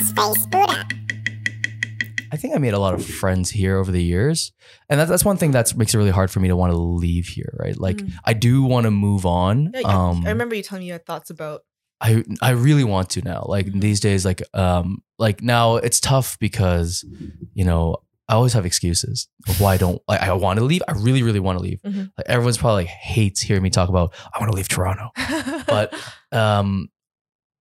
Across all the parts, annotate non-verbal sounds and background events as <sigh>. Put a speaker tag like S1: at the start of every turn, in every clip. S1: Space Buddha.
S2: I think I made a lot of friends here over the years, and that's that's one thing that makes it really hard for me to want to leave here, right? Like
S3: Mm.
S2: I do want to move on. um,
S3: Yeah, you- I remember you telling me your thoughts about <laughs>
S2: I I really want to now. Like
S3: Mhm.
S2: these days, like um, like now it's tough because, you know, I always have excuses of why I don't. Like, I want to leave. I really, really want to leave.
S3: Mhm.
S2: Like everyone's probably hates hearing me talk about I want to leave Toronto, but <laughs> um,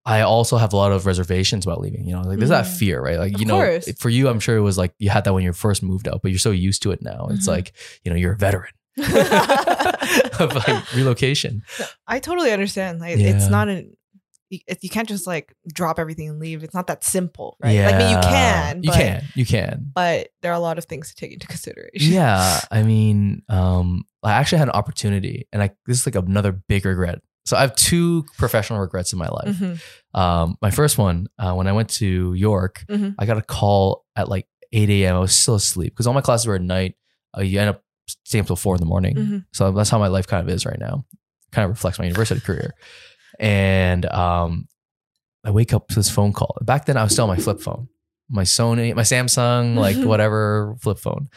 S2: I also have a lot of reservations about leaving. You know, like there's that
S3: Mm.
S2: fear, right? Like
S3: Of
S2: you know,
S3: course.
S2: for you, I'm sure it was like you had that when you first moved out, but you're so used to it now. It's
S3: Mhm.
S2: like you know, you're a
S3: <laughs>
S2: veteran <laughs> of like relocation.
S3: I totally understand. Like
S2: Yeah.
S3: it's not an you, you can't just like drop everything and leave. It's not that simple, right? Like I mean, you can,
S2: you
S3: but,
S2: can, you can.
S3: <laughs> but there are a lot of things to take into consideration.
S2: yeah
S3: <laughs>
S2: i mean um i actually had an opportunity and i this is like another big regret so i have two professional regrets in my life
S3: Mhm.
S2: um my first one uh, when i went to york
S3: Mhm.
S2: i got a call at like 8 a.m i was still asleep because all my classes were at night uh, you end up staying up till 4 in the morning
S3: Mhm.
S2: so that's how my life kind of is right now kind of reflects my university career and um i wake up to this phone call back then i was still on my flip phone my sony my samsung like whatever flip phone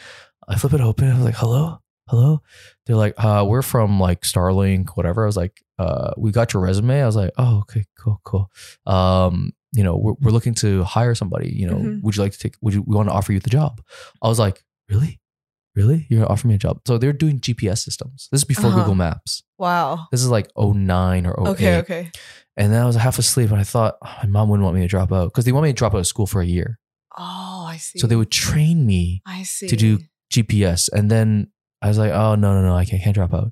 S2: I flip it open. I was like, hello, hello. They're like, uh, we're from like Starlink, whatever. I was like, uh, we got your resume. I was like, oh, okay, cool, cool. Um, you know, we're, we're looking to hire somebody. You know,
S3: Mhm.
S2: would you like to take? Would you? We want to offer you the job. I was like, really, really? You're gonna offer me a job? So they're doing GPS systems. This is before
S3: Uh-huh.
S2: Google Maps.
S3: Wow.
S2: This is like 09 or 08.
S3: Okay. Okay.
S2: And then I was half asleep, and I thought "Oh, my mom wouldn't want me to drop out because they want me to drop out of school for a year.
S3: Oh, I see.
S2: So they would train me
S3: I see
S2: to do GPS. And then I was like, oh, no, no, no, I can't, can't drop out.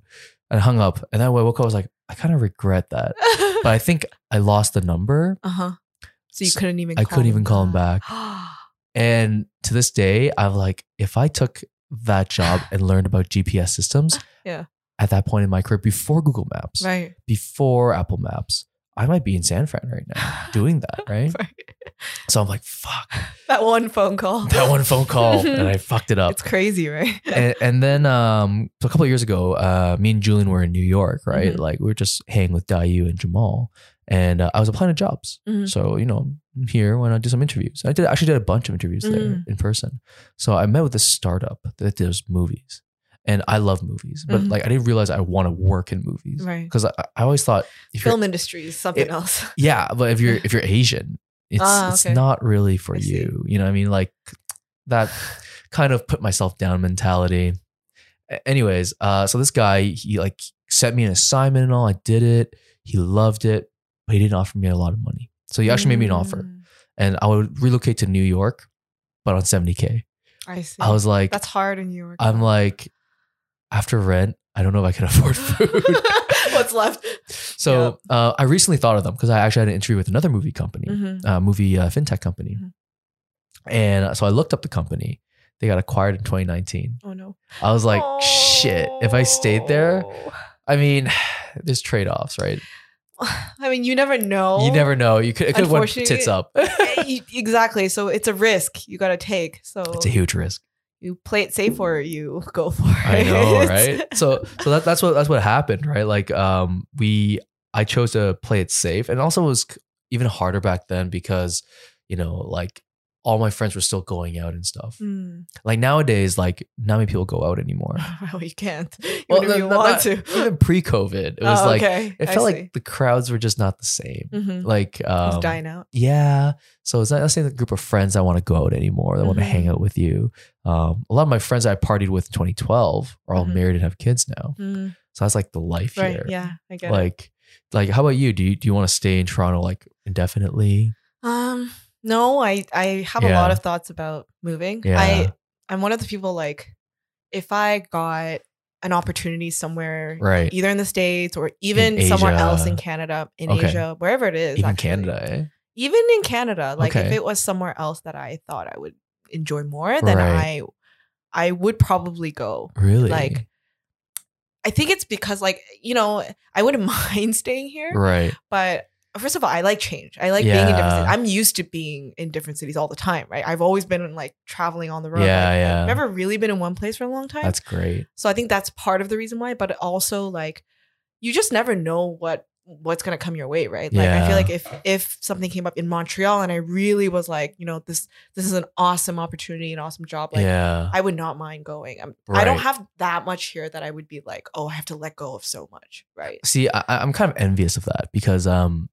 S2: And I hung up. And then when I woke up, I was like, I kind of regret that.
S3: <laughs>
S2: But I think I lost the number.
S3: uh huh. So you
S2: So
S3: couldn't even.
S2: I couldn't even call him back.
S3: back.
S2: And to this day, I'm like, if I took that job and learned about GPS systems
S3: <sighs> Yeah.
S2: at that point in my career, before Google
S3: <gasps>
S2: Maps,
S3: right.
S2: before Apple Maps, I might be in San Fran right now
S3: <laughs>
S2: doing that, right?
S3: Right.
S2: So I'm like, fuck,
S3: That one phone call.
S2: <laughs> that
S3: <laughs>
S2: one phone call and I fucked it up.
S3: It's crazy, right?
S2: <laughs>
S3: <laughs>
S2: and, and then um, so a couple of years ago, uh, me and Julian were in New York, right?
S3: Mhm.
S2: Like we were just hanging with Dayu and Jamal, and uh, I was applying to jobs.
S3: Mhm.
S2: So you know, I'm here when I do some interviews, I did actually did a bunch of interviews there
S3: Mm.
S2: in person. So I met with this startup that does movies, and I love movies, but
S3: Mhm.
S2: like I didn't realize I want to work in movies
S3: Right.
S2: because I, I always thought if you're
S3: Film industry is something
S2: it- <laughs>
S3: else.
S2: yeah, but if you're if you're Asian, it's
S3: Ah,
S2: it's
S3: okay.
S2: not really for
S3: I see.
S2: you. You know what I mean? Like that
S3: <sighs>
S2: kind of put myself down mentality. A- Anyways, uh, so this guy he like sent me an assignment and all. I did it. He loved it, but he didn't offer me a lot of money. So he actually made me an offer,
S3: Mm,
S2: and I would relocate to New York, but on seventy k.
S3: I see.
S2: I was like,
S3: That's hard in New York.
S2: I'm like, <laughs> after rent, I don't know if I can <laughs> afford food.
S3: <laughs> <laughs> What's
S2: <laughs>
S3: left?
S2: so uh, I recently thought of them because I actually had an interview with another movie company
S3: Mhm.
S2: uh, movie uh, fintech company.
S3: Mhm.
S2: And uh, so I looked up the company. They got acquired in 2019.
S3: Oh no.
S2: I was like, shit, if I stayed there,
S3: Oh.
S2: I mean, <sighs> there's trade offs, right?
S3: I mean, you never know.
S2: You never <laughs> know. You could, it could have went tits
S3: Oh. Unfortunately-
S2: up.
S3: <laughs> Eh, you- exactly. So it's a risk you got to take. So
S2: it's a huge risk.
S3: you play it safe or you <laughs> go for it.
S2: I know, right? So, so that, that's what that's what happened, right? Like, um, we I chose to play it safe, and also it was c- even harder back then because, you know, like all my friends were still going out and stuff.
S3: <laughs> Mm. <laughs>
S2: Like nowadays, like not many people go out anymore.
S3: well, you can't. Even
S2: Well,
S3: if you
S2: no, no,
S3: want
S2: no,
S3: <laughs> to.
S2: even pre-COVID, it was
S3: Oh,
S2: like
S3: okay.
S2: it
S3: I
S2: felt
S3: see.
S2: like the crowds were just not the same.
S3: Mhm.
S2: Like,
S3: It's
S2: um,
S3: dying out.
S2: yeah. So it's not the same group of friends I want to go out anymore. That want to
S3: Mhm.
S2: hang out with you. Um, a lot of my friends I partied with in 2012 are all
S3: Mhm.
S2: married and have kids now.
S3: Mm,
S2: So that's like the life
S3: Right.
S2: here.
S3: Yeah. I get it.
S2: Like, like how about you? Do you do you want to stay in Toronto like indefinitely?
S3: Um, no, I I have a
S2: Yeah.
S3: lot of thoughts about moving.
S2: Yeah.
S3: I I'm one of the people like if I got an opportunity somewhere
S2: Right.
S3: either in the states or even somewhere else in
S2: Asia.
S3: Canada, in
S2: Okay.
S3: Asia, wherever it is,
S2: Even
S3: actually.
S2: Canada, eh?
S3: Even in Canada, like if
S2: Okay.
S3: it was somewhere else that I thought I would enjoy more, then
S2: Right.
S3: I I would probably go.
S2: Really?
S3: Like, I think it's because like, you know, I wouldn't <laughs> mind staying here.
S2: right?
S3: But first of all, I like change. I like being in different cities.
S2: Yeah.
S3: I'm used to being in different cities all the time, right? I've always been like traveling on the
S2: Yeah,
S3: road. Like,
S2: yeah.
S3: I've never really been in one place for a long time.
S2: That's great.
S3: so I think that's part of the reason why. But also like you just never know what what's gonna come your way, right? Like I feel
S2: Yeah.
S3: like if if something came up in Montreal and I really was like, you know, this this is an awesome opportunity, an awesome job, like
S2: yeah.
S3: I would not mind going. I'm, I don't
S2: Right.
S3: have that much here that I would be like, oh, I have to let go of so much, right?
S2: See, I, I- I'm kind of envious of that because um,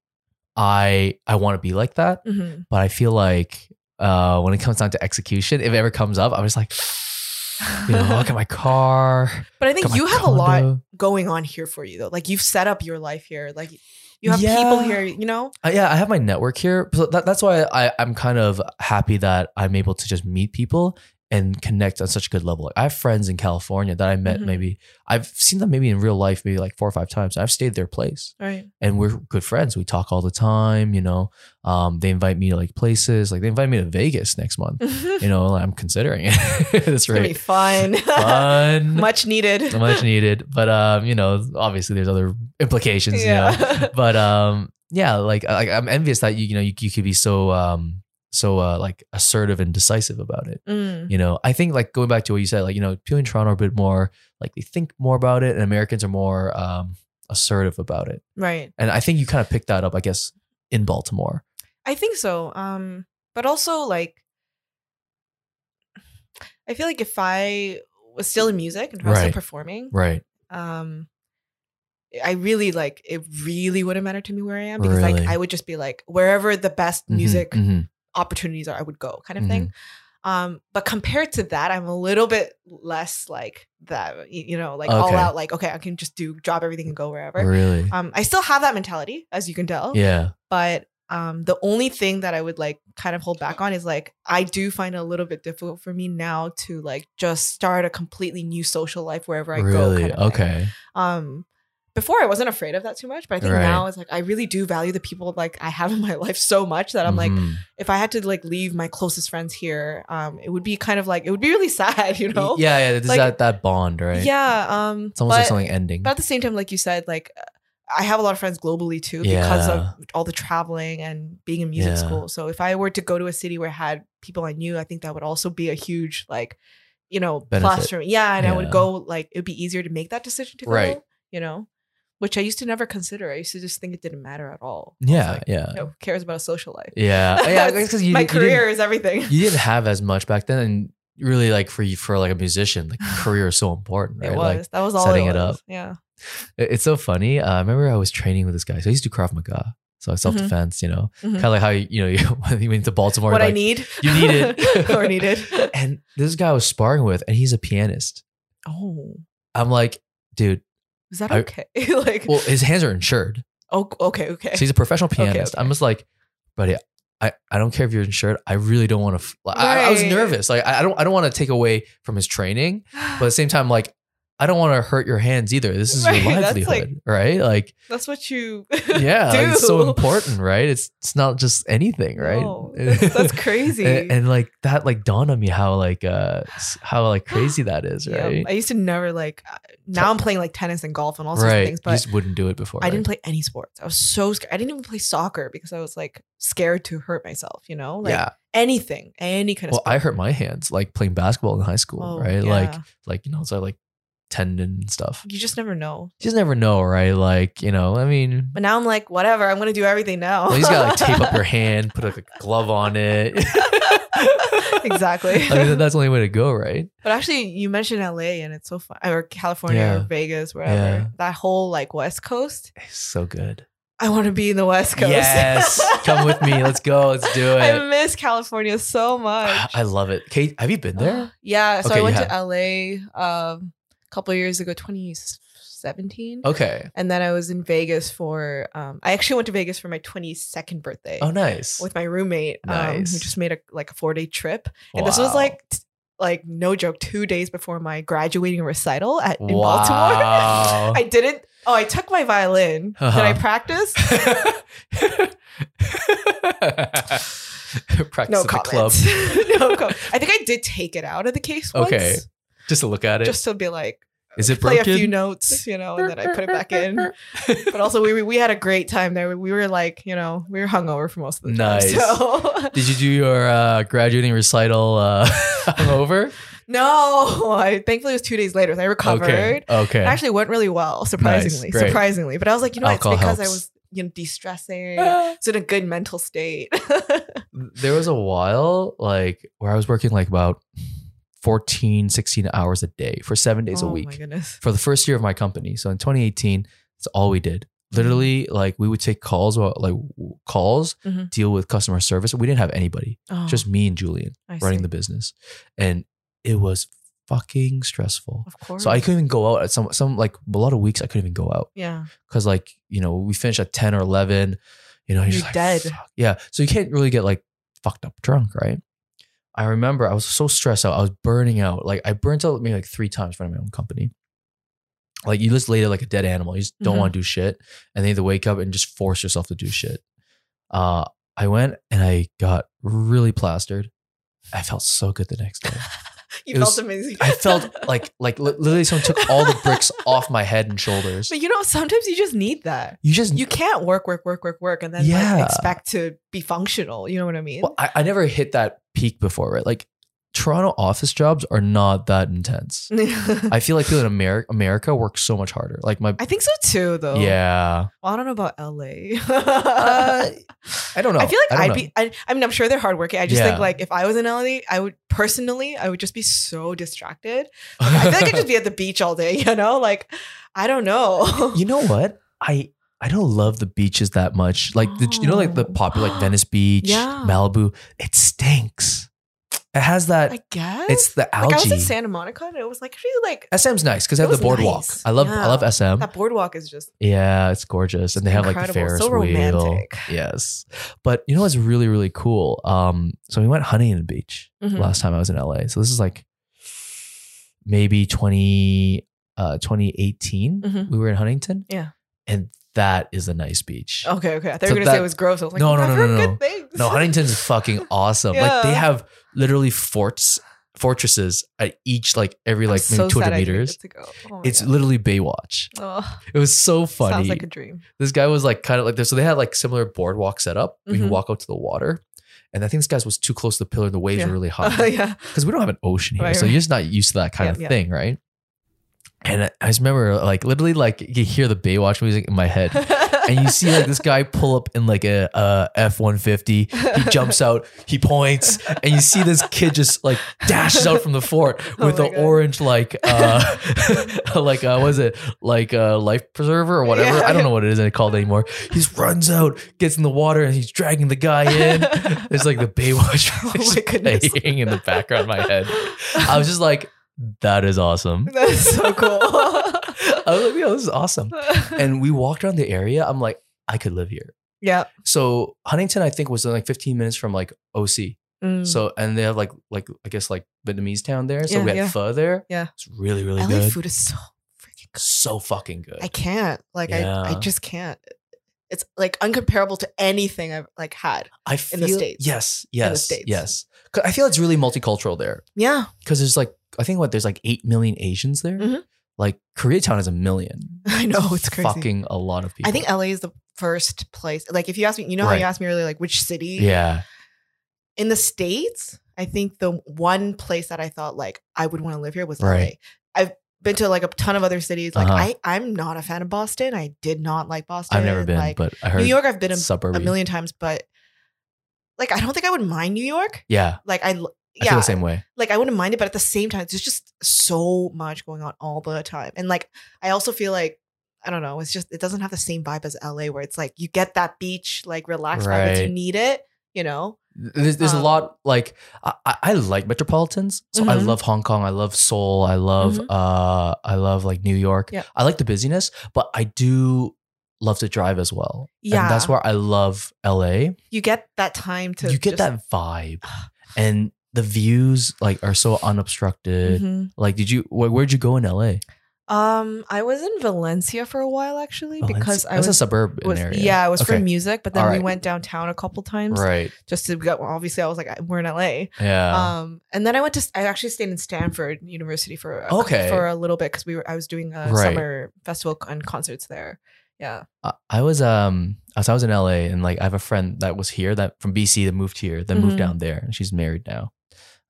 S2: I I want to be like that,
S3: Mm-hmm.
S2: but I feel like uh, when it comes down to execution, if it ever comes up, I'm
S3: <laughs>
S2: just like, you know, look at my car.
S3: But I think
S2: look at my
S3: you have a lot
S2: condo.
S3: going on here for you though. Like you've set up your life here. Like you have people
S2: Yeah.
S3: here. You know,
S2: Uh, yeah, I have my network here, so that, that's why I, I'm kind of happy that I'm able to just meet people and connect on such a good level. Like, I have friends in California that I met
S3: Mhm.
S2: maybe I've seen them maybe in real life maybe like four or five times. I've stayed at their place.
S3: right?
S2: and we're good friends. We talk all the time, you know. Um, they invite me to like places, like they invite me to Vegas next month.
S3: <laughs> it's
S2: You know, I'm considering it. <laughs> That's
S3: gonna be <laughs>
S2: right.
S3: fun,
S2: Fun.
S3: much needed.
S2: Much needed. But um, you know, obviously there's other
S3: <laughs>
S2: implications, you know.
S3: yeah.
S2: But um, yeah, like I, I'm envious that you, you know, you, you could be so um so uh like assertive and decisive about it.
S3: Mm.
S2: You know, I think like going back to what you said, like, you know, people in Toronto are a bit more like they think more about it and Americans are more um assertive about it
S3: Right.
S2: and I think you kind of picked that up, I guess, in Baltimore.
S3: I think so. Um, but also like, I feel like if I was still in music and I was still
S2: Right.
S3: performing,
S2: Right. Mm-hmm.
S3: um i really like it really wouldn't matter to me where i am because
S2: Really? Mm-hmm,
S3: like i would just be like wherever the best music opportunities are i would go kind of thing
S2: Mm-hmm.
S3: um but compared to that i'm a little bit less like that y- you know like all
S2: Okay.
S3: out like okay i can just do drop everything and go wherever
S2: Really.
S3: um i still have that mentality as you can tell
S2: yeah.
S3: but um the only thing that i would like kind of hold back on is like i do find it a little bit difficult for me now to like just start a completely new social life wherever i go
S2: Really.
S3: kind of thing
S2: okay.
S3: um before I wasn't afraid of that too much, but I think
S2: Right.
S3: now it's like I really do value the people like I have in my <laughs> life so much that I'm like,
S2: Mhm.
S3: if I had to like leave my closest friends here, um, it would be kind of like it would be really <laughs> sad, you know?
S2: yeah, yeah. This
S3: like-
S2: is that, that bond, right?
S3: Yeah. Um
S2: It's almost
S3: but,
S2: like something ending.
S3: but at the same time, like you said, like uh, I have a lot of friends globally too because
S2: Yeah.
S3: of all the traveling and being in music
S2: Yeah.
S3: school. So if I were to go to a city where I had people I knew, I think that would also be a huge like, you know, plus
S2: Benefit.
S3: for me. Yeah, and I would
S2: Yeah.
S3: go like it'd be easier to make that decision to go.
S2: Right.
S3: You know, which I used to never consider. I used to just think it didn't matter at all. I was
S2: yeah,
S3: like,
S2: yeah,
S3: you know, who cares about a social life?
S2: yeah, Oh,
S3: <laughs>
S2: yeah. Because you,
S3: my
S2: you
S3: career is everything.
S2: didn't, you didn't have as much back then, and really, like for you, for like a
S3: <sighs>
S2: musician, like career is so important,
S3: <laughs>
S2: right?
S3: It was
S2: Like
S3: that was all
S2: setting
S3: it,
S2: it
S3: was.
S2: up.
S3: Yeah.
S2: it- it's so funny. Uh, I remember I was training with this guy, so I used to do Krav Maga, so
S3: Mm-hmm.
S2: self defense, you know,
S3: Mhm.
S2: kind of like how you, you know <laughs> you, when you went to Baltimore,
S3: what I
S2: like,
S3: need.
S2: you
S3: <laughs>
S2: need it
S3: or needed.
S2: <laughs> and this guy I was sparring with, and he's a pianist.
S3: Oh.
S2: I'm like, dude,
S3: Is that
S2: I-
S3: okay? <laughs> like,
S2: well, his hands are insured,
S3: oh, okay, okay. <gasps>
S2: so he's a professional
S3: <laughs> Okay,
S2: pianist. I'm just like, buddy, I, I don't care if you're insured. I really don't want to. Like, I, I was
S3: Right.
S2: nervous. Like, I I don't I don't want to take away from his training, but at the same time, like, I don't want to hurt your hands either. This is
S3: Right,
S2: your
S3: that's
S2: livelihood, right?
S3: <laughs>
S2: Like,
S3: That's what you. <laughs>
S2: yeah, like, it's
S3: Dude.
S2: so important, right? It's it's not just anything, right? <laughs>
S3: No, that's, that's crazy.
S2: and, and, like that, like dawned on me how like uh s- how like crazy that is,
S3: Yeah,
S2: right?
S3: I used to never like. uh, Now I'm playing like tennis and golf and all sorts of things,
S2: you
S3: but
S2: just wouldn't do it before.
S3: I didn't play any sports. I was so scared. I didn't even play soccer because I was like scared to hurt myself. You know, like
S2: yeah.
S3: anything, any kind of.
S2: Well,
S3: sport.
S2: I hurt my hands like playing basketball in high school,
S3: Oh,
S2: right? Like,
S3: yeah.
S2: like you know, so like tendon and stuff.
S3: You just never know.
S2: You just never know, right? Like, you know,
S3: <laughs>
S2: I mean,
S3: But now I'm like, whatever. I'm gonna do everything now.
S2: well, you just gotta like tape
S3: <laughs>
S2: up your hand, put like, a glove on it. <laughs>
S3: <laughs> Exactly.
S2: I mean, that's the only way to go, right?
S3: But actually, you mentioned LA and it's so fun, or California or
S2: Yeah.
S3: Vegas, wherever.
S2: Yeah.
S3: That whole like West Coast.
S2: It's so good.
S3: I want to be in the West Coast.
S2: Yes,
S3: <laughs>
S2: come with me. Let's go. Let's do
S3: I
S2: it. Ah,
S3: miss California so much.
S2: I love it. Kate, have you been there?
S3: <gasps> yeah. So
S2: Okay,
S3: I
S2: you
S3: went to LA um, a couple of years ago, 2017.
S2: Okay.
S3: And then I was in Vegas for, um, I actually went to Vegas for my 22nd birthday
S2: Oh, nice.
S3: with my roommate. Um, who
S2: Nice.
S3: just made a like a four day trip. And this was
S2: Wow.
S3: like, t- like no joke, two days before my graduating recital at in Baltimore. <laughs>
S2: wow.
S3: I didn't. Oh, I took my violin. Did I
S2: Uh-huh. <laughs>
S3: practice?
S2: Practice
S3: no
S2: at the club.
S3: comments. <laughs> no com- I think I did take it out of the case once.
S2: Okay. Just to look at it.
S3: Just to be like,
S2: Is it
S3: play
S2: broken?
S3: a few notes, you know, and then I put it back in. But also, we we had a great time there. We were like, you know, we were hungover for most of the
S2: Nice.
S3: time. So
S2: <laughs> Did you do your uh, graduating recital uh, <laughs> over?
S3: <laughs> no, I thankfully it was two days later. So I recovered.
S2: Okay. Okay.
S3: It actually went really well, surprisingly,
S2: great.
S3: surprisingly. But I was like, you know,
S2: Alcohol
S3: it's because
S2: helps.
S3: I was you know
S2: <laughs>
S3: de-stressing. I was in a good mental state.
S2: there was a while like where I was working like about 14, 16 hours a day for seven
S3: <laughs>
S2: days
S3: oh,
S2: a
S3: my
S2: week
S3: goodness.
S2: for the first year of my company. So in 2018, that's all we did. Literally, like we would take calls, well, like w- calls,
S3: Mhm.
S2: deal with customer service. We didn't have anybody,
S3: Oh,
S2: just me and Julian
S3: I
S2: running
S3: see.
S2: the business, and it was fucking stressful.
S3: Of course.
S2: So I couldn't even go out at some some like a lot of weeks. I couldn't even go out
S3: Yeah.
S2: because like you know we finish at 10 or 11 you know you're,
S3: You're
S2: just like,
S3: dead.
S2: "Fuck." yeah so you can't really get like fucked up drunk right i remember i was so stressed out i was burning out like i burnt out maybe like three times running my own company like you just laid out like a dead animal you just don't
S3: Mhm.
S2: want to do shit and then you have to wake up and just force yourself to do shit uh i went and i got really plastered i felt so good the next day
S3: You
S2: It
S3: felt
S2: was-
S3: amazing.
S2: i
S3: <laughs>
S2: felt like like li- literally someone took all the bricks off my head and shoulders
S3: But you know, sometimes you just need that.
S2: you just
S3: You can't work, work, work, work, work, and then
S2: Mm. Yeah.
S3: like, expect to be functional. You know what I mean? <laughs>
S2: Well, I, I never hit that peak before, right? Like Toronto office jobs are not that intense.
S3: I,
S2: I feel like people in America, America work so much harder. Like my,
S3: think so too, though.
S2: yeah, Uh,
S3: Well, I don't know about LA.
S2: I don't know.
S3: I feel like
S2: don't
S3: I would
S2: know.
S3: be. I, I mean, I'm sure they're hardworking. I just
S2: Yeah.
S3: think like if I was in LA, I would personally, I would just be so
S2: <laughs>
S3: distracted. I feel like I'd just be at the beach all day. <laughs> You know, like I don't know.
S2: you know what? I I don't love the beaches that much. Like the, you know, like the
S3: Oh.
S2: popular like Venice Beach,
S3: Yeah.
S2: Malibu. It stinks. It
S3: <laughs>
S2: has that.
S3: I guess
S2: it's the
S3: like
S2: algae.
S3: I was in Santa Monica and it was like actually like
S2: SM's nice because they
S3: It
S2: have the
S3: was
S2: boardwalk.
S3: nice.
S2: I love I
S3: Yeah.
S2: love SM.
S3: that boardwalk is just
S2: Yeah, it's gorgeous, and they have like the
S3: Incredible.
S2: Ferris
S3: So
S2: wheel.
S3: romantic.
S2: Yes, but you know what's really really cool? Um, so we went hunting in the beach
S3: Mhm.
S2: last time I was in LA. So this is like maybe 20, uh, 2018.
S3: Mhm.
S2: We were in Huntington.
S3: Yeah. Oh.
S2: and that is a nice beach.
S3: okay. Okay, I thought
S2: So
S3: you were gonna
S2: that-
S3: say it was gross. I was like,
S2: No, no,
S3: I've
S2: no,
S3: heard
S2: no, no.
S3: good things.
S2: No, Huntington's
S3: <laughs>
S2: fucking awesome. Like they
S3: Yeah.
S2: have literally forts, fortresses at each like every
S3: I'm
S2: like maybe
S3: so
S2: two
S3: sad
S2: hundred
S3: I didn't
S2: meters.
S3: get to go. Oh my
S2: It's
S3: God.
S2: literally Baywatch.
S3: Oh,
S2: It was so funny.
S3: sounds like a
S2: <laughs>
S3: dream.
S2: this guy was like kind of like there. So they had like similar boardwalk setup. We could
S3: Mhm.
S2: walk out to the water. And I think this guy was too close to the pillar. The waves
S3: Yeah.
S2: were really
S3: <laughs> Oh
S2: high.
S3: yeah.
S2: Because we don't have an ocean here.
S3: Right,
S2: so
S3: right.
S2: you're just not used to that kind
S3: Yeah,
S2: of
S3: yeah.
S2: thing, right? And I, I just remember like literally like you could hear the Baywatch music in my head.
S3: <laughs>
S2: And you see like this guy pull up in like a, a F one fifty. He
S3: <laughs>
S2: jumps out, he points, and you see this kid just like dashes out from the fort
S3: <laughs> Oh
S2: with
S3: my
S2: the
S3: God.
S2: orange like uh like uh <laughs> what is it like a life preserver or whatever
S3: Yeah.
S2: I don't know what it is called anymore. He just runs out, gets in the water, and he's dragging the guy in.
S3: <laughs>
S2: It's like the Baywatch
S3: Oh
S2: is <laughs>
S3: my goodness.
S2: playing in the background of my head.
S3: <laughs>
S2: I was just like, that is awesome.
S3: That's so
S2: <laughs> I was like, yo, this is awesome.
S3: <laughs> cool.
S2: Oh, And we walked around the area. I'm like, I could live here.
S3: yeah.
S2: So Huntington, I think, was like 15 minutes from like OC.
S3: Mm.
S2: So and they have like like I guess like Vietnamese town there. So
S3: Yeah,
S2: we had
S3: yeah.
S2: pho there.
S3: Yeah.
S2: it's really really
S3: LA
S2: good.
S3: food is so freaking good.
S2: So fucking good.
S3: I can't. Like I,
S2: Yeah.
S3: I just can't. It's like uncomparable to anything I've like had.
S2: I feel,
S3: in the States.
S2: Yes, yes,
S3: the States.
S2: yes. 'Cause I feel it's really multicultural there
S3: Yeah.
S2: because there's like I think what there's like eight million Asians there.
S3: Mhm.
S2: Like Koreatown is a
S3: <laughs>
S2: million.
S3: <laughs> I know Oh, it's crazy.
S2: Fucking a lot of people.
S3: I think LA is the first place. Like if you ask me, you know how
S2: Right.
S3: you asked me earlier, like which city
S2: Yeah.
S3: in the States, I think the one place that I thought like I would want to live here was
S2: Right.
S3: LA. I've been to like a ton of other cities. Like
S2: Uh-huh.
S3: I, I'm not a fan of Boston. I did not like Boston.
S2: I've never been,
S3: Like,
S2: but I heard
S3: New York, I've been a,
S2: suburb.
S3: a million times, but like I don't think I would mind New York.
S2: Yeah.
S3: Like I, l-
S2: I feel
S3: yeah,
S2: the same way.
S3: like I wouldn't mind it, but at the same time, there's just so much going on all the time. And like I also feel like I don't know, it's just it doesn't have the same vibe as LA where it's like you get that beach like relaxed vibe if
S2: Right.
S3: you need it, you know?
S2: There's, there's a
S3: Um,
S2: lot like I, I- I like metropolitans, so I
S3: Mhm.
S2: love Hong Kong, I love Seoul, I love
S3: Mhm.
S2: uh, I love like New York.
S3: Yeah.
S2: I like the busyness, but I do love to drive as well.
S3: Yeah.
S2: and that's where I love LA.
S3: You get that time to
S2: you get
S3: just- Ah.
S2: that vibe, and the views like are so unobstructed.
S3: Mhm.
S2: Like, did you wh- where'd you go in LA?
S3: Um, I was in Valencia for a while actually because
S2: Valencia?
S3: I
S2: Oh, that's
S3: was,
S2: a suburban
S3: was-
S2: area.
S3: yeah, I was for
S2: Okay.
S3: music, but then we
S2: Alright.
S3: went downtown a couple times
S2: Right.
S3: just to go. Obviously, I was like, I- we're in LA.
S2: Yeah.
S3: Um, and then I went to I actually stayed in Stanford University for a,
S2: Okay.
S3: for a little bit because we were I was doing a
S2: Right.
S3: summer festival and concerts there. Yeah.
S2: I, I was um as I was in LA and like I have a friend that was here that from BC that moved here, then
S3: Mhm.
S2: moved down there, and she's married now.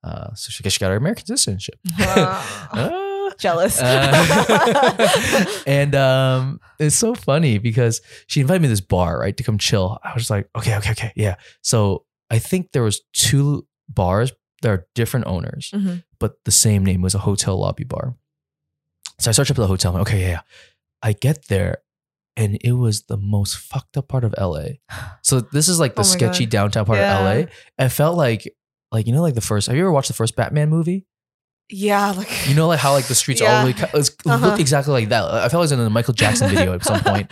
S2: Uh, so she, she got her American citizenship. <laughs>
S3: Wow.
S2: Ah.
S3: Jealous.
S2: Uh, <laughs> and um, it's so funny because she invited me to this bar, right, to come chill. I was like, okay, okay, okay, yeah. So I think there was two bars that are different owners,
S3: Mhm.
S2: but the same name It was a hotel lobby bar. So I searched up the hotel. I'm like, okay, yeah, yeah. I get there, and it was the most fucked up part of LA. So this is like the
S3: Oh my
S2: sketchy
S3: God.
S2: downtown part
S3: Yeah.
S2: of LA. It felt like, like you know, like the first. Have you ever watched the first Batman movie?
S3: yeah, like
S2: You know, like how like
S3: <laughs>
S2: the streets all the way
S3: Yeah.
S2: cut- it was-
S3: Uh-huh.
S2: looked exactly like that. I felt like I was in a Michael Jackson video at some point.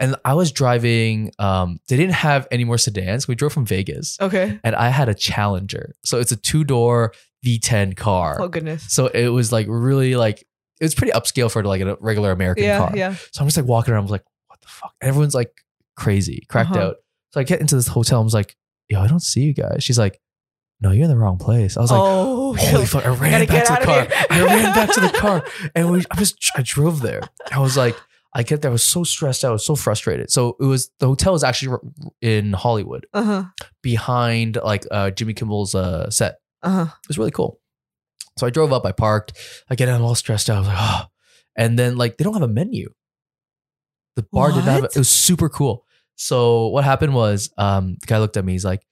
S2: And I was driving. Um, they didn't have any more sedans. We drove from Vegas,
S3: <laughs> Okay.
S2: and I had a Challenger. So it's a two door V10 car.
S3: Oh goodness.
S2: So it was like really like it was pretty upscale for like a regular American
S3: Yeah,
S2: car.
S3: yeah.
S2: So I'm just like walking around. I was like, what the fuck? And everyone's like crazy, cracked
S3: Uh-huh.
S2: out. So I get into this hotel. I was like, yo, I don't see you guys. She's like, no, you're in the wrong place. I was like
S3: oh, <laughs>
S2: holy fuck, I
S3: gotta
S2: ran
S3: get
S2: back to
S3: out
S2: the
S3: of
S2: car.
S3: here.
S2: I ran back to the
S3: <laughs>
S2: car and we, I just I drove there. I was like, I get there. I was so stressed out. I was so frustrated. So it was the hotel was actually in Hollywood
S3: Uh-huh.
S2: behind like uh, Jimmy Kimmel's uh, set.
S3: Uh-huh.
S2: It was really cool. So I drove up, I parked. I get in, I'm all stressed out. I was like, oh. And then like they don't have a menu. The bar did not have a,
S3: What?
S2: it was super cool. So what happened was um, the guy looked at me, he's like,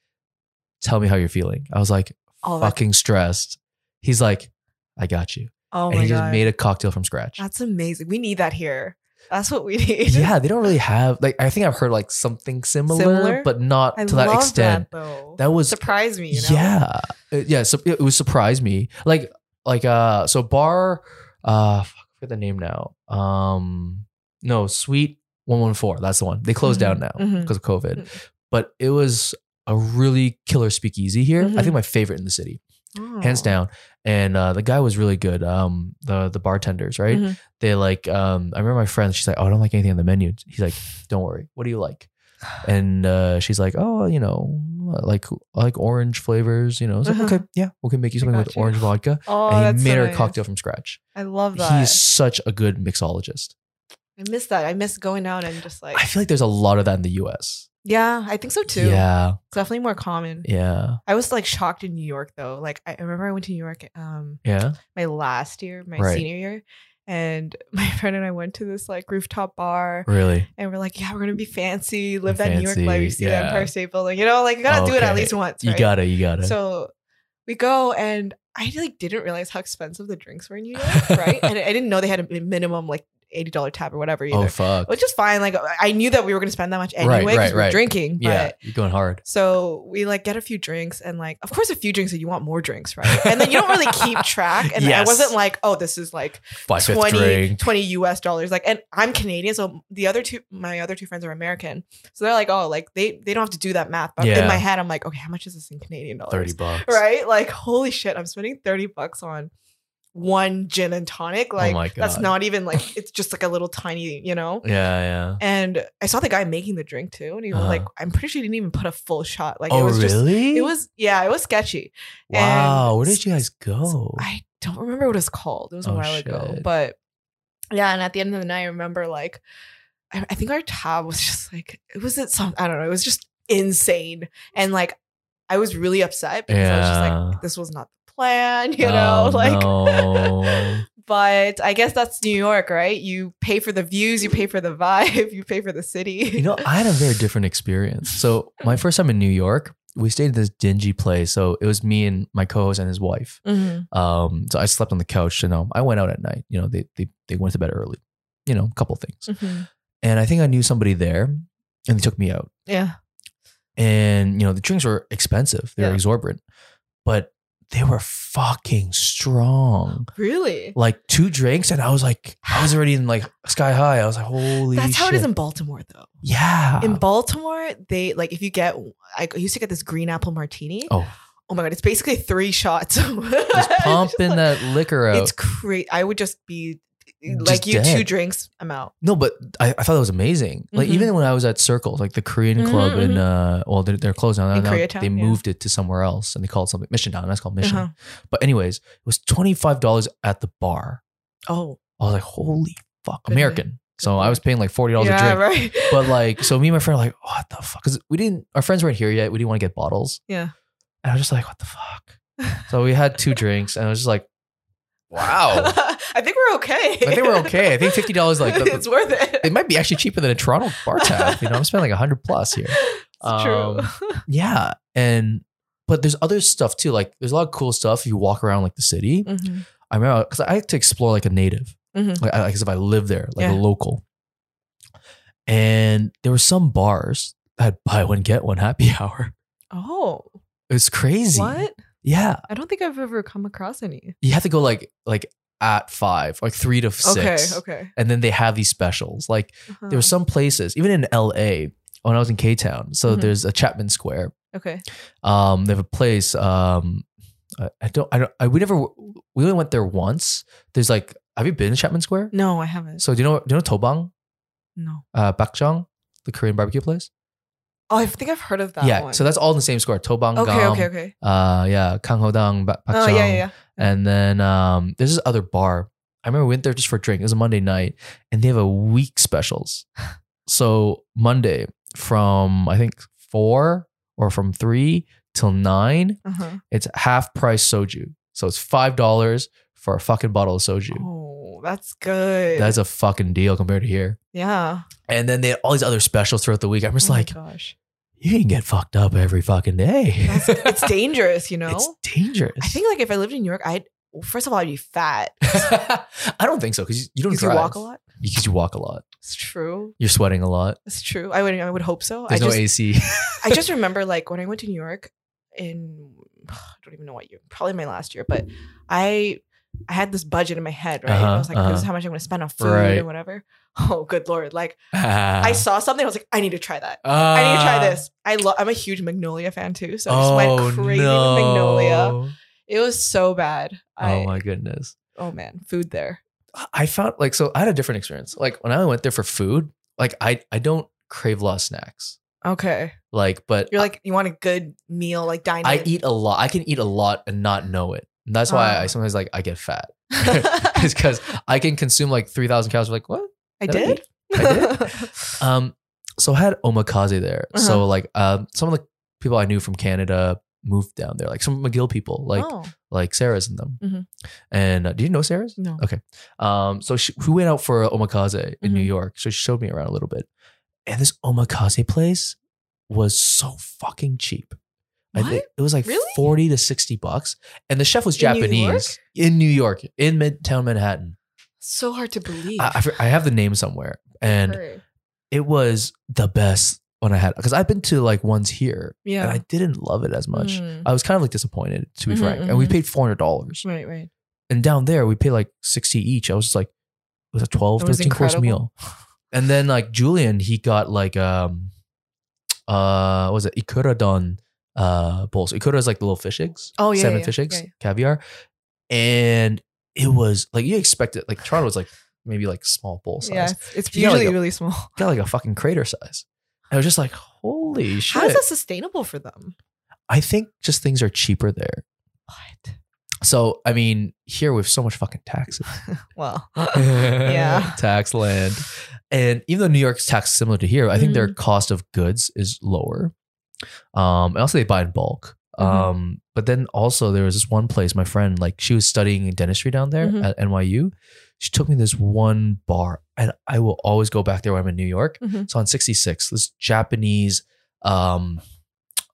S2: Tell me how you're feeling. I was like,
S3: Oh, that-
S2: fucking stressed. He's like, I got you.
S3: oh
S2: and
S3: my
S2: he just
S3: god.
S2: made a cocktail from scratch.
S3: That's amazing. We need that here. That's what we <laughs> need.
S2: yeah, they don't really have like I think I've heard like something similar,
S3: Similar?
S2: but not
S3: I
S2: to that
S3: love
S2: extent.
S3: That, though.
S2: That was
S3: surprised me. You know?
S2: yeah. It- Uh, yeah, so it was surprised me. Like like uh so bar uh fuck, I forget the name now. Um no, Sweet 114, that's the one. They closed
S3: Mhm,
S2: down now
S3: mhm.
S2: because of COVID.
S3: Mm.
S2: But it was a really killer speakeasy here.
S3: Mhm.
S2: I think my favorite in the city.
S3: Oh.
S2: hands down. And uh, the guy was really good. Um, the the bartenders, right?
S3: Mhm.
S2: They like. Um, I remember my friend. She's like, "Oh, I don't like anything on the menu." He's like, "Don't worry. What do
S3: <sighs>
S2: you like?" And uh, she's like, "Oh, you know, I like I like orange flavors. You know, I was like,
S3: Uh-huh.
S2: okay, yeah, we can make you
S3: I
S2: something
S3: got
S2: with
S3: you."
S2: orange vodka."
S3: Oh,
S2: and
S3: that's
S2: he made
S3: so
S2: her a
S3: nice.
S2: cocktail from scratch.
S3: I love that.
S2: He's such a good mixologist.
S3: I miss that. I miss going out and just like
S2: I feel like there's a lot of that in the U.S.
S3: yeah, I think so too.
S2: Yeah,
S3: it's definitely more common.
S2: yeah,
S3: I was like shocked in New York though. Like I I remember I went to New York um
S2: yeah.
S3: my last year, my
S2: Right.
S3: senior year, and <laughs> my friend and I went to this like rooftop bar.
S2: Really,
S3: And we're like, yeah, we're gonna be fancy, live that New York
S2: Fancy,
S3: life, you see the
S2: yeah.
S3: Empire State Building, you know, like you gotta do it at
S2: Okay.
S3: least once.
S2: you
S3: right?
S2: got it. You got it.
S3: So we go and I like didn't realize how expensive the drinks were in New York, right? and I didn't know they had a minimum like eighty dollar tab or whatever either,
S2: oh fuck.
S3: which is fine. Like I knew that we were gonna spend that much
S2: Right,
S3: anyway because
S2: right,
S3: we were
S2: right.
S3: drinking. But
S2: yeah, you're going hard.
S3: so we like get a few drinks and like of course a few drinks and you want more drinks, right? And then you don't really
S2: <laughs>
S3: keep track. And I
S2: Yes.
S3: wasn't like, oh, this is like
S2: By fifth
S3: 20,
S2: drink.
S3: 20 US dollars. Like, and I'm Canadian, so the other two, my other two friends are American, so they're like, oh, like they they don't have to do that math. But in
S2: Yeah.
S3: my head, I'm like, okay, how much is this in Canadian dollars?
S2: 30 bucks.
S3: <laughs> Right? Like, holy shit, I'm spending thirty bucks on one gin and tonic. Like,
S2: Oh my
S3: that's
S2: God.
S3: not even like it's just like a little tiny, you know.
S2: Yeah, yeah.
S3: And I saw the guy making the drink too, and he was
S2: Uh-huh.
S3: like, I'm pretty sure he didn't even put a full shot. Like, it
S2: oh,
S3: was just.
S2: really?
S3: It was yeah, it was sketchy. and-
S2: Wow. Where did you guys go?
S3: I don't remember what it's called. It was a
S2: Oh,
S3: while ago,
S2: shit.
S3: but yeah. And at the end of the night, I remember like, I, I think our tab was just like it wasn't some. I don't know. It was just insane, and like I was really upset because I was just
S2: Yeah.
S3: like, this was not the plan, <laughs> you know,
S2: Oh,
S3: like. <laughs>
S2: no.
S3: But I guess that's New York, right? You pay for the views, you pay for the <laughs> vibe, you pay for the city.
S2: you know, I had
S3: <laughs>
S2: a very different experience. So, my first time in New York, we stayed at this dingy place. So, it was me and my co host and his wife.
S3: Mhm.
S2: Um, so, I slept on the couch and um, I went out at night. You know, they, they, they went to bed early, you know, a couple things.
S3: Mhm.
S2: And I think I knew somebody there and they took me out.
S3: Yeah.
S2: and you know the drinks were expensive they were
S3: Yeah.
S2: exorbitant but they were fucking strong
S3: Really?
S2: like two drinks and i was like i was already in like sky high i was like holy
S3: That's how it is
S2: shit.
S3: in Baltimore, though.
S2: yeah
S3: In Baltimore, they like if you get I used to get this green apple martini. Oh,
S2: oh
S3: my god, it's basically three shots. <laughs>
S2: just
S3: It's
S2: pumping that liquor out
S3: It's great. I would just be like
S2: Just
S3: you two
S2: dead.
S3: drinks, I'm out.
S2: No, but I, I thought that was amazing. Like
S3: Mhm.
S2: even when I was at Circles, like the Korean club
S3: Mhm,
S2: in uh, well, they're, they're closed now.
S3: In
S2: now
S3: Koreatown,
S2: they
S3: yeah.
S2: moved it to somewhere else, and they called it something Mission Down. That's called Mission.
S3: Uh-huh.
S2: But anyways, it was twenty five dollars at the bar.
S3: Oh,
S2: I was like, holy fuck,
S3: Good
S2: American. So
S3: lord.
S2: I was paying like forty dollars
S3: yeah,
S2: a drink.
S3: right.
S2: But
S3: <laughs>
S2: like, so me and my friend are like, what the fuck? Because we didn't, our friends weren't here yet. We didn't want to get bottles.
S3: Yeah.
S2: And I was just like, what the fuck?
S3: <laughs>
S2: So we had two drinks, and I was just like, wow.
S3: I think we're okay.
S2: I think we're
S3: <laughs>
S2: okay. I think fifty dollars like the-
S3: it's worth it. <laughs>
S2: it might be actually cheaper than a Toronto bar tab. You know, I'm spending like a hundred plus here.
S3: It's
S2: Um,
S3: <laughs> true.
S2: Yeah, and but there's other stuff too. Like there's a lot of cool stuff if you walk around like the city.
S3: Mhm.
S2: I remember because I like to explore like a native,
S3: Mhm.
S2: like, I, like as if I live there, like
S3: Yeah.
S2: a local. And there were some bars that <laughs> had buy one get one happy hour.
S3: Oh,
S2: It was crazy.
S3: what?
S2: Yeah,
S3: I don't think I've ever come across any.
S2: you have to go like like at five, like three to six,
S3: Okay, okay.
S2: and then they have these specials like.
S3: Uh-huh.
S2: there were some places, even in LA, when I was in K Town. So
S3: Mhm.
S2: there's a Chapman Square.
S3: okay.
S2: Um, they have a place. Um, I, I don't, I don't, I, we never, we only went there once. There's like, have you been to Chapman Square?
S3: No, I haven't.
S2: So do you know, do you know Tobang,
S3: No.
S2: uh, Bakjang, the Korean barbecue place?
S3: Oh, I think I've heard of that
S2: yeah.
S3: one.
S2: So that's all in the same square. Tobang,
S3: okay,
S2: Gam,
S3: okay, okay.
S2: uh, yeah, Kanghodang, ba- Bakjang.
S3: Oh yeah, yeah, yeah.
S2: And then um, there's this other bar. I remember we went there just for a drink. It was a Monday night, and they have a week
S3: <laughs>
S2: specials. So Monday from I think four or from three till nine,
S3: Uh-huh.
S2: it's half price soju. So it's five dollars for a fucking bottle of soju.
S3: Oh, that's good.
S2: That's a fucking deal compared to here.
S3: yeah.
S2: And then they had all these other specials throughout the week. I'm just
S3: Oh my
S2: like,
S3: gosh,
S2: you can get fucked up every fucking day. <laughs>
S3: That's- it's dangerous, you know.
S2: It's dangerous.
S3: I think like if I lived in New York, I'd well, first of all I'd be fat <laughs>
S2: I don't think so because you don't
S3: because you
S2: drive.
S3: walk a lot.
S2: Because you walk a lot.
S3: It's true.
S2: You're sweating a lot.
S3: It's true. I would I would hope so.
S2: There's
S3: Oh, I
S2: no
S3: just
S2: AC.
S3: <laughs> I just remember like when I went to New York in <sighs> I don't even know what year, probably my last year, but I I had this budget in my head, right? And I
S2: Uh-huh,
S3: was like, this is
S2: uh-huh.
S3: how much I'm gonna spend on food
S2: Right.
S3: and whatever. <laughs> Oh good lord. Like
S2: Ah.
S3: I saw something, I was like, I need to try that. I need to
S2: Uh,
S3: try this. I love I'm a huge Magnolia fan too. So I just
S2: Oh,
S3: went crazy with Magnolia. It was so bad. I
S2: Oh my goodness.
S3: oh man, food there.
S2: I- I found like so I had a different experience. Like when I went there for food, like I I don't crave a lot of snacks.
S3: Okay.
S2: Like, but
S3: You're like you want a good meal, like dine
S2: I, I
S3: in. <laughs>
S2: eat a lot. I can eat a lot and not know it. And that's why
S3: Ah.
S2: I sometimes like I get fat. <laughs> It's because I can consume like three thousand calories. Like what?
S3: I did.
S2: I
S3: <laughs>
S2: Um, so I had omakase there.
S3: Uh-huh.
S2: So like um, some of the people I knew from Canada moved down there. Like some McGill people, like
S3: oh,
S2: like Sarah's in them.
S3: Mhm.
S2: And uh, do you know Sarah's?
S3: no. Mm-hmm.
S2: Um, so she, we went out for a omakase in New
S3: Mhm.
S2: York. So she showed me around a little bit, and this omakase place was so fucking cheap. I think it was like
S3: Really?
S2: forty to sixty bucks, and the chef was
S3: In New
S2: Japanese in New York, in Midtown Manhattan.
S3: So hard to believe.
S2: I, I f- I have the name somewhere, and
S3: Right.
S2: it was the best one I had because I've been to like ones here,
S3: yeah.
S2: and I didn't love it as much.
S3: Mm.
S2: I was kind of like disappointed, to be
S3: Mhm,
S2: frank. And we
S3: mhm.
S2: paid four hundred dollars.
S3: right, right.
S2: And down there, we paid like 60 each. I was just like, it was a 12,
S3: It was
S2: 13 course
S3: incredible. <laughs>
S2: meal. And then like Julian, he got like, um, uh, what was it? Ikura don, uh, bowls. Ikura is like the little fish eggs.
S3: Oh, yeah,
S2: Seven
S3: yeah,
S2: fish eggs,
S3: yeah, yeah.
S2: caviar. And it was like, you expect it. Like Toronto was like maybe like small bowl size.
S3: Yeah, it's, it's
S2: You got, like,
S3: usually
S2: a-
S3: really small.
S2: <laughs> Got like a fucking crater size. And I was just like, holy shit.
S3: How is that sustainable for them?
S2: I think just things are cheaper there.
S3: What?
S2: So, I mean, here we have so much fucking taxes. <gasps>
S3: Well,
S2: yeah. <laughs> tax land. And even though New York's taxed similar to here, I think their cost of goods is lower. Um, and also they buy in bulk. Um, but then also there was this one place, my friend, like she was studying dentistry down there
S3: Mhm.
S2: at NYU. She took me to this one bar, and I will always go back there when I'm in New York.
S3: Mhm.
S2: So on 66, this Japanese um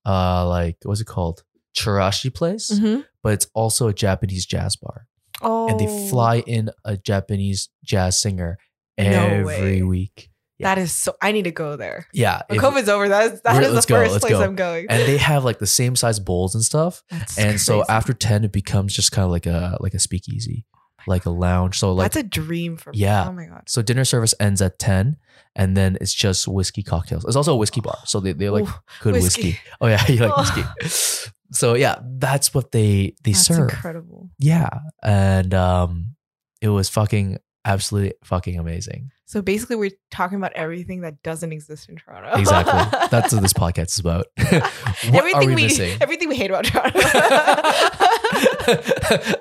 S2: uh like what's it called? Chirashi place,
S3: Mhm.
S2: but it's also a Japanese jazz bar
S3: oh,
S2: and they fly in a Japanese jazz singer
S3: No
S2: every
S3: way.
S2: week.
S3: That is so. I need to go there.
S2: Yeah.
S3: When
S2: if-
S3: COVID's over, that's that
S2: We're-
S3: is the
S2: let's go,
S3: first
S2: let's
S3: place
S2: go.
S3: I'm going.
S2: and they have like the same size bowls and stuff.
S3: That's
S2: And so
S3: crazy.
S2: after 10 it becomes just kind of like a like a speakeasy, like a lounge. So like
S3: that's a dream for me.
S2: Yeah.
S3: Oh my god.
S2: so dinner service ends at 10 and then it's just whiskey cocktails. It's also a whiskey bar. So they they like
S3: Ooh,
S2: good whiskey. Oh yeah, <laughs> you
S3: <laughs>
S2: like whiskey. So yeah, that's what they they
S3: That's
S2: serve.
S3: incredible.
S2: Yeah. And um it was fucking absolutely fucking amazing.
S3: So basically, we're talking about everything that doesn't exist in Toronto. <laughs>
S2: Exactly. That's what this podcast is about. <laughs> what
S3: everything
S2: are we,
S3: we <laughs>
S2: missing?
S3: everything we hate about
S2: <laughs>
S3: Toronto.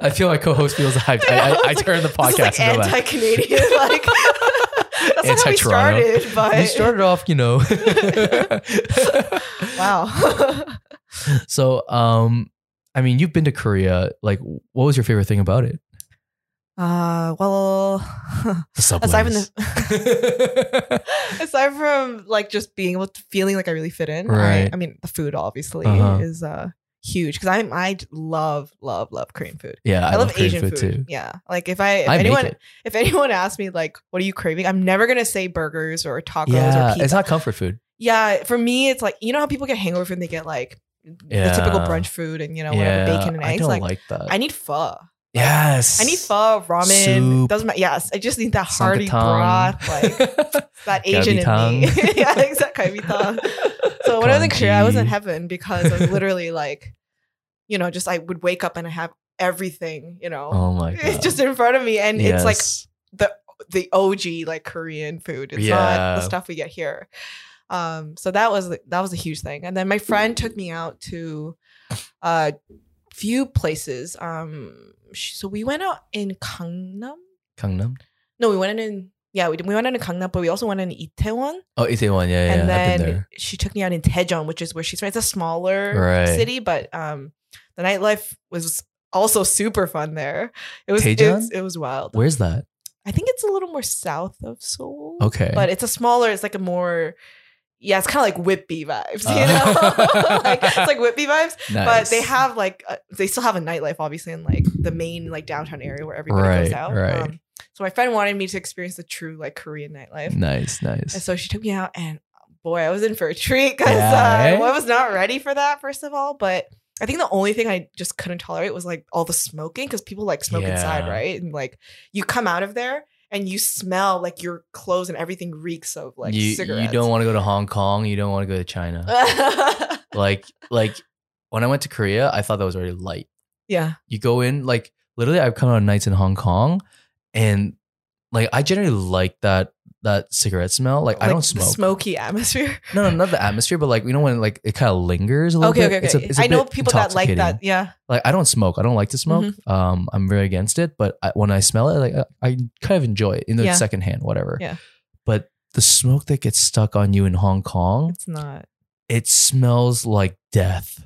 S2: I feel my co-host feels hyped.
S3: <laughs>
S2: I, I, I, turn the
S3: This is
S2: podcast
S3: like
S2: into that.
S3: anti-Canadian. <laughs> Like that's not how we
S2: Anti-Toronto.
S3: started, but
S2: We started off, you know.
S3: <laughs> wow.
S2: <laughs>
S3: <laughs>
S2: so, um, I mean, you've been to Korea. Like, what was your favorite thing about it?
S3: Uh, well, <laughs>
S2: The subways.
S3: aside from the, aside from like just being able to feeling like I really fit in, I-
S2: Right.
S3: I, mean, the food obviously
S2: Uh-huh.
S3: is uh huge because I I love love love Korean food.
S2: <laughs> yeah, I,
S3: I, love,
S2: Korean
S3: Asian food,
S2: too.
S3: Yeah, like if I if
S2: I
S3: anyone
S2: make it.
S3: if anyone asks me like what are you craving, I'm never gonna say burgers or tacos
S2: Yeah,
S3: or
S2: it's
S3: pizza.
S2: not comfort food.
S3: yeah, for me it's like you know how people get hangover and they get like
S2: Yeah.
S3: the typical brunch food and you know
S2: yeah,
S3: whatever bacon and
S2: I
S3: eggs.
S2: don't like,
S3: Like,
S2: that.
S3: I need pho.
S2: yes,
S3: I need pho, ramen.
S2: Soup.
S3: Doesn't matter. Yes, I just need that hearty
S2: Sangkatang.
S3: broth, like
S2: <laughs>
S3: that Asian in me.
S2: Galbi-tang.
S3: <laughs> yeah, exactly.
S2: <laughs>
S3: Galbi-tang. So when I was in Korea, I was in
S2: Congee.
S3: heaven because
S2: <laughs>
S3: I was literally like, you know, just I would wake up and I have everything, you know,
S2: Oh my
S3: <laughs>
S2: god!
S3: it's just in front of me, and it's like
S2: Yes.
S3: the OG like Korean food. It's not
S2: Yeah.
S3: the stuff we get here. Um, so that was that was a huge thing. And then my friend took me out to a few places. Um, sh- so we went out in Gangnam.
S2: Gangnam.
S3: No, we went in. Yeah, we, did- we went out in Gangnam, but we also went in Itaewon.
S2: Oh, Itaewon. Yeah, yeah.
S3: and
S2: I've been
S3: then
S2: there.
S3: she took me out in Daejeon, which is where she's from. It's a smaller
S2: Right.
S3: city, but um, the nightlife was also super fun there. It was it
S2: Daejeon?
S3: was, it was wild.
S2: Where's that?
S3: I think it's a little more south of Seoul.
S2: Okay.
S3: But it's a smaller, it's like a more, yeah, it's kind of like Whitby vibes, you
S2: <laughs> Uh.
S3: know? <laughs> like, it's like Whitby vibes, but
S2: Nice.
S3: they have like, uh, they still have a nightlife, obviously, in like the main, like downtown area where everybody
S2: Right,
S3: goes out. Um,
S2: right.
S3: so my friend wanted me to experience the true like Korean nightlife.
S2: Nice,
S3: And
S2: nice.
S3: so she took me out, and boy, I was in for a treat because
S2: Yeah, eh?
S3: I was not ready for that, first of all. But I think the only thing I just couldn't tolerate was like all the smoking because people like smoke inside,
S2: Yeah.
S3: right? And like you come out of there and you smell like your clothes and everything reeks of like
S2: you,
S3: cigarettes. <laughs>
S2: you don't want to go to Hong Kong. You don't want to go to China.
S3: want.
S2: like, like when I went to Korea, I thought that was already light.
S3: yeah.
S2: You go in, like literally, I've come out on nights in Hong Kong, and like I generally like that that cigarette smell. Like, I
S3: Like,
S2: don't
S3: the
S2: smoke.
S3: Smoky atmosphere.
S2: No, no, not the atmosphere, but like you know when like it kind of lingers a little
S3: Okay,
S2: bit.
S3: okay, okay.
S2: It's a- it's a
S3: I know
S2: bit
S3: people that Mm-hmm. like
S2: intoxicating.
S3: that. Yeah.
S2: Like I don't smoke. I don't like to smoke. Um, I'm very against it. But I, when I smell it, like I, I kind of enjoy it in the
S3: Yeah.
S2: secondhand, whatever.
S3: Yeah.
S2: But the smoke that gets stuck on you in Hong Kong,
S3: It's not.
S2: it smells like death.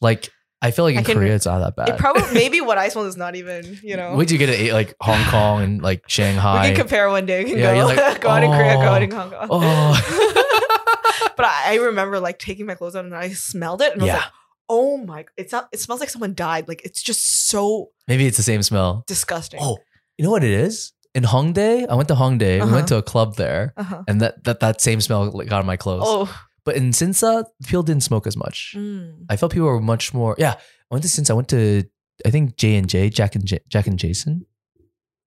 S2: Like I feel like
S3: I
S2: in
S3: can-
S2: Korea, it's not that bad.
S3: It
S2: <laughs>
S3: probably, maybe what I smell is not even, you know.
S2: Would you get it like Hong Kong and
S3: <laughs>
S2: like
S3: We
S2: Shanghai?
S3: can compare one day. We can
S2: Yeah,
S3: go,
S2: you're
S3: <laughs>
S2: like,
S3: go out in Korea, go out
S2: "Oh,
S3: in Hong Kong.
S2: oh.
S3: <laughs> but I, I remember like taking my clothes out and I smelled it and I was
S2: yeah,
S3: like, oh my, it's not, it smells like someone died. Like it's just so
S2: maybe it's the same
S3: <laughs>
S2: smell.
S3: disgusting.
S2: Oh, you know what it is? In Hongdae, I went to Hongdae. We
S3: Uh-huh.
S2: went to a club there,
S3: Uh-huh.
S2: and that that, that same smell like, got on my clothes. <laughs>
S3: Oh.
S2: But in Sinsa, people didn't smoke as much.
S3: Mm.
S2: I felt people were much more. Yeah, I went to Sinsa. I went to I think J and J, Jack and J, Jack and Jason.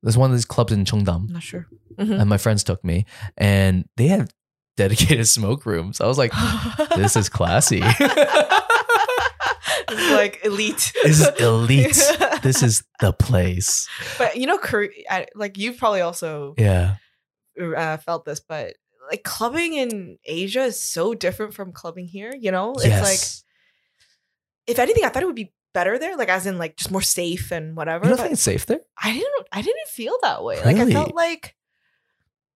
S2: There's one of these clubs in Cheongdam,
S3: I'm not sure. Mhm.
S2: and my friends took me, and they have <laughs> dedicated smoke rooms. I was like,
S3: <laughs>
S2: this is classy.
S3: It's like elite.
S2: this
S3: <laughs>
S2: is elite. This is the place.
S3: But you know, Korea, I, like you've probably also
S2: Yeah.
S3: uh, felt this, but like clubbing in Asia is so different from clubbing here. You know, it's like
S2: yes.
S3: if anything, I thought it would be better there, like as in like just more safe and whatever.
S2: you don't
S3: but
S2: think it's safe there?
S3: I didn't I didn't feel that way. Like I
S2: Really?
S3: felt like <sighs>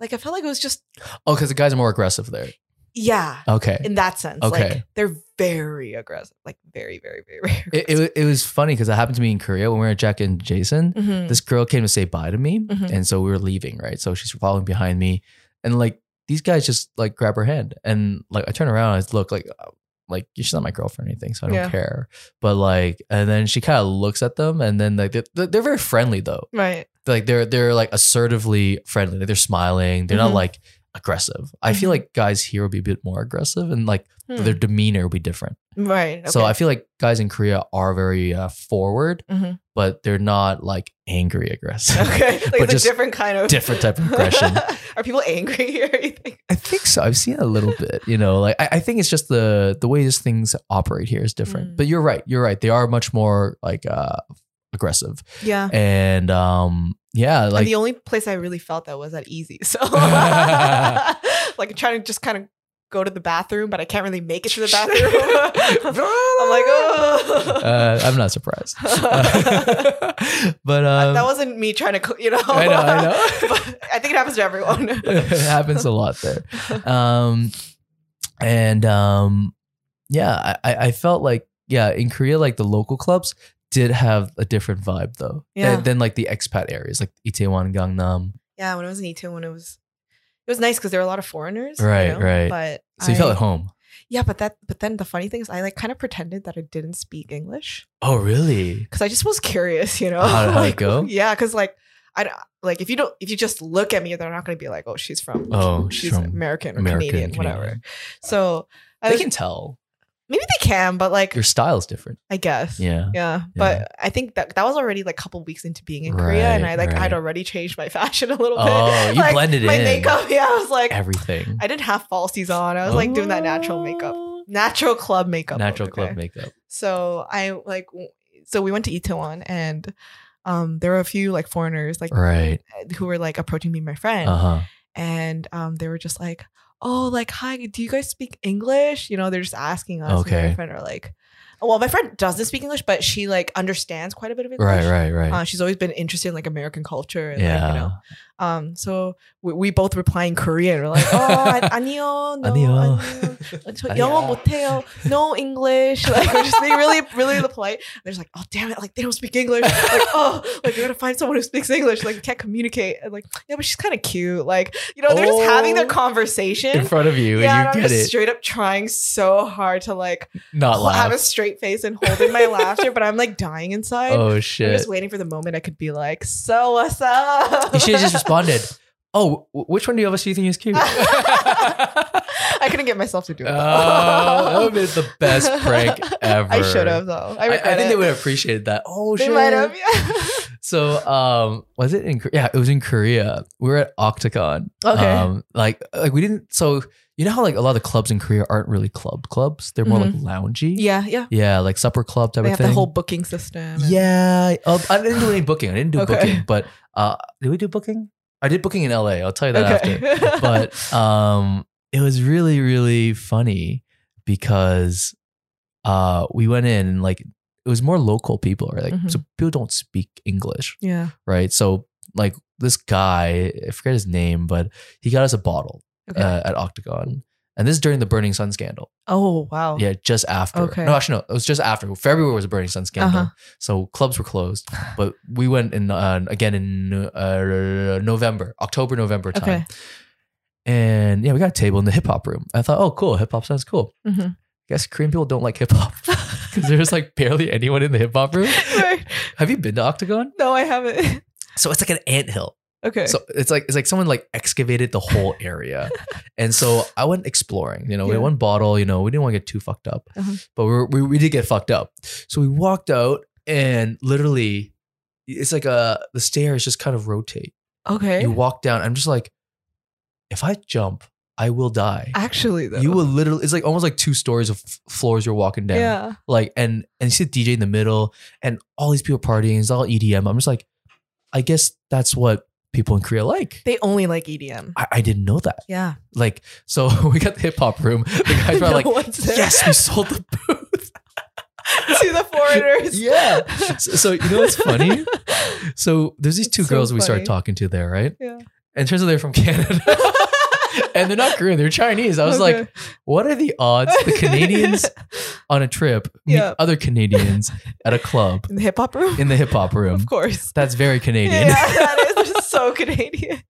S3: like I felt like it was just
S2: Oh, because the guys are more aggressive there.
S3: yeah,
S2: Okay.
S3: in that sense.
S2: Okay.
S3: Like they're very aggressive. Like very, very, very, very
S2: it, it,
S3: aggressive.
S2: wa- it was funny because that happened to me in Korea when we were at Jack and Jason.
S3: Mhm.
S2: This girl came to say bye to me,
S3: Mhm.
S2: and so we were leaving, right? So she's following behind me, and like these guys just like grab her hand, and like I turn around, and I look like uh, like she's not my girlfriend or anything, so I don't
S3: Yeah.
S2: care. But like, and then she kind of looks at them, and then like they're, they're they're very friendly though,
S3: Right.
S2: like they're they're like assertively friendly. Like, they're smiling, they're
S3: Mhm.
S2: not like aggressive. I feel
S3: Mhm.
S2: like guys here would be a bit more aggressive, and like
S3: Hmm.
S2: their demeanor would be different.
S3: Right. Okay.
S2: So I feel like guys in Korea are very uh, forward,
S3: Mhm.
S2: <laughs> but they're not like angry aggressive.
S3: Okay. <laughs> Like
S2: But
S3: it's
S2: just
S3: a different kind of
S2: different type of aggression.
S3: <laughs> Are people angry <laughs> here? You think?
S2: I think so. I've seen it a little bit, you know. Like I, I think it's just the the way these things operate here is different.
S3: Mm.
S2: But you're right. You're right. They are much more like uh, aggressive.
S3: Yeah.
S2: And um, yeah,
S3: and
S2: like
S3: the only place I really felt that was at easy.
S2: <laughs>
S3: So <laughs> like trying to just kind of go to the bathroom, but I can't really make it to the
S2: <laughs>
S3: bathroom. <laughs> I'm like, oh.
S2: uh, I'm
S3: <laughs>
S2: not surprised. <laughs> but um,
S3: that wasn't me trying to, co- you know.
S2: I know, I know.
S3: <laughs> but I think it happens to everyone.
S2: <laughs> <laughs> it happens a lot there. Um, and um, yeah, I, I felt like yeah in Korea like the local clubs did have a different vibe though
S3: Yeah.
S2: than, than like the expat areas like Itaewon, Gangnam.
S3: <laughs> yeah, when I was in E2, when it was, it was nice because there were a lot of foreigners.
S2: Right,
S3: you know,
S2: right.
S3: But
S2: So you
S3: I-
S2: felt at home.
S3: Yeah, but that, but then the funny thing is, I like kind of pretended that I didn't speak English
S2: Oh really?
S3: because I just was curious, you know.
S2: How- how'd
S3: <laughs>
S2: it
S3: Like,
S2: go?
S3: Yeah, because like. I don't- like if you don't if you just look at me, they're not going to be like, oh, she's from
S2: Oh, she's
S3: she's
S2: from
S3: American or
S2: American,
S3: Canadian, whatever.
S2: Canadian.
S3: So I
S2: They
S3: was-
S2: can tell
S3: maybe they can, but like
S2: your style's different.
S3: I guess. <laughs>
S2: Yeah.
S3: Yeah, but I think that that was already like a couple weeks into being in Korea, and I
S2: Right,
S3: like
S2: right.
S3: I'd already changed my <laughs> fashion a little <laughs>
S2: Oh,
S3: bit.
S2: you
S3: like,
S2: blended
S3: my
S2: in.
S3: makeup. <laughs> Yeah, I was like,
S2: Everything.
S3: I didn't have falsies on. I was like doing that natural
S2: Oh.
S3: makeup, natural club makeup, look,
S2: Natural club
S3: okay?
S2: makeup.
S3: So I like, w- so we went to Itaewon, and um, there were a few like foreigners like
S2: Right.
S3: who were like approaching me, and my friend,
S2: Uh huh.
S3: and um, they were just like, "Oh, like hi, do you guys speak English?" You know, they're just asking us. and
S2: Okay.
S3: my friend are like, well, my friend doesn't speak English, but she like understands quite a bit of English.
S2: Right. Right. Right.
S3: Uh, she's always been interested in like American culture. And,
S2: yeah.
S3: Like, you know, um. So we, we both reply in Korean. We're like, oh, 아니요, no,
S2: 아니요. <laughs>
S3: 아니요. 저
S2: 아니야.
S3: 영어 못해요. No English. <laughs> Like we're just being really, really polite. And they're just like, oh damn it, like they don't speak English. <laughs> Like oh, like we're gonna find someone who speaks English. Like we can't communicate. And like yeah, but she's kind of cute. Like you know, they're just having their
S2: Oh. in
S3: conversation.
S2: front of you,
S3: Yeah, and
S2: and you
S3: I'm
S2: get
S3: just
S2: it.
S3: straight up trying so hard to like
S2: Not
S3: <laughs> have a
S2: laugh.
S3: straight face and hold in my laughter, but I'm like dying inside. <laughs>
S2: Oh
S3: I'm
S2: shit!
S3: just waiting for the moment I could be like, so what's up?
S2: You should
S3: <laughs>
S2: have just responded. <laughs> Oh, wh- which one do you us do you think is cute? oh,
S3: I couldn't get myself to do it. though.
S2: that would be the best
S3: <laughs>
S2: prank ever.
S3: I should have though. I,
S2: I, I
S3: regret
S2: think
S3: it.
S2: they would have appreciated that. Oh
S3: They
S2: shit!
S3: might have. Yeah.
S2: So, um, was it in? Kor- Yeah, it was in Korea. We were at Octagon.
S3: Okay.
S2: Um, like, like we didn't. So you know how like a lot of the clubs in Korea aren't really club clubs. They're more like loungy.
S3: Mm-hmm. <laughs> yeah, yeah.
S2: Yeah, like supper club type
S3: They
S2: of
S3: have
S2: thing.
S3: the whole booking system. and-
S2: Yeah, uh, I didn't do any booking. I didn't do
S3: Okay.
S2: booking, but uh, did we do booking? I did booking in LA. I'll tell you that after.
S3: Okay. <laughs>
S2: But um, it was really really funny because uh, we went in and like it was more local people, right? Like
S3: Mhm.
S2: so people don't speak English,
S3: yeah.
S2: right? So like this guy, I forget his name, but he got us a bottle
S3: Okay.
S2: uh, at Octagon. And this is during the Burning Sun scandal.
S3: oh wow.
S2: Yeah, just after.
S3: Okay.
S2: No, actually, no. It was just after. February was a Burning Sun scandal,
S3: Uh-huh.
S2: so clubs were closed. But we went in uh, again in uh, November, October, November time,
S3: Okay.
S2: and yeah, we got a table in the hip hop room. I thought, oh, cool, hip hop sounds cool.
S3: Mhm.
S2: guess Korean people don't like hip hop <laughs> because there's like barely anyone in the hip hop room.
S3: <laughs> <laughs> Right.
S2: Have you been to Octagon?
S3: No, I haven't. <laughs>
S2: So it's like an anthill.
S3: Okay.
S2: So it's like it's like someone like excavated the
S3: <laughs>
S2: whole area, and so I went exploring. You know, we had
S3: Yeah.
S2: one bottle. You know, we didn't want to get too fucked up,
S3: Uh-huh.
S2: but we, were, we we did get fucked up. So we walked out, and literally, it's like a the stairs just kind of rotate.
S3: okay.
S2: You walk down. I'm just like, if I jump, I will die.
S3: Actually, though.
S2: You will literally. It's like almost like two stories of f- floors you're walking down.
S3: Yeah.
S2: Like and and you see the DJ in the middle, and all these people partying. It's all EDM. I'm just like, I guess that's what people in Korea like.
S3: They only like EDM.
S2: I, I didn't know that.
S3: Yeah.
S2: Like, so <laughs> we got the hip hop room. The guys were
S3: <laughs> No
S2: like,
S3: one's there.
S2: yes, we sold the
S3: <laughs>
S2: booth.
S3: <laughs> to the foreigners.
S2: yeah. So, so you know what's
S3: <laughs>
S2: funny? So there's these
S3: It's
S2: two
S3: so
S2: girls we started
S3: funny.
S2: talking to there, right?
S3: Yeah.
S2: And it turns out they're from Canada. <laughs> and they're not Korean, they're Chinese. I was like,
S3: Okay.
S2: what are the odds the Canadians on a trip meet
S3: Yeah.
S2: other Canadians at a club
S3: <laughs> in the hip hop room.
S2: in the hip hop room?
S3: Of course.
S2: That's very Canadian. <laughs>
S3: Yeah, that is just so Canadian.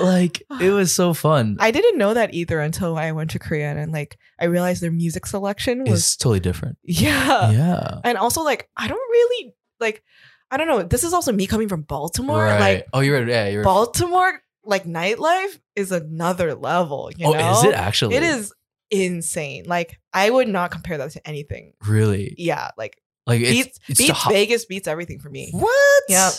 S2: like, it was so fun.
S3: I didn't know that either until I went to Korea and like I realized their music selection was <laughs> uh,
S2: It's totally different.
S3: yeah.
S2: yeah.
S3: And also like I don't really like I don't know. This is also me coming from Baltimore. Like
S2: oh, you're right. Yeah, you're
S3: Baltimore like nightlife is another level, you
S2: oh,
S3: know?
S2: is it actually?
S3: It is insane. Like I would not compare that to anything.
S2: really
S3: Yeah, like
S2: like it's,
S3: beats
S2: it's the
S3: beats
S2: hot-
S3: Vegas beats everything for me.
S2: What?
S3: Yep.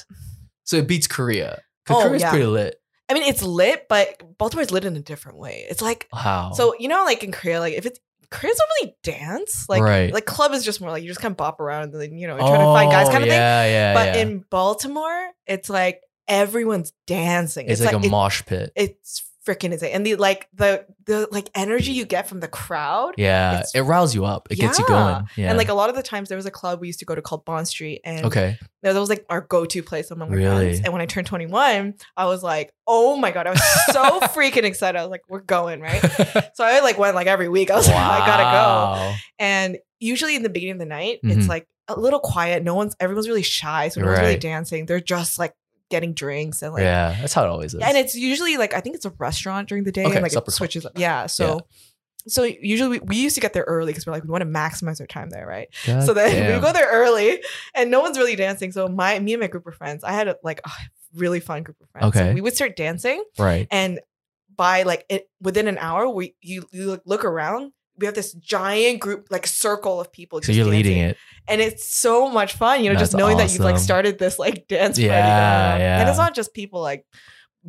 S2: So it beats Korea. 'Cause
S3: Oh,
S2: Korea's
S3: yeah.
S2: pretty lit.
S3: I mean, it's lit, but Baltimore's lit in a different way. It's like
S2: Wow.
S3: So you know, like in Korea, like if it's Koreans don't really dance. Like,
S2: Right. Oh,
S3: like club is just more like you just kind of bop around and then you know you're trying to find guys kind of thing.
S2: yeah, Yeah,
S3: But
S2: yeah.
S3: in Baltimore, it's like everyone's dancing.
S2: it's, like, a
S3: it-
S2: mosh pit.
S3: it's freaking insane. And the like the the like energy you get from the crowd.
S2: yeah,
S3: it's-
S2: it riles you up. It gets you
S3: Yeah.
S2: going. Yeah.
S3: And like a lot of the times there was a club we used to go to called Bond Street and
S2: <laughs> okay,
S3: that was like our go-to place among my
S2: Really?
S3: friends. And when I turned 21, I was like, oh my God, I was
S2: <laughs>
S3: so freaking excited. I was like, we're going, right? So I like went like every week. I was like, I gotta go.
S2: Wow.
S3: And usually in the beginning of the night, it's
S2: Mhm.
S3: like a little quiet. No one's everyone's really shy. So no one's really
S2: Right.
S3: dancing. They're just like getting drinks and like
S2: yeah, that's how it always is.
S3: and it's usually like I think it's a restaurant during the day
S2: Okay,
S3: and like it
S2: supper club.
S3: switches up. Yeah. So so usually we, we used to get there early because we're like, we want to maximize our time there, right?
S2: God
S3: so then <laughs>
S2: damn.
S3: we go there early and no one's really dancing. So my me and my group of friends, I had a like a really fun group of friends. So
S2: Okay.
S3: we would start dancing
S2: right.
S3: and by like it, within an hour, we you, you look- look around. We have this giant group, like circle of people.
S2: So you're leading it.
S3: and it's so much fun. You know,
S2: That's
S3: just knowing that you've like
S2: awesome.
S3: started this like dance party.
S2: Yeah,
S3: around.
S2: yeah.
S3: And it's not just people like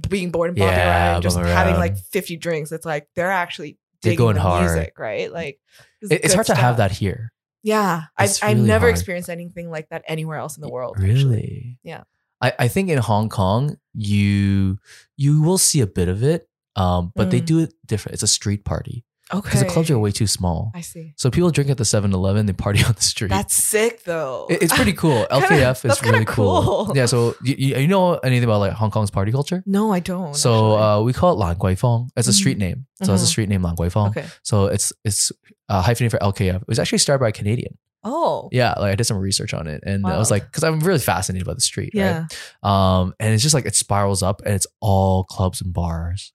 S3: being bored and bopping
S2: Yeah,
S3: around, and just
S2: bopping
S3: having
S2: around.
S3: like fifty drinks. It's like they're actually
S2: They're
S3: digging
S2: going
S3: the
S2: hard.
S3: music, right? Like
S2: It- it's
S3: good
S2: hard to have
S3: stuff.
S2: that here.
S3: Yeah, I've,
S2: It's
S3: I've
S2: really
S3: never
S2: hard.
S3: experienced anything like that anywhere else in the world.
S2: Really?
S3: actually. Oh, Yeah.
S2: I, I think in Hong Kong you you will see a bit of it, um, but they
S3: Mm.
S2: do it different. It's a street party
S3: Okay.
S2: because the clubs are way too small.
S3: I see.
S2: So people drink at the 7-Eleven, they party <laughs> on the street.
S3: That's sick though.
S2: It- it's pretty cool. LKF
S3: that's
S2: is
S3: kinda
S2: really cool.
S3: cool.
S2: Yeah. So you, you you know anything about like Hong Kong's party culture?
S3: <laughs> no, I don't.
S2: so
S3: actually.
S2: uh, we call it Lan Guai Fong. It's a street name. So it's a
S3: Mhm.
S2: street name Lan Guai Fong.
S3: okay.
S2: So it's it's uh, hyphenated for LKF. It was actually started by a Canadian.
S3: Oh.
S2: Yeah, like I did some research on it, and I was
S3: Wow.
S2: like, because I'm really fascinated by the street,
S3: Yeah.
S2: right? Um, and it's just like it spirals up, and it's all clubs and bars,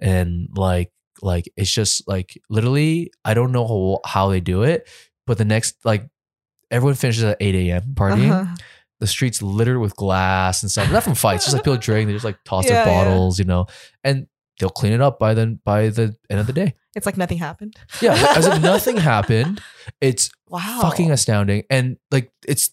S2: and like like it's just like literally, I don't know how, how they do it, but the next like everyone finishes at 8 a.m. partying.
S3: Uh-huh.
S2: The streets littered with glass and stuff, not from fights, just like people drink. They just like toss
S3: Yeah,
S2: their
S3: yeah.
S2: bottles, you know, and they'll clean it up by the by the end of the day.
S3: It's like nothing happened.
S2: Yeah, as if
S3: <laughs>
S2: nothing happened. It's
S3: Wow.
S2: fucking astounding. And like it's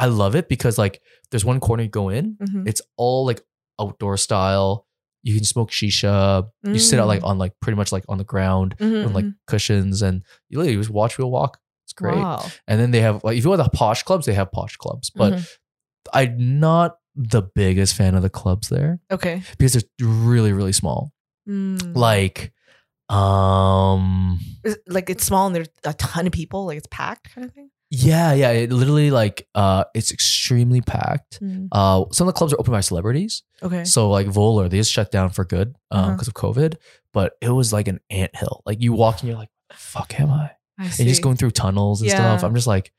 S2: I love it because like there's one corner you go in,
S3: Mhm.
S2: it's all like outdoor style. You can smoke shisha. You sit out like
S3: Mm.
S2: on like pretty much like on the ground
S3: Mhm,
S2: on like
S3: mhm.
S2: cushions and you literally just watch people walk. It's great.
S3: Wow.
S2: And then they have like if you want the posh clubs, they have posh clubs. But
S3: Mhm.
S2: I'm not the biggest fan of the clubs there
S3: okay.
S2: because they're really, really small.
S3: Mm.
S2: Like um
S3: Is- like it's small and there's a ton of people, like it's packed kind of thing.
S2: Yeah, yeah. It literally like uh it's extremely packed.
S3: Mm-hmm.
S2: Uh some of the clubs are open by celebrities.
S3: Okay.
S2: So like Voller, they just shut down for good
S3: Uh-huh.
S2: um because of COVID. But it was like an anthill. Like you walk and you're like, fuck am I?
S3: I
S2: And just
S3: see.
S2: going through tunnels and stuff.
S3: Yeah.
S2: I'm just like,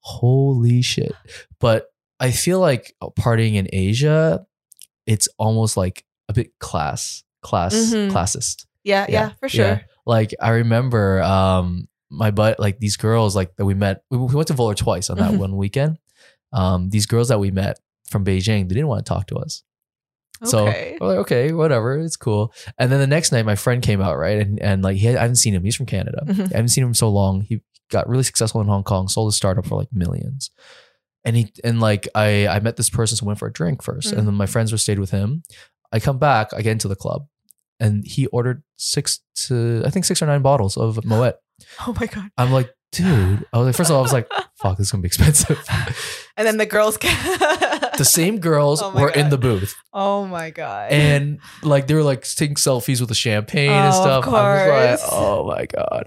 S2: holy shit. But I feel like uh, partying in Asia, it's almost like a bit class, class,
S3: Mhm.
S2: classist.
S3: yeah, yeah,
S2: yeah,
S3: for sure.
S2: yeah. Like I remember um my butt like these girls like that we met we, we went to Voller twice on that
S3: Mhm.
S2: one weekend. Um these girls that we met from Beijing, they didn't want to talk to us. So uh,
S3: Okay.
S2: we're like, okay, whatever, it's cool. And then the next night my friend came out, right? And and like he had, I haven't seen him. He's from Canada.
S3: Mhm.
S2: I haven't seen him in so long. He got really successful in Hong Kong, sold his startup for like millions. And he and like I I met this person, so went for a drink 1st
S3: Mhm.
S2: and then my friends were stayed with him. I come back, I get into the club, and he ordered six to I think six or nine bottles of Moet.
S3: Oh my god.
S2: I'm
S3: <gasps>
S2: like, dude. I was like, first of all, I was like, fuck, this is gonna be expensive.
S3: <laughs> And then the girls can
S2: <laughs> the same girls
S3: Oh my
S2: were in
S3: God.
S2: the booth,
S3: <laughs> Oh my god.
S2: and like they were like taking selfies with the champagne and
S3: Oh, of
S2: stuff. I was like,
S3: course.
S2: oh my god,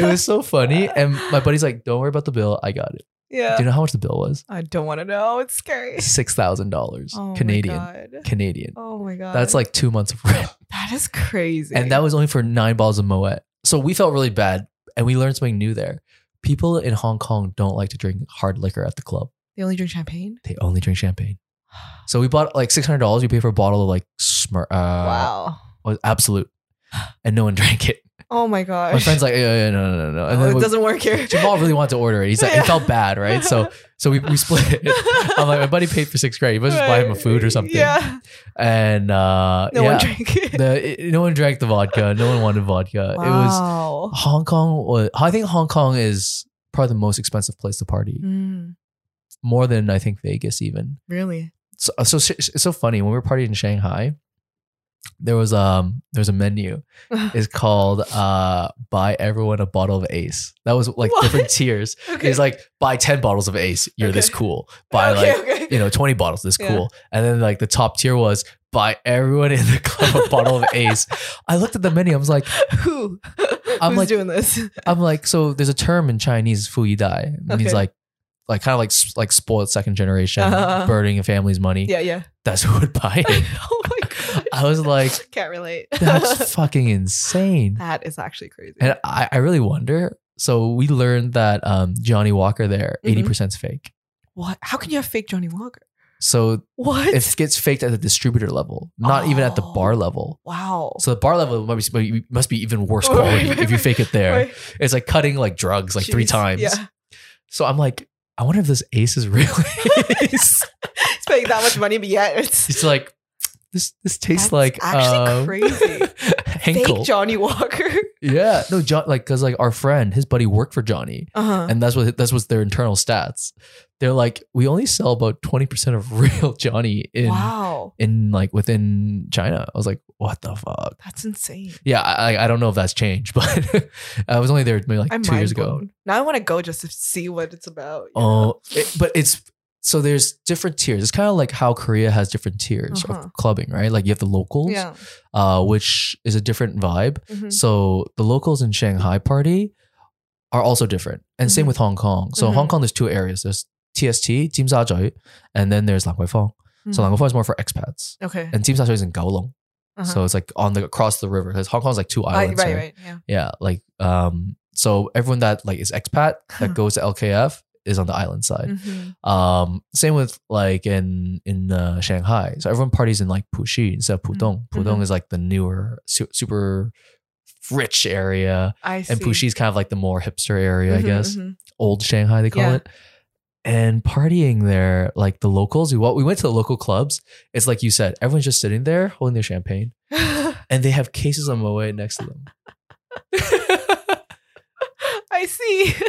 S2: it was so funny. And my buddy's like, don't worry about the bill. I got it.
S3: <laughs> yeah.
S2: Do you know how much the bill was?
S3: I don't want to know. It's scary.
S2: Six thousand dollars
S3: <laughs> Oh my
S2: Canadian.
S3: God.
S2: Canadian.
S3: Oh my god.
S2: That's like two months of rent,
S3: that is crazy.
S2: and that was only for nine bottles of Moet. So we felt really bad, and we learned something new there. People in Hong Kong don't like to drink hard liquor at the club.
S3: they only drink champagne.
S2: They only drink champagne. So we bought like six hundred dollars. We paid for a bottle of like Smir- uh,
S3: wow.
S2: was absolute, and no one <laughs> drank it.
S3: Oh my gosh. <laughs>
S2: My friend's like, yeah, yeah, no, no, no, no. And
S3: Oh,
S2: then
S3: it
S2: we-
S3: doesn't work here.
S2: <laughs> Jamal really wanted to order it. He's
S3: <laughs>
S2: like,
S3: Yeah.
S2: it felt bad, right? So, so we,
S3: <laughs>
S2: we split it. I'm like, my buddy paid for six grand. You must just buy him a food or something.
S3: Yeah.
S2: And uh,
S3: No
S2: yeah,
S3: one drank it.
S2: The- it- no one drank the vodka. No one wanted vodka. It
S3: Wow.
S2: was Hong Kong. Was, I think Hong Kong is probably the most expensive place to party,
S3: Mm,
S2: more than I think Vegas even.
S3: really.
S2: so, so it's so funny when we were partying in Shanghai. there was um there's a menu.
S3: <laughs>
S2: It's called uh buy everyone a bottle of Ace. That was like
S3: What?
S2: different tiers.
S3: Okay.
S2: It's like buy ten bottles of Ace, you're this
S3: Okay.
S2: cool. Buy
S3: okay,
S2: like
S3: okay.
S2: you know twenty bottles, this
S3: Yeah.
S2: cool. And then like the top tier was buy everyone in the club a bottle
S3: <laughs>
S2: of Ace. I looked at the menu. I was like,
S3: Who?
S2: I'm
S3: Who's
S2: like-
S3: doing this? <laughs>
S2: I'm like, so there's a term in Chinese, "fu yi dai," it means
S3: Okay.
S2: like like kind of like s- like spoiled second generation,
S3: Uh-huh.
S2: burdening a family's money.
S3: Yeah,
S2: <laughs>
S3: yeah.
S2: That's who would buy it.
S3: <laughs> oh my god.
S2: I was like,
S3: <laughs> can't relate.
S2: <laughs>
S3: <laughs>
S2: that's fucking insane.
S3: that is actually crazy.
S2: And I, I really wonder. So we learned that um, Johnny Walker there,
S3: Mhm.
S2: 80 percent is fake.
S3: what? How can you have fake Johnny Walker?
S2: So
S3: What?
S2: it gets faked at the distributor level, not even at the
S3: Oh.
S2: bar level.
S3: wow.
S2: So the bar level must be, must be even
S3: <laughs>
S2: worse
S3: Right,
S2: quality
S3: right,
S2: if you
S3: right,
S2: fake it there.
S3: Right.
S2: It's like cutting like drugs like three
S3: Jeez.
S2: times.
S3: <laughs> Yeah.
S2: So I'm like, I wonder if this ace is
S3: <laughs>
S2: real. Ace.
S3: Spending that much money, but yet it's
S2: <laughs> it's like this this tastes
S3: That's
S2: like
S3: actually
S2: um,
S3: crazy.
S2: <laughs> Henkel.
S3: fake Johnny Walker.
S2: yeah, no, John like because like our friend, his buddy worked for Johnny.
S3: Uh-huh.
S2: and that's what that's what's their internal stats. They're like, we only sell about twenty percent of <laughs> real Johnny in
S3: wow.
S2: in like within China. I was like, what the fuck?
S3: That's insane.
S2: Yeah, I I don't know if that's changed, <laughs> but I was only there maybe like
S3: I'm
S2: two years
S3: mind
S2: ago.
S3: blown. Now I want to go just to see what it's about. you know?
S2: Oh, it- but it's so there's different tiers. It's kind of like how Korea has different tiers
S3: Uh-huh.
S2: of clubbing, right? Like you have the locals,
S3: yeah.
S2: uh, which is a different vibe.
S3: Mhm.
S2: So the locals in Shanghai party are also different. And same
S3: Mhm.
S2: with Hong Kong. So Hong
S3: Mhm.
S2: Kong, there's two areas. There's TST, Jim Sa Choi, and then there's Lang Wai Fong. So
S3: Mm-hmm.
S2: Lang Wai Fong is more for expats.
S3: Okay.
S2: And Jim Sa Choi is in Kowloon.
S3: Uh-huh.
S2: So it's like on the across the river. Because Hong Kong's like two
S3: I-
S2: islands.
S3: right,
S2: right?
S3: right. Yeah.
S2: Yeah. Like um, so everyone that like is expat
S3: <laughs>
S2: that goes to LKF is on the island side.
S3: Mhm.
S2: Um, same with like in in uh, Shanghai. So everyone parties in like Puxi instead
S3: Mm-hmm.
S2: of Pudong. Pudong is like the newer su- super rich area
S3: I see.
S2: and Puxi is kind of like the more hipster area, I
S3: Mhm,
S2: guess.
S3: mhm.
S2: Old Shanghai, they call
S3: Yeah.
S2: it. And partying there, like the locals, we, wa- we went to the local clubs. It's like you said, everyone's just sitting there holding their champagne, and they have cases of moe next to them.
S3: <laughs> I see. <laughs>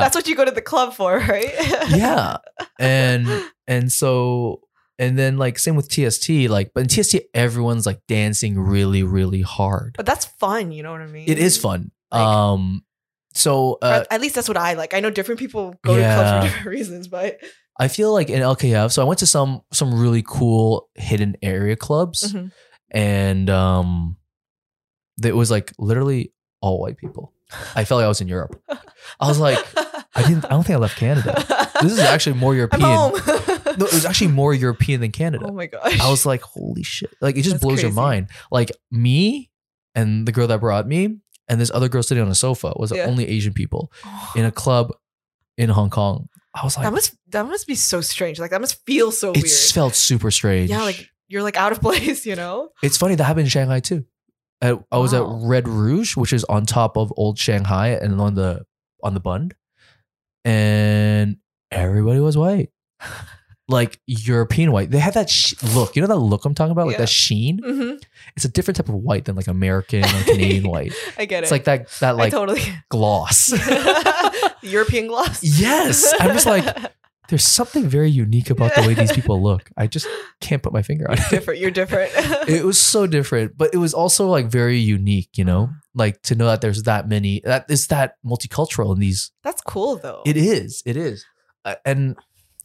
S3: <laughs> That's what you go to the club for, right?
S2: yeah, and and so and then like same with TST, like but in TST everyone's like dancing really really hard.
S3: <laughs> But that's fun, you know what I mean?
S2: It is fun.
S3: Like-
S2: um, so
S3: Or
S2: uh,
S3: at- at least that's what I like. I know different people go to clubs
S2: Yeah.
S3: for different reasons, but
S2: I feel like in LKF, so I went to some some really cool hidden area clubs,
S3: Mhm.
S2: and um, it was like literally all white people. I felt like I was in Europe. I was like, I didn't. I don't think I left Canada.
S3: <laughs>
S2: This is actually more
S3: I'm
S2: European.
S3: home.
S2: No,
S3: <laughs>
S2: it was actually more European than Canada.
S3: Oh my gosh.
S2: I
S3: <laughs>
S2: was like, holy shit! Like it just
S3: That's
S2: blows your
S3: crazy.
S2: mind. Like me and the girl that brought me and this other girl sitting on a sofa was
S3: Yeah.
S2: the only Asian people in a club in Hong Kong. I was
S3: <gasps>
S2: like,
S3: that must that must be so strange. Like that must feel so
S2: it
S3: weird.
S2: felt super strange.
S3: Yeah, like you're like out of <laughs> place, you know?
S2: It's funny that happened in Shanghai too. I, I was
S3: Wow.
S2: at Red Rouge, which is on top of Old Shanghai and on the on the Bund, and everybody
S3: <laughs>
S2: was white, like European white. They had that sh- look. You know that look I'm talking about, like
S3: Yeah.
S2: that sheen.
S3: hmm
S2: It's a different type of white than like American or Canadian white.
S3: I get <laughs> it.
S2: It's like that that like
S3: I
S2: <laughs>
S3: totally <laughs>
S2: gloss.
S3: European gloss.
S2: Yes. I'm just like, There's something very unique about the way these people look. I just can't put my finger on it.
S3: <laughs> <laughs> different. You're different.
S2: <laughs> it was so different, but it was also like very unique, you know,
S3: Uh-huh.
S2: like to know that there's that many that is that multicultural in these.
S3: <laughs> That's cool though.
S2: It is, it is, Uh, and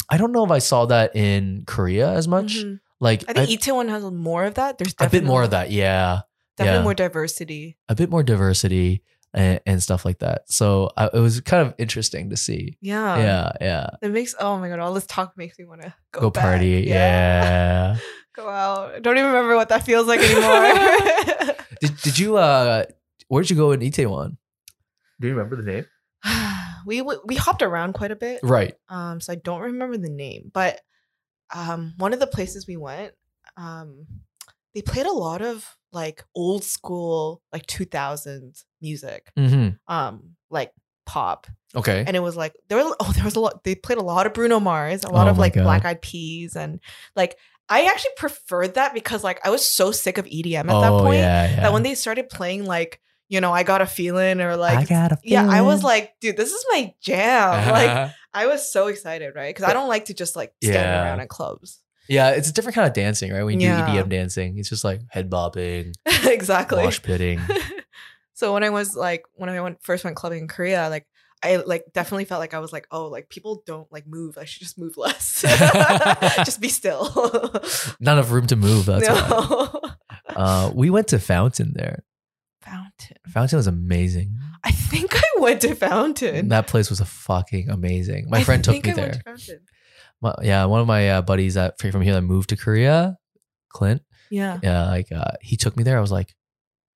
S2: I don't know if I saw that in Korea as much.
S3: Mhm.
S2: Like
S3: I
S2: I-
S3: think Itaewon has more of that. There's
S2: a bit
S3: definitely,
S2: more of that, yeah,
S3: Definitely
S2: yeah.
S3: more diversity.
S2: a bit more diversity and, and stuff like that. So I, it was kind of interesting to see.
S3: Yeah.
S2: yeah, yeah,
S3: It makes oh my god, all this talk makes me want to Um, go,
S2: go,
S3: back.
S2: party, yeah.
S3: Go out. I don't even remember what that feels like
S2: <laughs>
S3: anymore. <sighs>
S2: did did you uh? Where did you go in Itaewon? Do you remember the name?
S3: we w- we hopped around quite a bit.
S2: Right.
S3: Um so I don't remember the name, but um one of the places we went um they played a lot of like old school like 2000s music.
S2: hmm
S3: Um like pop
S2: Okay.
S3: and it was <laughs> like there were oh there was a lot they played a lot of Bruno Mars, a lot
S2: Oh
S3: of
S2: my
S3: like
S2: God.
S3: Black Eyed Peas and like I actually preferred that because like I was so sick of EDM at
S2: oh
S3: that point
S2: yeah, yeah.
S3: that when they started playing like you know I got a feeling or like
S2: I got a
S3: yeah I was
S2: feeling.
S3: like dude this is my <laughs> jam like I was so excited right because I don't like to just like stand
S2: Yeah.
S3: around at clubs
S2: <laughs>
S3: <laughs>
S2: Yeah, it's a different kind of dancing, right? When you
S3: Yeah.
S2: do EDM dancing, it's just like head bobbing,
S3: exactly.
S2: mosh
S3: <laughs>
S2: pitting.
S3: so when I was like when I went first went clubbing in Korea, like I like definitely felt like I was like, oh, like people don't like move. I should just move less. <laughs> just be still. <laughs>
S2: Not enough room to move. That's why.
S3: no.
S2: Uh, we went to Fountain there.
S3: <laughs> Fountain.
S2: Fountain was amazing.
S3: I think I went to Fountain.
S2: That place was a fucking amazing. My
S3: I
S2: friend took
S3: think
S2: me
S3: I
S2: there.
S3: went to Fountain.
S2: my, yeah, one of my uh, buddies that from here that moved to Korea, Clint.
S3: Yeah.
S2: Yeah, like uh, he took me there. I was like,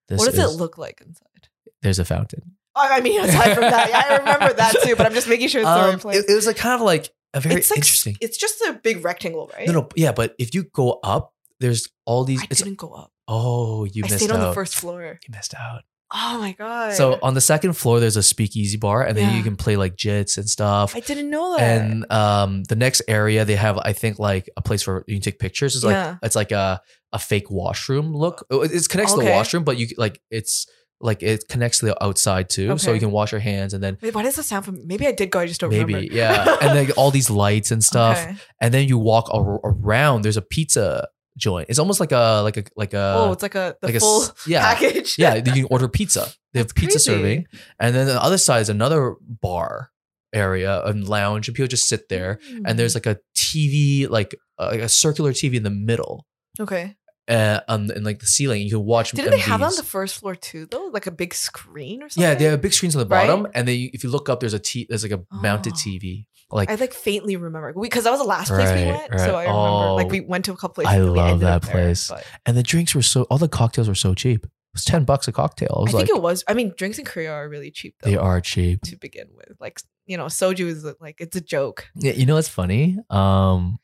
S2: "This
S3: what does
S2: is-
S3: it look like inside?
S2: There's a fountain."
S3: Oh, I mean, aside from that, yeah, I remember that too. But I'm just making sure it's the
S2: Um,
S3: right place.
S2: it, it was like kind of like a very
S3: it's like s-
S2: interesting.
S3: It's just a big rectangle, right?
S2: No, no, yeah, but if you go up, there's all these.
S3: I
S2: It's,
S3: didn't go up.
S2: oh, you
S3: I
S2: missed
S3: stayed
S2: out.
S3: on the first floor.
S2: you missed out.
S3: Oh my god.
S2: So uh, on the second floor, there's a speakeasy bar, and then
S3: Yeah.
S2: you can play like jits and stuff.
S3: I didn't know that.
S2: and um, the next area they have, I think, like a place where you can take pictures. It's like
S3: Yeah.
S2: it's like a a fake washroom look. Oh, It, it connects to the
S3: Uh, Okay.
S2: washroom, but you c- like it's like it connects to the outside too, so
S3: Okay.
S2: you can wash your hands and then
S3: Wait, why does that sound familiar? Maybe I did go. I just don't
S2: maybe
S3: remember.
S2: yeah, and then all these
S3: <laughs>
S2: lights and stuff,
S3: Okay.
S2: and then you walk ar- around. There's a pizza joint. It's almost like a like a like a
S3: oh, it's like a the
S2: uh, like
S3: full
S2: a s- <laughs> yeah
S3: package.
S2: yeah, you can order pizza. They have
S3: That's
S2: pizza
S3: crazy.
S2: serving. And then the other side is another bar area and lounge, and people just sit there. And there's
S3: Mm-hmm.
S2: like a TV, like a, like a circular TV in the middle,
S3: <laughs> okay.
S2: uh, on and like the ceiling. You can watch.
S3: Didn't they have that on
S2: MVs.
S3: the first floor too, though? Like a big screen or something.
S2: Yeah, they have big screens on the
S3: Right?
S2: bottom, and then you, if you look up, there's a t- there's like a mounted
S3: Oh.
S2: TV. Like
S3: I like faintly remember because that was the last place
S2: Right,
S3: we went,
S2: right.
S3: so I remember
S2: Oh,
S3: like we went to a couple places.
S2: I
S3: and we
S2: love
S3: ended up
S2: that
S3: there,
S2: place.
S3: but-
S2: and the drinks were so all the cocktails were so cheap. It was ten bucks a cocktail. I
S3: I
S2: was like,
S3: think it was. I mean, drinks in Korea are really cheap though.
S2: they are cheap.
S3: to begin with. Like you know, soju is like it's a joke.
S2: Yeah, you know what's funny? Um,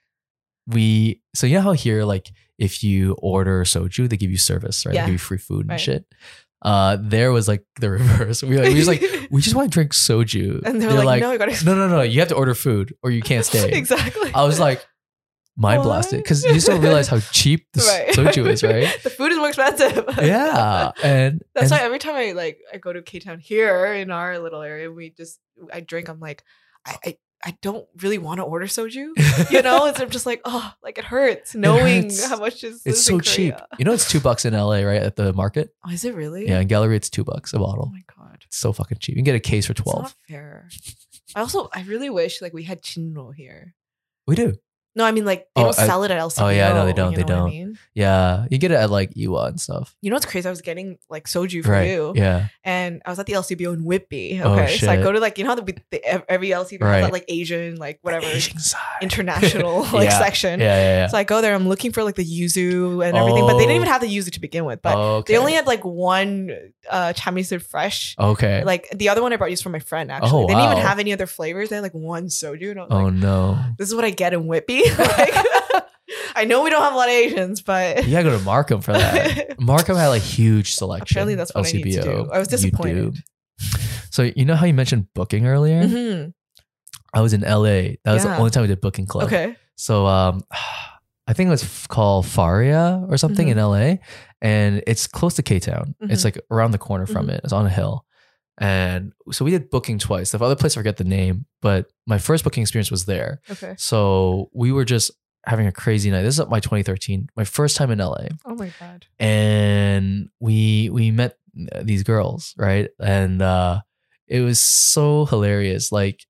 S2: we so you know how here like if you order soju, they give you service, right?
S3: Yeah.
S2: They give you free food and
S3: Right.
S2: shit. Uh, there was like the <laughs> reverse. We like,
S3: <laughs>
S2: we just like we just want to drink soju,
S3: and they're, like, no, you gotta
S2: no, no, no, you have to order food or
S3: <laughs>
S2: you can't stay.
S3: exactly.
S2: I was like mind blasted
S3: What?
S2: because you just don't realize how cheap the
S3: <laughs>
S2: s- soju is, right?
S3: the food is more expensive. <laughs>
S2: yeah, and
S3: That's
S2: and,
S3: why every time I like I go to K Town here in our little area, we just I drink. I'm like, I I, I don't really want to order soju. You
S2: <laughs>
S3: know, it's I'm just like oh, like it hurts knowing
S2: hurts.
S3: how much is
S2: it's
S3: this
S2: so
S3: in
S2: cheap.
S3: Korea.
S2: You know, it's two bucks in LA, right, at the market.
S3: Oh, is it really?
S2: Yeah, in gallery, it's two bucks a
S3: Oh
S2: bottle.
S3: my god.
S2: It's so fucking cheap. You can get a case for
S3: It's
S2: twelve.
S3: not fair. I also I really wish like we had chinro here.
S2: we do.
S3: No, I mean like they
S2: Oh,
S3: don't
S2: I-
S3: sell it at LCBO.
S2: oh, yeah, no, they don't,
S3: You
S2: they
S3: know what I
S2: don't.
S3: mean?
S2: Yeah, you get it at like Iwa and stuff.
S3: You know what's crazy? I was getting like soju for you,
S2: Yeah.
S3: and I was at the LCBO in Whitby. Okay,
S2: Oh,
S3: so I
S2: shit.
S3: go to like you know how the, the every LCBO has
S2: Right.
S3: that like Asian like whatever
S2: Asian <laughs> side.
S3: international like
S2: Yeah.
S3: section.
S2: yeah, yeah, yeah.
S3: So I go there. I'm looking for like the yuzu and everything, but they didn't
S2: Oh.
S3: even have the yuzu to begin with. But
S2: okay.
S3: they only had like one uh chamisu fresh.
S2: Okay.
S3: Like the other one I brought is from my friend. Actually,
S2: Oh,
S3: they didn't even
S2: wow.
S3: have any other flavors. They had like one soju. And I was
S2: oh
S3: like,
S2: no.
S3: this is what I get in Whitby. <laughs> like, I know we don't have a lot of Asians, but <laughs>
S2: You gotta go to Markham for that. Markham had like huge selection.
S3: Apparently that's what I need to do. I was
S2: You do.
S3: disappointed.
S2: So you know how you mentioned booking earlier?
S3: Mhm.
S2: I was in LA. That was the
S3: Yeah.
S2: only time we did booking club.
S3: Okay.
S2: So um I think it was f- called Faria or something
S3: Mm-hmm.
S2: in LA. And it's close to K Town. It's
S3: Mhm.
S2: like around the corner
S3: Mm-hmm.
S2: from it. It's on a hill. And so we did booking twice. The other place I forget the name, but my first booking experience was there.
S3: Okay.
S2: So we were just having a crazy night. This is my 2013, my first time in LA.
S3: Oh my god.
S2: And we we met uh, these girls, right? And uh it was so hilarious. Like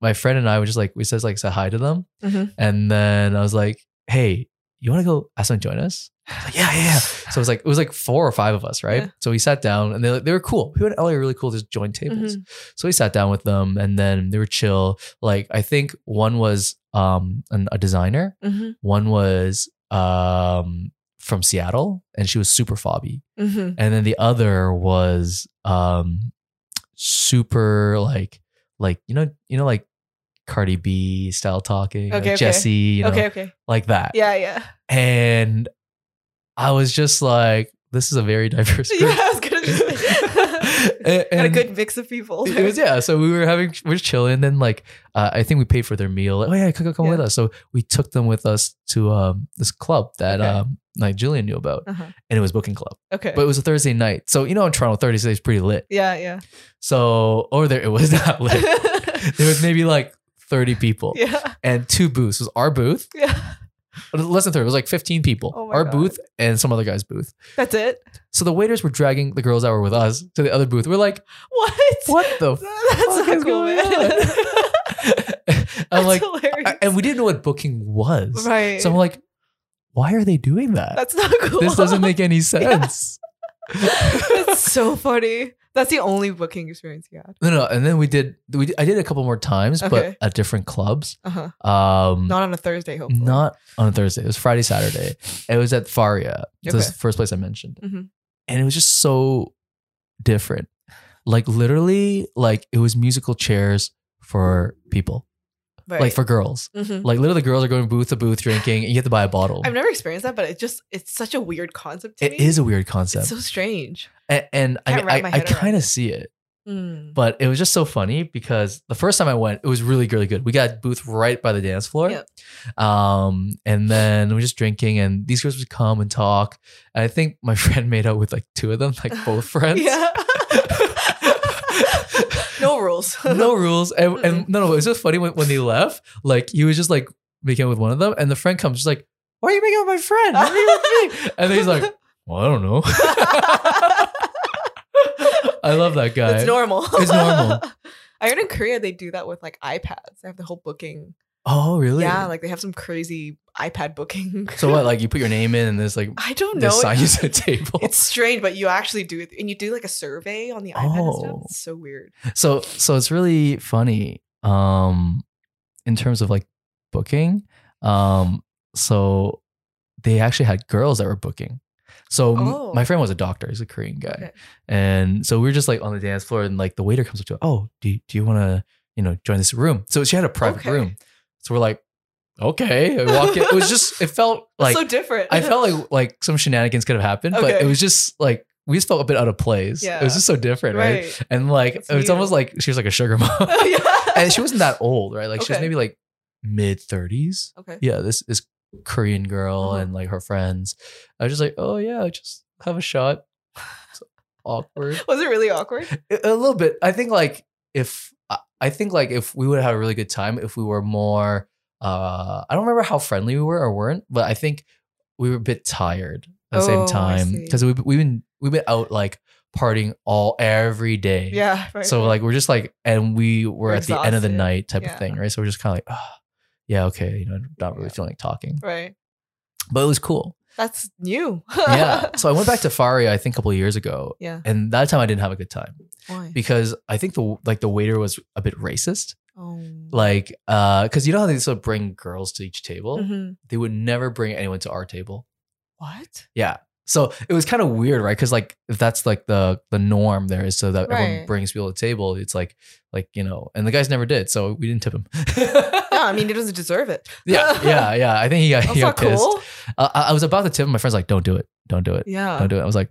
S2: my friend and I were just like we says like said hi to them.
S3: Mhm.
S2: And then I was like, hey, you want to go ask them to join us? I was like, yeah, yeah, yeah. So it was like, it was like four or five of us, right?
S3: Yeah.
S2: So we sat down and they, they were cool. People in LA are really cool, just join tables.
S3: Mhm.
S2: So we sat down with them and then they were chill. Like, I think one was um an, a designer,
S3: Mhm.
S2: one was um from Seattle and she was super fobby.
S3: Mhm.
S2: And then the other was um super like, like, you know, you know, like, Cardi B style talking, like
S3: Okay, okay.
S2: Jesse, you know,
S3: okay. Okay.
S2: like that.
S3: Yeah. Yeah. <laughs>
S2: And I was just like, this is a very diverse
S3: <laughs> Yeah.
S2: group. <laughs>
S3: I was gonna just
S2: And-
S3: got a
S2: and
S3: good mix of people.
S2: It was yeah. So we were having we were chilling. Then like uh, I think we paid for their meal. Like, oh yeah, come, come, come
S3: Yeah.
S2: with us. So we took them with us to um, this club that
S3: Okay.
S2: um, like Julian knew about,
S3: Uh-huh.
S2: and it was Booking Club.
S3: Okay.
S2: But it was a Thursday night. So you know in Toronto Thursday is pretty lit.
S3: yeah. Yeah.
S2: <laughs> So or there it was <laughs> not lit.
S3: <laughs>
S2: there was maybe like thirty people
S3: yeah.
S2: and two booths. It was our booth
S3: Yeah.
S2: Less than 30. It was like 15 people.
S3: Oh my
S2: Our
S3: God.
S2: booth and some other guy's booth.
S3: That's it.
S2: So the waiters were dragging the girls that were with us to the other booth. We're like,
S3: What?
S2: what the
S3: <laughs> That's so
S2: fuck is
S3: cool.
S2: going
S3: man. <laughs>
S2: on? <laughs> I'm
S3: That's
S2: like,
S3: hilarious.
S2: I- and we didn't know what booking was.
S3: right.
S2: So I'm like, why are they doing that?
S3: That's <laughs> not cool.
S2: this doesn't make <laughs> any sense.
S3: <laughs> That's so funny. That's the only booking experience you had.
S2: No, no. And then we did. We did- I did a couple more times, but
S3: Okay.
S2: at different clubs.
S3: Uh huh.
S2: Um, not,
S3: Not on a Thursday, hopefully.
S2: on a Thursday. It was Friday, Saturday. It was at Faria. This is
S3: Okay.
S2: the first place I mentioned,
S3: Mhm.
S2: and it was just so different. Like literally, like it was musical chairs for people,
S3: Right.
S2: like for girls.
S3: Mhm.
S2: Like literally, the girls are going booth to booth drinking, and you have to buy a bottle.
S3: I've never experienced that, but it just it's such a weird concept to
S2: Oh. It
S3: me.
S2: is a weird
S3: It's
S2: concept,
S3: so strange.
S2: and, and I,
S3: Can't wrap
S2: I,
S3: my
S2: I
S3: head around
S2: kind
S3: it.
S2: of see it.
S3: Mm.
S2: But it was just so funny because the first time I went, it was really, really good. We got a booth right by the dance floor.
S3: Yeah.
S2: Um, and then we were just drinking, and these girls would come and talk. And I think my <laughs> friend made out with like two of them, like
S3: <laughs>
S2: both friends.
S3: Yeah.
S2: <laughs>
S3: no rules.
S2: no rules.
S3: <laughs>
S2: And, and no, no, it was just funny when, when they left. Like he was just like making out with one of them, and the friend comes, she's like, "Why are you making out with my friend? Why are you making out with
S3: <laughs>
S2: me?" And then he's like, "Well, I don't know." <laughs> I love that guy.
S3: It's normal.
S2: It's normal.
S3: <laughs> I heard in Korea they do that with like iPads. They have the whole booking.
S2: oh, really?
S3: Yeah, like they have some crazy iPad booking.
S2: so what? Like you put your name in, and there's like
S3: <laughs> I don't
S2: the
S3: know.
S2: size of the table.
S3: Oh, <laughs> It's strange, but you actually do it, and you do like a survey on the iPad. and stuff.
S2: Oh.
S3: It's so weird.
S2: so so it's really funny um in terms of like booking um so they actually had girls that were booking so m-
S3: Oh.
S2: my friend was a doctor he's a korean guy
S3: Okay.
S2: and so we were just like on the dance floor and like the waiter comes up to her, oh do, do you want to you know join this room so she had a private
S3: Okay.
S2: room so we're like okay I walk in. it was just it felt
S3: <laughs>
S2: like
S3: so different. <laughs>
S2: I felt like like some shenanigans could have happened, but
S3: Okay.
S2: it was just like we just felt a bit out of place. It
S3: Yeah.
S2: was just so different, right?
S3: right.
S2: <laughs> And like
S3: That's
S2: it's
S3: weird.
S2: almost like she was like a sugar mom, <laughs>
S3: yeah.
S2: and she wasn't that old, right? Like she was
S3: Okay.
S2: maybe like mid thirties.
S3: <laughs> okay.
S2: Yeah, this this Korean girl
S3: Uh-huh.
S2: and like her friends. I was just like, oh yeah, just have a shot. It's awkward,
S3: Was it really awkward?
S2: a, a little bit. I think like if I- I think like if we would have had a really good time if we were more. Uh, I don't remember how friendly we were or weren't, but I think we were a bit tired at the
S3: Oh,
S2: same
S3: I
S2: time
S3: see.
S2: because we've, we've been we've been out like partying all every day.
S3: Yeah. Right.
S2: So like we're just like, and we were,
S3: We're
S2: at the end of the
S3: exhausted.
S2: night type of
S3: Yeah.
S2: thing, right? So we're just kind of like, ah, yeah, okay, you know, not really
S3: Yeah.
S2: feeling like talking,
S3: right.
S2: but it was cool.
S3: That's new. <laughs>
S2: Yeah. so I went back to Faria, I think, a couple of years ago,
S3: yeah.
S2: and that time I didn't have a good time
S3: Why?
S2: because I think the like the waiter was a bit racist,
S3: oh.
S2: like, uh, because you know how they sort of bring girls to each table,
S3: Mhm.
S2: they would never bring anyone to our table. <laughs>
S3: What?
S2: So it was kind of weird, right? Because like if that's like the the norm there is, so that everyone
S3: Right.
S2: brings people to the table. It's like like you know, and the guys never did, so we didn't tip him.
S3: No, I mean he doesn't deserve it.
S2: <laughs>
S3: <laughs>
S2: Yeah, yeah, yeah. I think he got,
S3: That's
S2: he got
S3: not
S2: pissed.
S3: cool.
S2: Uh, I, I was about to tip him. My friend's like, "Don't do it. Don't do it.
S3: Yeah.
S2: Don't do it." I was like,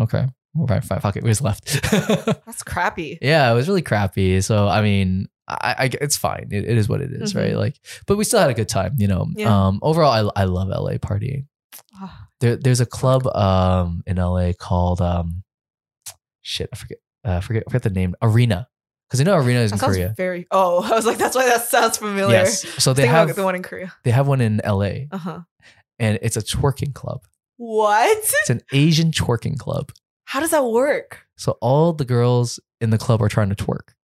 S2: "Okay, all right, fine, fuck it." We just left. <laughs>
S3: That's crappy.
S2: yeah, it was really crappy. So I mean, I, I it's fine. It, it is what it is,
S3: Mhm.
S2: right? Like, but we still had a good time, you know.
S3: Yeah.
S2: Um, overall, I I love LA partying.
S3: Ah,
S2: There, there's a club um in LA called um, shit, I forget, uh, forget, forget the name, Arena, because I know Arena is in
S3: that sounds
S2: Korea.
S3: very. Oh, <laughs> I was like, that's why that sounds familiar.
S2: Yes, so they
S3: Think about
S2: have
S3: the one in Korea.
S2: they have one in LA,
S3: Uh huh.
S2: and it's a twerking club.
S3: What?
S2: It's an Asian twerking club.
S3: How does that work?
S2: So all the girls in the club are trying to twerk.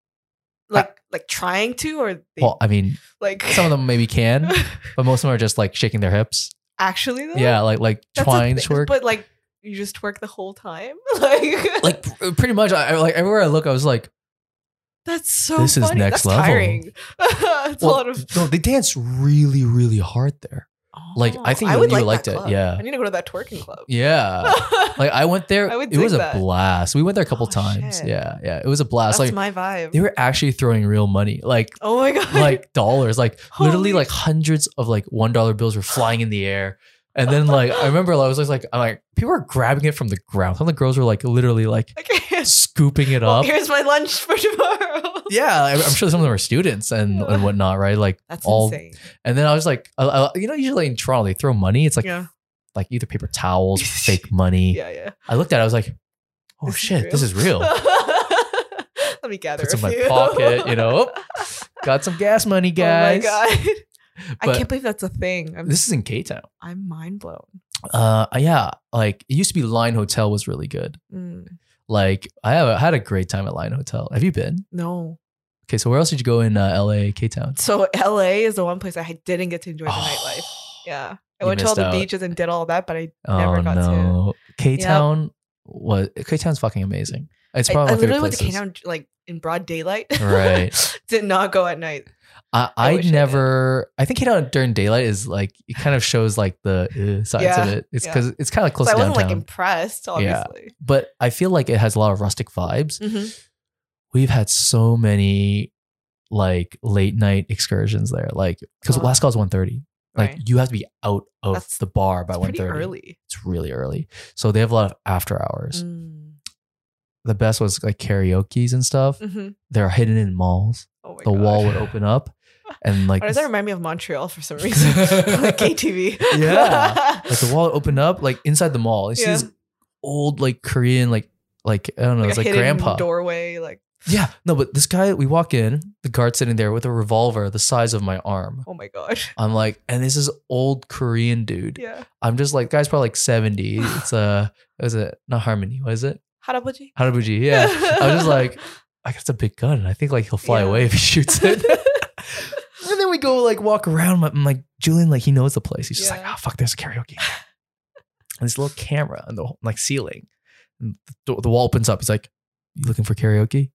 S3: Like, like trying to, or they,
S2: Well, I mean,
S3: like
S2: some of them
S3: <laughs>
S2: maybe can, but most of them are just like shaking their hips.
S3: actually though.
S2: Yeah, like like
S3: That's a
S2: trying
S3: thing,
S2: twerk.
S3: But like, you just twerk the whole time. <laughs> Like,
S2: like pr- uh, pretty much, I, I- like everywhere I look, I was like,
S3: that's so.
S2: this is
S3: funny.
S2: next
S3: That's
S2: level.
S3: Tiring. <laughs> it's a
S2: well,
S3: lot of.
S2: no, they dance really, really hard there. like, I
S3: Oh,
S2: think you- you liked
S3: that
S2: it,
S3: club.
S2: yeah.
S3: I need to go to that twerking club. <laughs>
S2: Yeah, like I went there.
S3: I would
S2: it was
S3: dig
S2: a
S3: that.
S2: blast. We went there a couple
S3: Oh,
S2: times.
S3: shit.
S2: Yeah, yeah, it was a blast.
S3: That's
S2: like
S3: my vibe.
S2: they were actually throwing real money,
S3: <laughs>
S2: like
S3: oh my god.
S2: like dollars, like literally
S3: Holy-
S2: like hundreds of like one dollar bills were flying in the air. And then like I remember I was just like I'm like people were grabbing it from the ground. Some of the girls were like literally like
S3: Okay.
S2: scooping
S3: <laughs>
S2: it
S3: Well,
S2: up.
S3: here's my lunch for tomorrow.
S2: <laughs> Yeah, I- I'm sure some of them are students and, and whatnot, right? Like
S3: That's
S2: all.
S3: insane.
S2: And then I was like, I, I- you know, usually in Toronto they throw money. It's like
S3: yeah.
S2: like either
S3: <laughs>
S2: paper towels, fake money.
S3: Yeah, yeah.
S2: I looked at, it, I was like, oh
S3: This is
S2: shit, this is
S3: <laughs>
S2: real.
S3: Let me gather.
S2: Puts
S3: a
S2: in my
S3: few. <laughs>
S2: <laughs> pocket, you know. Got some gas money, guys.
S3: Oh my god. <laughs> I can't believe that's a thing. I'm,
S2: This is in K Town.
S3: I'm mind blown.
S2: Uh, yeah, like it used to be. Line Hotel was really good.
S3: Mm,
S2: Like I have I had a great time at Line Hotel. Have you been?
S3: no.
S2: Okay, so where else did you go in uh, L.A. K Town?
S3: So LA is the one place I didn't get to enjoy the nightlife. Yeah. I
S2: Oh, You
S3: went to all
S2: missed
S3: the
S2: out.
S3: beaches and did all that, but I
S2: Oh
S3: never got to.
S2: no, K Town was K Town's fucking amazing. It's
S3: I,
S2: probably
S3: I
S2: my favorite
S3: literally went to
S2: places.
S3: K-Town like in broad daylight.
S2: Right.
S3: <laughs> did not go at night.
S2: I,
S3: I
S2: I,
S3: wish I did.
S2: never. I, think K Town during daylight is like it kind of shows like the uh, sides
S3: Yeah,
S2: of it. It's
S3: yeah.
S2: because it's kind of close
S3: so I
S2: to
S3: wasn't
S2: downtown,
S3: like impressed, obviously.
S2: but I feel like it has a lot of rustic vibes.
S3: Mhm.
S2: We've had so many like late night excursions there, like because
S3: Uh-huh.
S2: last call's one thirty. Like
S3: Right.
S2: you have to be out of
S3: That's-
S2: the bar by
S3: It's
S2: one
S3: pretty
S2: thirty.
S3: early.
S2: It's really early, so they have a lot of after hours.
S3: Mm.
S2: The best was like karaoke's and stuff.
S3: Mhm.
S2: They're hidden in malls.
S3: Oh my
S2: the
S3: God.
S2: wall would open
S3: <laughs>
S2: up, and like
S3: Why does that remind me of Montreal for
S2: <laughs>
S3: some reason? <laughs> like KTV.
S2: Yeah.
S3: <laughs>
S2: like the wall opened up like inside the mall. You see
S3: Yeah.
S2: this old like Korean like like I don't know,
S3: Like
S2: it's
S3: a
S2: like
S3: hidden
S2: grandpa.
S3: doorway. Like,
S2: Yeah, no, but this guy we walk in, the guard sitting there with a revolver the size of my arm.
S3: oh my gosh.
S2: I'm like, and this is old Korean dude.
S3: Yeah.
S2: I'm just like, guy's probably like 70. It's uh, it was it not Harmony? Was it
S3: Harabuji.
S2: Harabuji? Yeah, I
S3: <laughs>
S2: was just like, <laughs> I got a big gun, and I think like he'll fly
S3: Yeah.
S2: away if he shoots it. And then we go like walk around. I'm like, Julian, like he knows the place. He's just like,
S3: Yeah.
S2: oh fuck, there's
S3: <laughs>
S2: a karaoke. and this little camera on the whole- like ceiling. And the, door- the wall opens up. He's like, You looking for karaoke?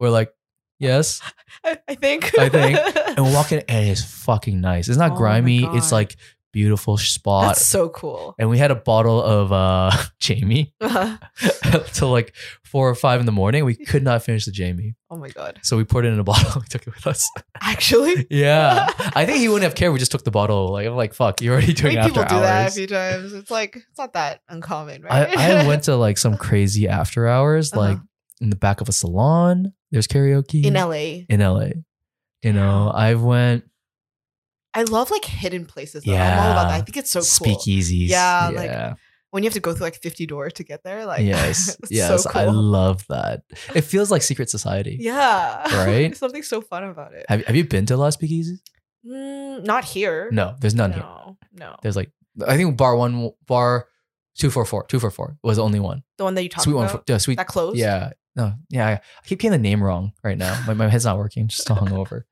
S2: We're like, Yes.
S3: I, I think. <laughs>
S2: I think. And we walk in and it's fucking nice. It's not
S3: Oh my
S2: grimy. It's
S3: God.
S2: like beautiful spot.
S3: That's so cool.
S2: and we had a bottle of uh <laughs> Jamie
S3: Uh-huh.
S2: till like four or five in the morning. We could not finish the Jamie.
S3: <laughs> Oh my god.
S2: So we poured it in a <laughs> bottle and we took it with us. <laughs>
S3: Actually,
S2: Yeah, I think he wouldn't have cared. We just took the bottle. Like I'm like, fuck, you're already
S3: I
S2: doing
S3: mean,
S2: after
S3: people do that a
S2: hours.
S3: few times. It's like it's not that uncommon, right? <laughs>
S2: I, I went to like some crazy after hours,
S3: Uh-huh.
S2: like in the back of a salon. There's karaoke
S3: in LA.
S2: In LA, you know, I went
S3: I love like hidden places. Though. I'm all about that. I
S2: Yeah.
S3: think it's so cool.
S2: speakeasies.
S3: Yeah, like, When you have to go through like 50 doors to get there, like
S2: yes,
S3: <laughs> it's
S2: yes,
S3: so
S2: I
S3: cool.
S2: love that. It feels like secret society.
S3: yeah,
S2: Right?
S3: There's <laughs> something so fun about it.
S2: Have Have you been to a lot of speakeasies?
S3: Mm, not here.
S2: No, there's none here.
S3: no, no.
S2: There's like I think bar one, bar two four four, two four four was the only one.
S3: The one that you talked
S2: Sweet one,
S3: about
S2: for, yeah, sweet
S3: that closed.
S2: Yeah. No. Yeah. I, I keep getting the name wrong right now. My, my head's not working. Just still hungover.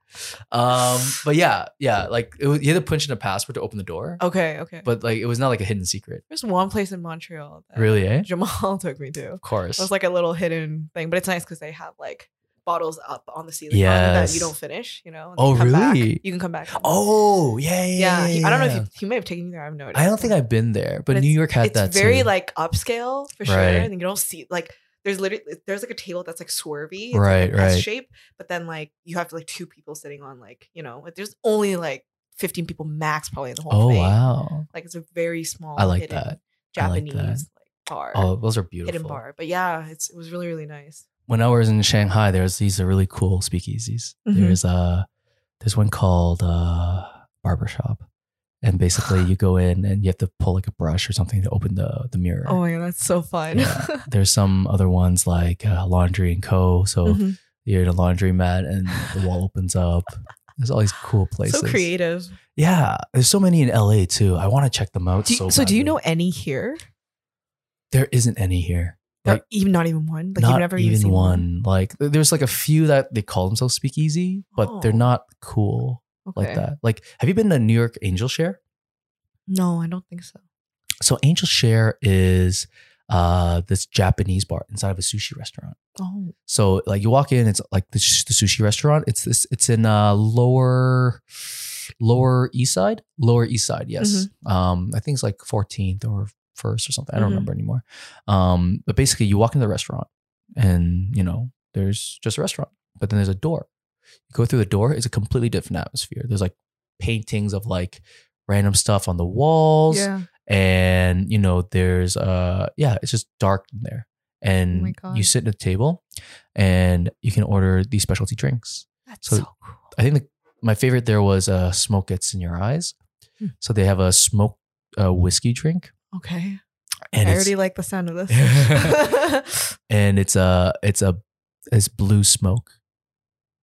S2: Um. But yeah. Yeah. Like it was, you had to punch in a password to open the door.
S3: Okay. Okay.
S2: But like it was not like a hidden secret.
S3: There's one place in Montreal. That
S2: Really?
S3: <laughs>
S2: Eh.
S3: Jamal took me to.
S2: Of course.
S3: It was like a little hidden thing, but it's nice because they have like bottles up on the ceiling on that you
S2: Yes.
S3: don't finish, you know? and
S2: Oh,
S3: you come back-
S2: really?
S3: you can come back.
S2: oh yeah. Yeah.
S3: yeah. he- I don't know if
S2: yeah.
S3: he, he may have taken you there. I've no idea.
S2: I don't think I've been there, but,
S3: But
S2: New York had
S3: It's
S2: that
S3: very
S2: too.
S3: like upscale for sure.
S2: Right.
S3: And you don't see like there's literally there's like a table that's like swervy. It's
S2: Right,
S3: Like an S
S2: right.
S3: shape, but then like you have like two people sitting on like, you know, like, there's only like 15 people max probably in the whole
S2: Oh
S3: thing.
S2: wow.
S3: Like it's a very small
S2: I like
S3: hidden
S2: that. I like that.
S3: Japanese like bar.
S2: Oh, those are
S3: hidden
S2: beautiful.
S3: bar. But yeah, it's it was really, really nice.
S2: When I was in Shanghai, there's these really cool speakeasies.
S3: Mhm.
S2: There's uh there's one called uh barbershop.
S3: <gasps>
S2: And basically you go in and you have to pull like a brush or something to open the the mirror.
S3: Oh my god, that's so fun. <laughs>
S2: Yeah. There's some other ones like uh, laundry and co. So
S3: Mhm.
S2: you're in a laundromat and the wall opens up. There's all these cool places.
S3: So creative.
S2: Yeah, there's so many in LA too. I want to check them out.
S3: Do you-
S2: so
S3: so, do you
S2: badly.
S3: know any here?
S2: there isn't any here?
S3: Or
S2: Like-
S3: even not even one. Like
S2: not
S3: you've never
S2: even
S3: seen
S2: one. Like th- there's like a few that they call themselves speakeasy, but they're
S3: Oh.
S2: not cool like
S3: Okay.
S2: that. Like, have you been to New York Angel Share?
S3: No, I don't think so.
S2: So Angel Share is uh this Japanese bar inside of a sushi restaurant.
S3: Oh,
S2: So like you walk in, it's like the, sh- the sushi restaurant. It's this. It's in uh lower lower east side, lower east side. Yes, um, I think it's like 14th or first or something. I don't
S3: Mhm.
S2: remember anymore. Um, but basically, you walk into the restaurant, and you know there's just a restaurant, but then there's a door. You go through the door. It's a completely different atmosphere. There's like paintings of like random stuff on the walls
S3: yeah.
S2: and you know there's uh yeah it's just dark in there and
S3: Oh my God.
S2: you sit at a table and you can order these specialty drinks
S3: That's
S2: So-
S3: so, cool.
S2: i think the, my favorite there was uh smoke gets in your eyes
S3: Hmm.
S2: so they have a smoke uh, whiskey drink
S3: Okay,
S2: and
S3: I
S2: it's,
S3: already like the sound of
S2: <laughs>
S3: this.
S2: and it's a it's a it's blue smoke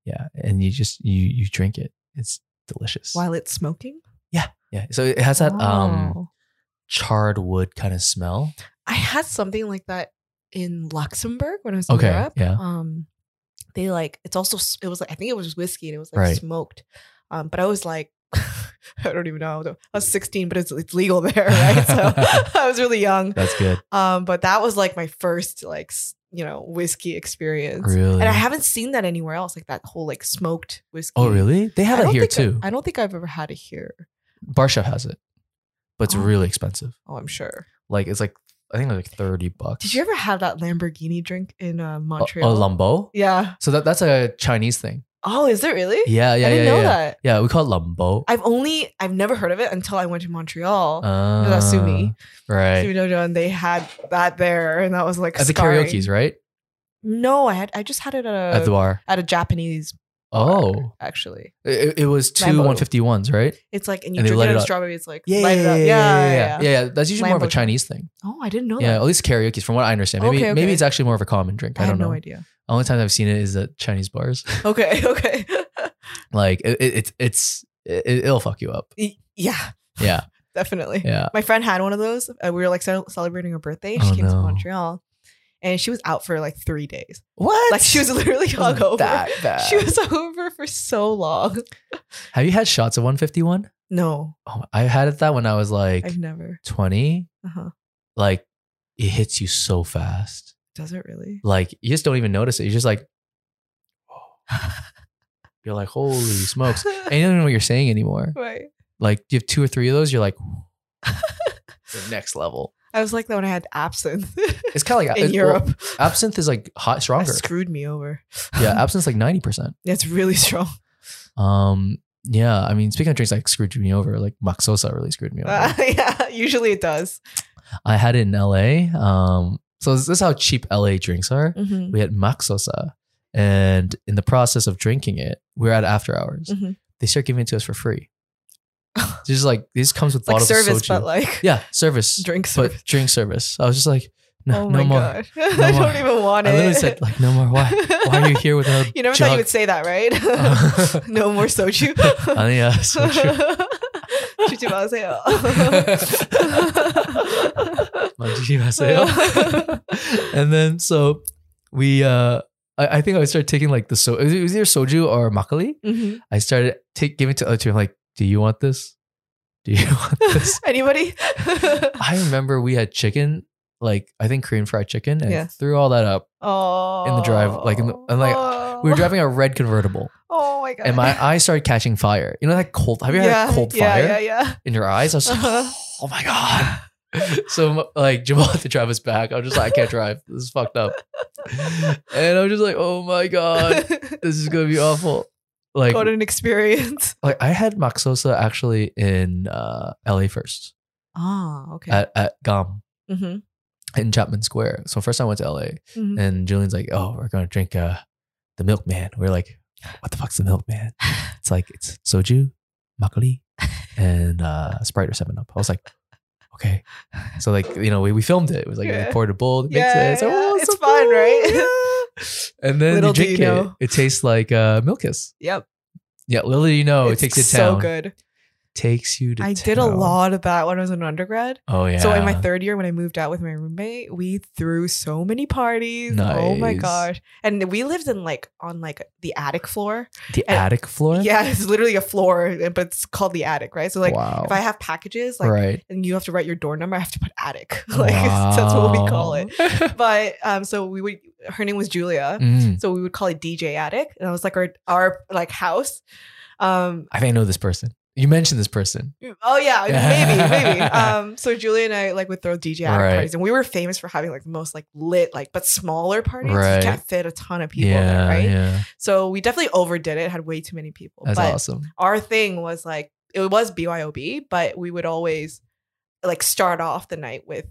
S2: yeah and you just you you drink it it's delicious.
S3: <laughs> while it's smoking.
S2: Yeah. So it has that um
S3: Wow.
S2: charred wood kind of smell.
S3: I had something like that in Luxembourg when I was in
S2: Okay,
S3: Europe.
S2: yeah.
S3: Um, they like it's also s- it was like I think it was whiskey and it was like
S2: Right.
S3: smoked. Um, but I was like. <laughs> I don't even know. I was 16, but it's, it's legal there, <laughs> right?
S2: <laughs>
S3: So I was really young.
S2: That's
S3: <laughs>
S2: good.
S3: Um, but that was like my first, like s- you know, whiskey experience,
S2: Really.
S3: and I haven't seen that anywhere else. Like that whole like smoked whiskey.
S2: oh, really? They have
S3: I
S2: it
S3: don't
S2: here
S3: think I-
S2: too.
S3: I don't think I've ever had it here.
S2: Bar Chef has it, but it's
S3: Oh.
S2: really expensive.
S3: Oh, I'm sure.
S2: Like it's like I think like thirty bucks.
S3: Did you ever have that Lamborghini drink in
S2: Oh,
S3: uh,
S2: A,
S3: Montreal?
S2: a lumbo.
S3: yeah.
S2: So that, that's a Chinese thing.
S3: Oh, is it really?
S2: Yeah, yeah,
S3: I didn't
S2: yeah,
S3: know
S2: yeah.
S3: that.
S2: Yeah, we call it lumbo.
S3: I've only I've never heard of it until I went to Montreal.
S2: Uh,
S3: that's Sumi.
S2: Right.
S3: Sumi Dojo, and they had that there, and that was like
S2: At the
S3: scarring.
S2: karaoke's, right?
S3: No, I had I just had it at a
S2: At the bar.
S3: at a Japanese. bar,
S2: Oh.
S3: actually,
S2: It, it was two
S3: Lambo.
S2: 151s, right?
S3: it's like and you
S2: And they
S3: drink it
S2: light it
S3: out of
S2: up.
S3: strawberry. It's like
S2: Yeah,
S3: light it up.
S2: yeah, yeah. That's usually more of a
S3: Lambo.
S2: Chinese thing.
S3: Oh, I didn't know
S2: Yeah,
S3: that.
S2: at least karaoke's, from what I understand. Maybe
S3: Okay, okay.
S2: maybe it's actually more of a common drink.
S3: I,
S2: I,
S3: had
S2: don't know.
S3: no idea.
S2: Only time I've seen it is at Chinese bars. <laughs>
S3: Okay, <laughs> okay,
S2: like it, it, it's it's it, it'll fuck
S3: <laughs>
S2: you up.
S3: Y- yeah,
S2: Yeah,
S3: definitely.
S2: yeah.
S3: My friend had one of those. Uh, we were like cel- celebrating her birthday. She
S2: Oh,
S3: came to
S2: no.
S3: Montreal, and she was out for like three days.
S2: What?
S3: Like she was literally hungover.
S2: That bad.
S3: <laughs> She was over for so long.
S2: Have you had shots of 151?
S3: No,
S2: Oh, I had it that when I was like
S3: I've never.
S2: 20.
S3: Uh-huh.
S2: Like it hits you so fast.
S3: Does it <laughs> really?
S2: Like you just don't even notice it. You're just like, you're
S3: <laughs>
S2: like, holy smokes. And you don't know what you're saying anymore.
S3: right.
S2: Like you have two or three of those, you're
S3: <laughs>
S2: like, the next level.
S3: I was like that when I had absinthe <laughs>
S2: It's kind of like
S3: in
S2: it- well,
S3: Europe.
S2: absinthe is like
S3: <laughs>
S2: hot,
S3: that
S2: stronger.
S3: screwed me over.
S2: Yeah, absinthe's like 90%.
S3: It's really
S2: <laughs>
S3: strong.
S2: Um, yeah, I mean, speaking of drinks, like screwed me over. Like Maxosa really screwed me over.
S3: Uh, <laughs> yeah, usually it does.
S2: I had it in LA. Um, so this is how cheap LA drinks
S3: Mm-hmm.
S2: are. We had Maxosa, and in the process of drinking it, we were at after hours.
S3: Mhm.
S2: They start giving it to us
S3: <laughs>
S2: for free. It's just like this comes with
S3: Like
S2: bottles of
S3: service,
S2: soju.
S3: but like
S2: yeah, service,
S3: <laughs> drink service.
S2: but drink service. I was just like, <laughs> no,
S3: oh
S2: no
S3: my
S2: more.
S3: god, <laughs> I
S2: more.
S3: don't even want
S2: I
S3: it. <laughs>
S2: literally said like, no more. Why? Why are you here with another
S3: You never
S2: jug?
S3: thought you would say that,
S2: <laughs>
S3: right? <laughs> no more soju. <laughs>
S2: I mean, Oh, yeah, <laughs> soju. Mm-hmm.
S3: 주지 마세요. oh
S2: Like, did you mess
S3: <laughs>
S2: it up? and then so we, uh I, I think I would start taking like the so it was either soju or makgeolli.
S3: Mhm.
S2: I started take giving it to other two. I'm like, do you want this? Do you <laughs>
S3: <laughs>
S2: want this?
S3: Anybody?
S2: I remember we had chicken, like I think Korean fried chicken, and
S3: Yeah.
S2: threw all that up.
S3: oh,
S2: drive, like, in the- and, like, We were driving a red convertible,
S3: Oh my god!
S2: and
S3: <laughs>
S2: my eyes started catching fire. You know that cold? Have you ever
S3: yeah,
S2: had cold
S3: yeah,
S2: fire
S3: Yeah, yeah,
S2: in your eyes? I was like,
S3: Uh-huh.
S2: oh my god. <laughs> So like Jamal had to drive us back. I was just like, I can't drive. This is fucked up. And I was just like, oh my god, this is gonna be awful. <laughs>
S3: <laughs>
S2: Like,
S3: what an
S2: <laughs>
S3: experience.
S2: like I had Maxosa actually in uh, LA first.
S3: Ah, okay.
S2: at, at GOM Mm-hmm.
S3: Mhm,
S2: in Chapman Square. So first I went to LA
S3: mhm.
S2: and Julian's like, oh, we're going to drink uh, the Milkman. We're like, what the fuck's the Milkman? It's like, it's soju, makgeolli, and uh, Sprite or 7 Up. I was like, okay. So like, you know, we, we filmed it. It was like,
S3: Yeah.
S2: we poured a bowl, mixed it. It's, like,
S3: yeah,
S2: oh,
S3: it's
S2: so
S3: fun,
S2: cool.
S3: right?
S2: Yeah. <laughs> And then
S3: Little
S2: you
S3: do
S2: drink
S3: you
S2: it.
S3: know.
S2: It tastes like uh, Milk Kiss.
S3: yep.
S2: Yeah, little do you know, Oh, it takes you to
S3: so
S2: town.
S3: good.
S2: Takes you to
S3: I
S2: town.
S3: did a lot of that when I was an undergrad.
S2: Oh, yeah.
S3: So in my third year, when I moved out with my roommate, we threw so many parties. Oh my
S2: Nice.
S3: gosh! And we lived in like on like the attic floor.
S2: the
S3: and-
S2: attic floor?
S3: Yeah, it's literally a floor, but it's called the attic, right? So like,
S2: wow.
S3: if I have packages, like,
S2: right.
S3: and you have to write your door number, I have to put attic. <laughs> like that's what we call it. But um, so we would. Her name was Julia,
S2: Mm.
S3: so we would call it DJ attic, and it was like our our like house. Um,
S2: I think I know this person. You mentioned this person.
S3: Oh
S2: <laughs>
S3: yeah, maybe, maybe. Um, so Julia and I like would throw DJ out
S2: Right.
S3: parties, and we were famous for having like the most like lit, like but smaller parties. You
S2: Right.
S3: can't fit a ton of people there, right? So we definitely overdid it. Had way too many people.
S2: That's
S3: but
S2: awesome.
S3: our thing was like it was BYOB, but we would always like start off the night with.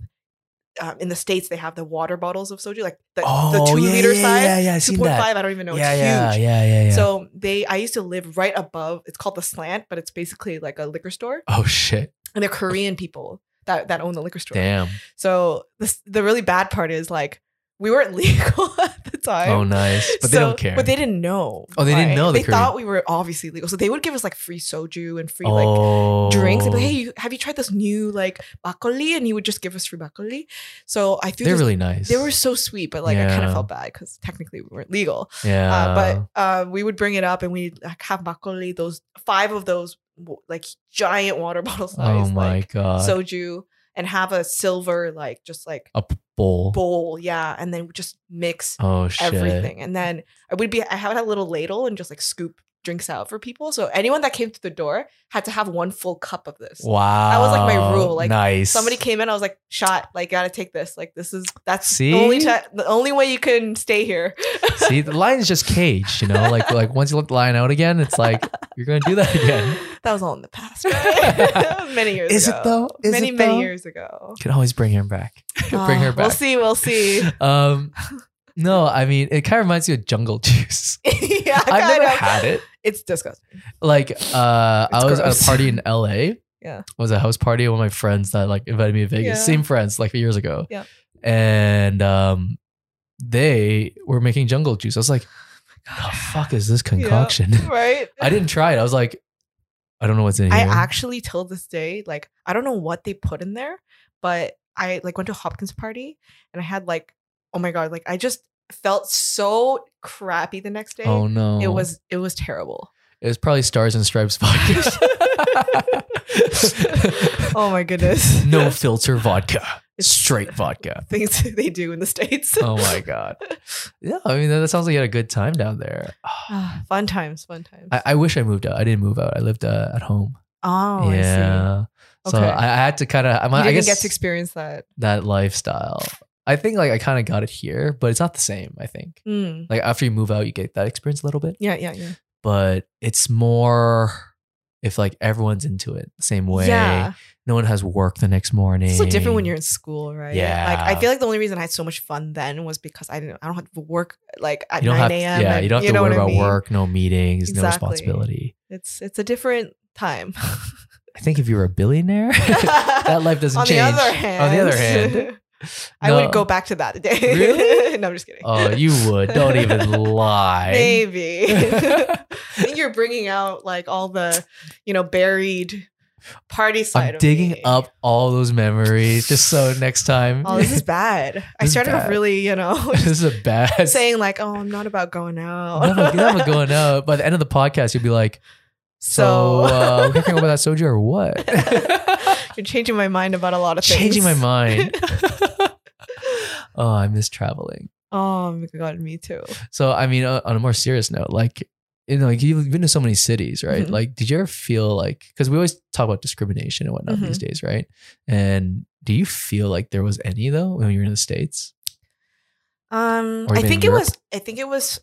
S3: Um, in the states, they have the water bottles of soju, like the, the two liter size,
S2: Oh, yeah, yeah. I've
S3: two
S2: seen
S3: point
S2: that.
S3: five. I don't even know.
S2: yeah,
S3: it's
S2: yeah,
S3: huge.
S2: yeah, yeah, yeah.
S3: So they, I used to live right above. It's called the Slant, but it's basically like a liquor store
S2: oh shit,
S3: and they're Korean people that that own the liquor store.
S2: damn.
S3: So this, the really bad part is like we weren't <laughs> legal at the time. <laughs>
S2: Oh, nice. But they
S3: So-
S2: don't care.
S3: But they didn't know.
S2: Oh, they didn't
S3: Like,
S2: know the
S3: They
S2: Korean-
S3: thought we were obviously legal, so they would give us like free soju and free like
S2: oh.
S3: drinks. They'd be like, hey, you, have you tried this new like broccoli? And he would just give us free broccoli. So I threw.
S2: they're
S3: this-
S2: really nice.
S3: they were so sweet, but like I kind
S2: Yeah.
S3: of felt bad because technically we weren't legal.
S2: yeah.
S3: Uh, but uh, we would bring it up and we'd like, have broccoli. Those five of those w- like giant water <laughs> bottle
S2: oh
S3: size
S2: my
S3: like
S2: god. So
S3: soju, and have a silver like just like
S2: a p- bowl.
S3: bowl, yeah, and then we just mix
S2: Oh shit.
S3: everything. And then I would be I had a little ladle and just like scoop drinks out for people. So anyone that came through the door had to have one full cup of this.
S2: Wow.
S3: was, like, my rule, like,
S2: nice.
S3: Somebody came in, I was like, shot, like gotta take this. Like this is that's the only
S2: See?
S3: ti- the only way you can stay here.
S2: See, the lion's just caged, you know. Like like once you let the lion out again, it's like you're gonna do <laughs> that again.
S3: <laughs> That was all in the past. right? <laughs> That was many years
S2: Is
S3: ago.
S2: it though? Is
S3: many,
S2: it
S3: many
S2: though?
S3: years ago.
S2: Can always bring him back. <laughs> bring
S3: Ah,
S2: her
S3: We'll
S2: back.
S3: see, we'll see. <laughs>
S2: <laughs> Um, no, I mean it kind of reminds you of
S3: <laughs>
S2: jungle juice.
S3: yeah,
S2: I've
S3: kind
S2: never
S3: of.
S2: had it.
S3: It's disgusting.
S2: Like uh,
S3: It's
S2: I was at
S3: gross.
S2: a party in LA.
S3: <laughs> Yeah.
S2: It was a house party at one of my friends that like invited me to Vegas.
S3: Yeah.
S2: Same friends like years ago.
S3: Yeah.
S2: And um, they were making jungle juice. I was like, the
S3: <sighs>
S2: fuck is this concoction? <laughs>
S3: Right?
S2: I didn't try it. I was like, I don't know what's in here.
S3: I actually till this day, like I don't know what they put in there, but I like went to a Hopkins party and I had like, oh my god, like I just felt so crappy the next day.
S2: oh no!
S3: It was it was terrible.
S2: <laughs> it was probably Stars and Stripes
S3: <laughs>
S2: vodka.
S3: Oh my goodness.
S2: no filter vodka,
S3: <laughs> It's- <laughs>
S2: straight vodka.
S3: Things they do in the states.
S2: Oh my god! Yeah, I mean that, that sounds like you had a good time down there.
S3: Ah, <sighs> fun times, fun times.
S2: I, I wish I moved out. I didn't move out. I lived uh, at home.
S3: oh, I see.
S2: yeah. So
S3: Okay.
S2: I, I had to kind of. I,
S3: You
S2: I
S3: didn't
S2: guess
S3: get to experience that.
S2: that lifestyle. I think like I kind of got it here, but it's not the same. I think
S3: Mm.
S2: like after you move out, you get that experience a little bit,
S3: Yeah, yeah, yeah.
S2: but it's more if like everyone's into it the same way.
S3: Yeah.
S2: No one has work the next morning.
S3: It's so different when you're in school, right? Like I
S2: Yeah.
S3: feel like the only reason I had so much fun then was because I didn't I don't have to work like at
S2: You don't have
S3: nine
S2: to,
S3: a.m.
S2: yeah,
S3: and-
S2: you don't have to
S3: know
S2: worry
S3: what I
S2: about
S3: mean?
S2: work, no meetings, no
S3: Exactly.
S2: responsibility.
S3: It's it's a different time.
S2: I think if you were a
S3: <laughs>
S2: billionaire, <laughs> that life doesn't
S3: on
S2: change.
S3: the other hand, <laughs>
S2: On the other hand,
S3: I
S2: No.
S3: would go back to that day.
S2: Really?
S3: <laughs> no, I'm just kidding.
S2: Oh, you would. Don't
S3: <laughs>
S2: even lie. <laughs>
S3: Maybe. <laughs> I think you're bringing out like all the you know buried party side.
S2: I'm
S3: of
S2: digging
S3: me.
S2: up all those memories just so next time.
S3: Oh, this is bad. I
S2: This is
S3: started off
S2: bad.
S3: really, you know,
S2: <laughs> this is a bad.
S3: saying like, "Oh, I'm not about going out."
S2: never, never
S3: <laughs>
S2: going out. By the end of the podcast, you'll be like, "So,
S3: So,
S2: uh, we're talking about that soju
S3: <laughs>
S2: or what?"
S3: you're changing my mind about a lot of things.
S2: Changing my mind. oh, I miss traveling.
S3: <laughs> Oh my god, me too.
S2: So, I mean, uh, on a more serious note, like, you know, like you've been to so many cities, right?
S3: Mhm.
S2: Like, did you ever feel like, because we always talk about discrimination and whatnot
S3: Mhm.
S2: these days, right? And do you feel like there was any though when you were in the states?
S3: Um,
S2: Or
S3: I
S2: even
S3: think
S2: in
S3: it
S2: Europe?
S3: was. I think it was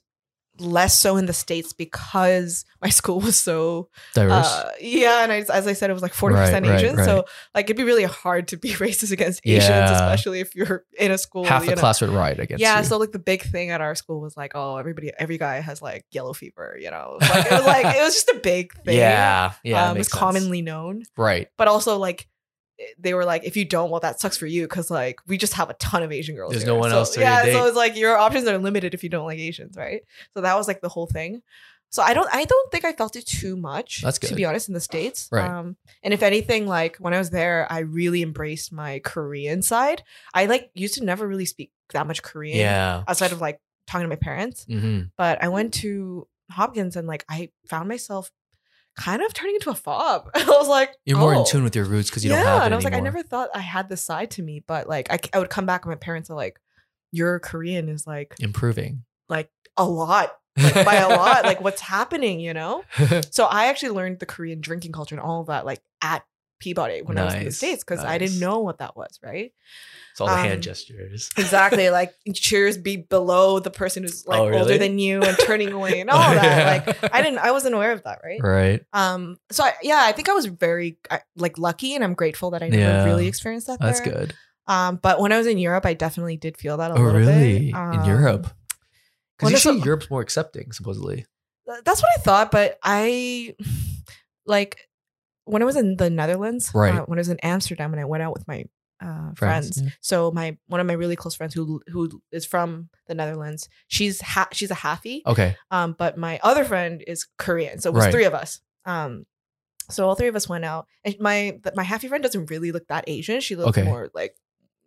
S3: less so in the states because my <laughs> school was so.
S2: Diverse.
S3: Uh, yeah, and I, as I said, it was like forty percent
S2: Right, right,
S3: Asian.
S2: right.
S3: So like, it'd be really hard to be <laughs> racist against Asians,
S2: Yeah.
S3: especially if you're in a school.
S2: Half
S3: you
S2: the
S3: know.
S2: class would ride against
S3: Yeah,
S2: you.
S3: so like the big thing at our school was like, oh, everybody, every guy has like yellow fever, you know. Like, it was like it was just a
S2: <laughs>
S3: big thing.
S2: yeah, yeah,
S3: um, it was
S2: makes sense.
S3: commonly known.
S2: right.
S3: but also like eh, they were like, if you don't, well, that sucks for you because like we just have a ton of Asian girls.
S2: There's
S3: here.
S2: no one
S3: So-
S2: else to
S3: yeah,
S2: date.
S3: so it's like your options are limited if you don't like Asians, right? So that was like the whole thing. So I don't, I don't think I felt it too much.
S2: That's
S3: To
S2: good.
S3: be honest, in the states,
S2: Right.
S3: Um, and if anything, like when I was there, I really embraced my Korean side. I like used to never really speak that much Korean
S2: Yeah.
S3: outside of like talking to my parents
S2: Mm-hmm.
S3: but I went to Hopkins and like I found myself kind of turning into a fob. <laughs> I was like,
S2: You're more
S3: oh,
S2: in tune with your roots because you
S3: yeah,
S2: don't have it
S3: and I was like, I
S2: anymore.
S3: never thought I had this side to me, but like I, c- I would come back and my parents are like, your Korean is like
S2: improving
S3: a lot <laughs> like, by a lot, like
S2: <laughs>
S3: what's happening, you know? So I actually learned the Korean drinking culture and all of that like at Peabody when I was in the
S2: Nice,
S3: states because I didn't
S2: nice.
S3: know what that was,
S2: <laughs>
S3: right?
S2: it's all the
S3: um,
S2: hand gestures.
S3: Exactly, like cheers be below the person who's like
S2: Oh,
S3: older
S2: really? Oh,
S3: than you and turning away <laughs>
S2: <laughs>
S3: and all that. Like I didn't, I wasn't aware of that, right?
S2: Right.
S3: Um. So I, yeah, I think I was very I, like lucky, and I'm grateful that I never
S2: Yeah.
S3: really experienced that.
S2: That's
S3: there.
S2: good.
S3: Um. But when I was in Europe, I definitely did feel that a
S2: Oh,
S3: little
S2: really?
S3: bit. Um,
S2: in Europe?
S3: well,
S2: Because
S3: that's
S2: usually
S3: what-
S2: Europe's more accepting, supposedly.
S3: th- that's what I thought. But I <sighs> like when I was in the Netherlands.
S2: Right.
S3: uh, when I was in Amsterdam, and I went out with my uh, friends.
S2: yeah.
S3: So my one of my really close friends who who is from the Netherlands, she's ha- she's a halfie.
S2: Okay.
S3: Um, but my other friend is Korean, so it was
S2: Right.
S3: three of us. Um, so all three of us went out, and my th- my happy friend doesn't really look that Asian. She looks
S2: Okay.
S3: more like,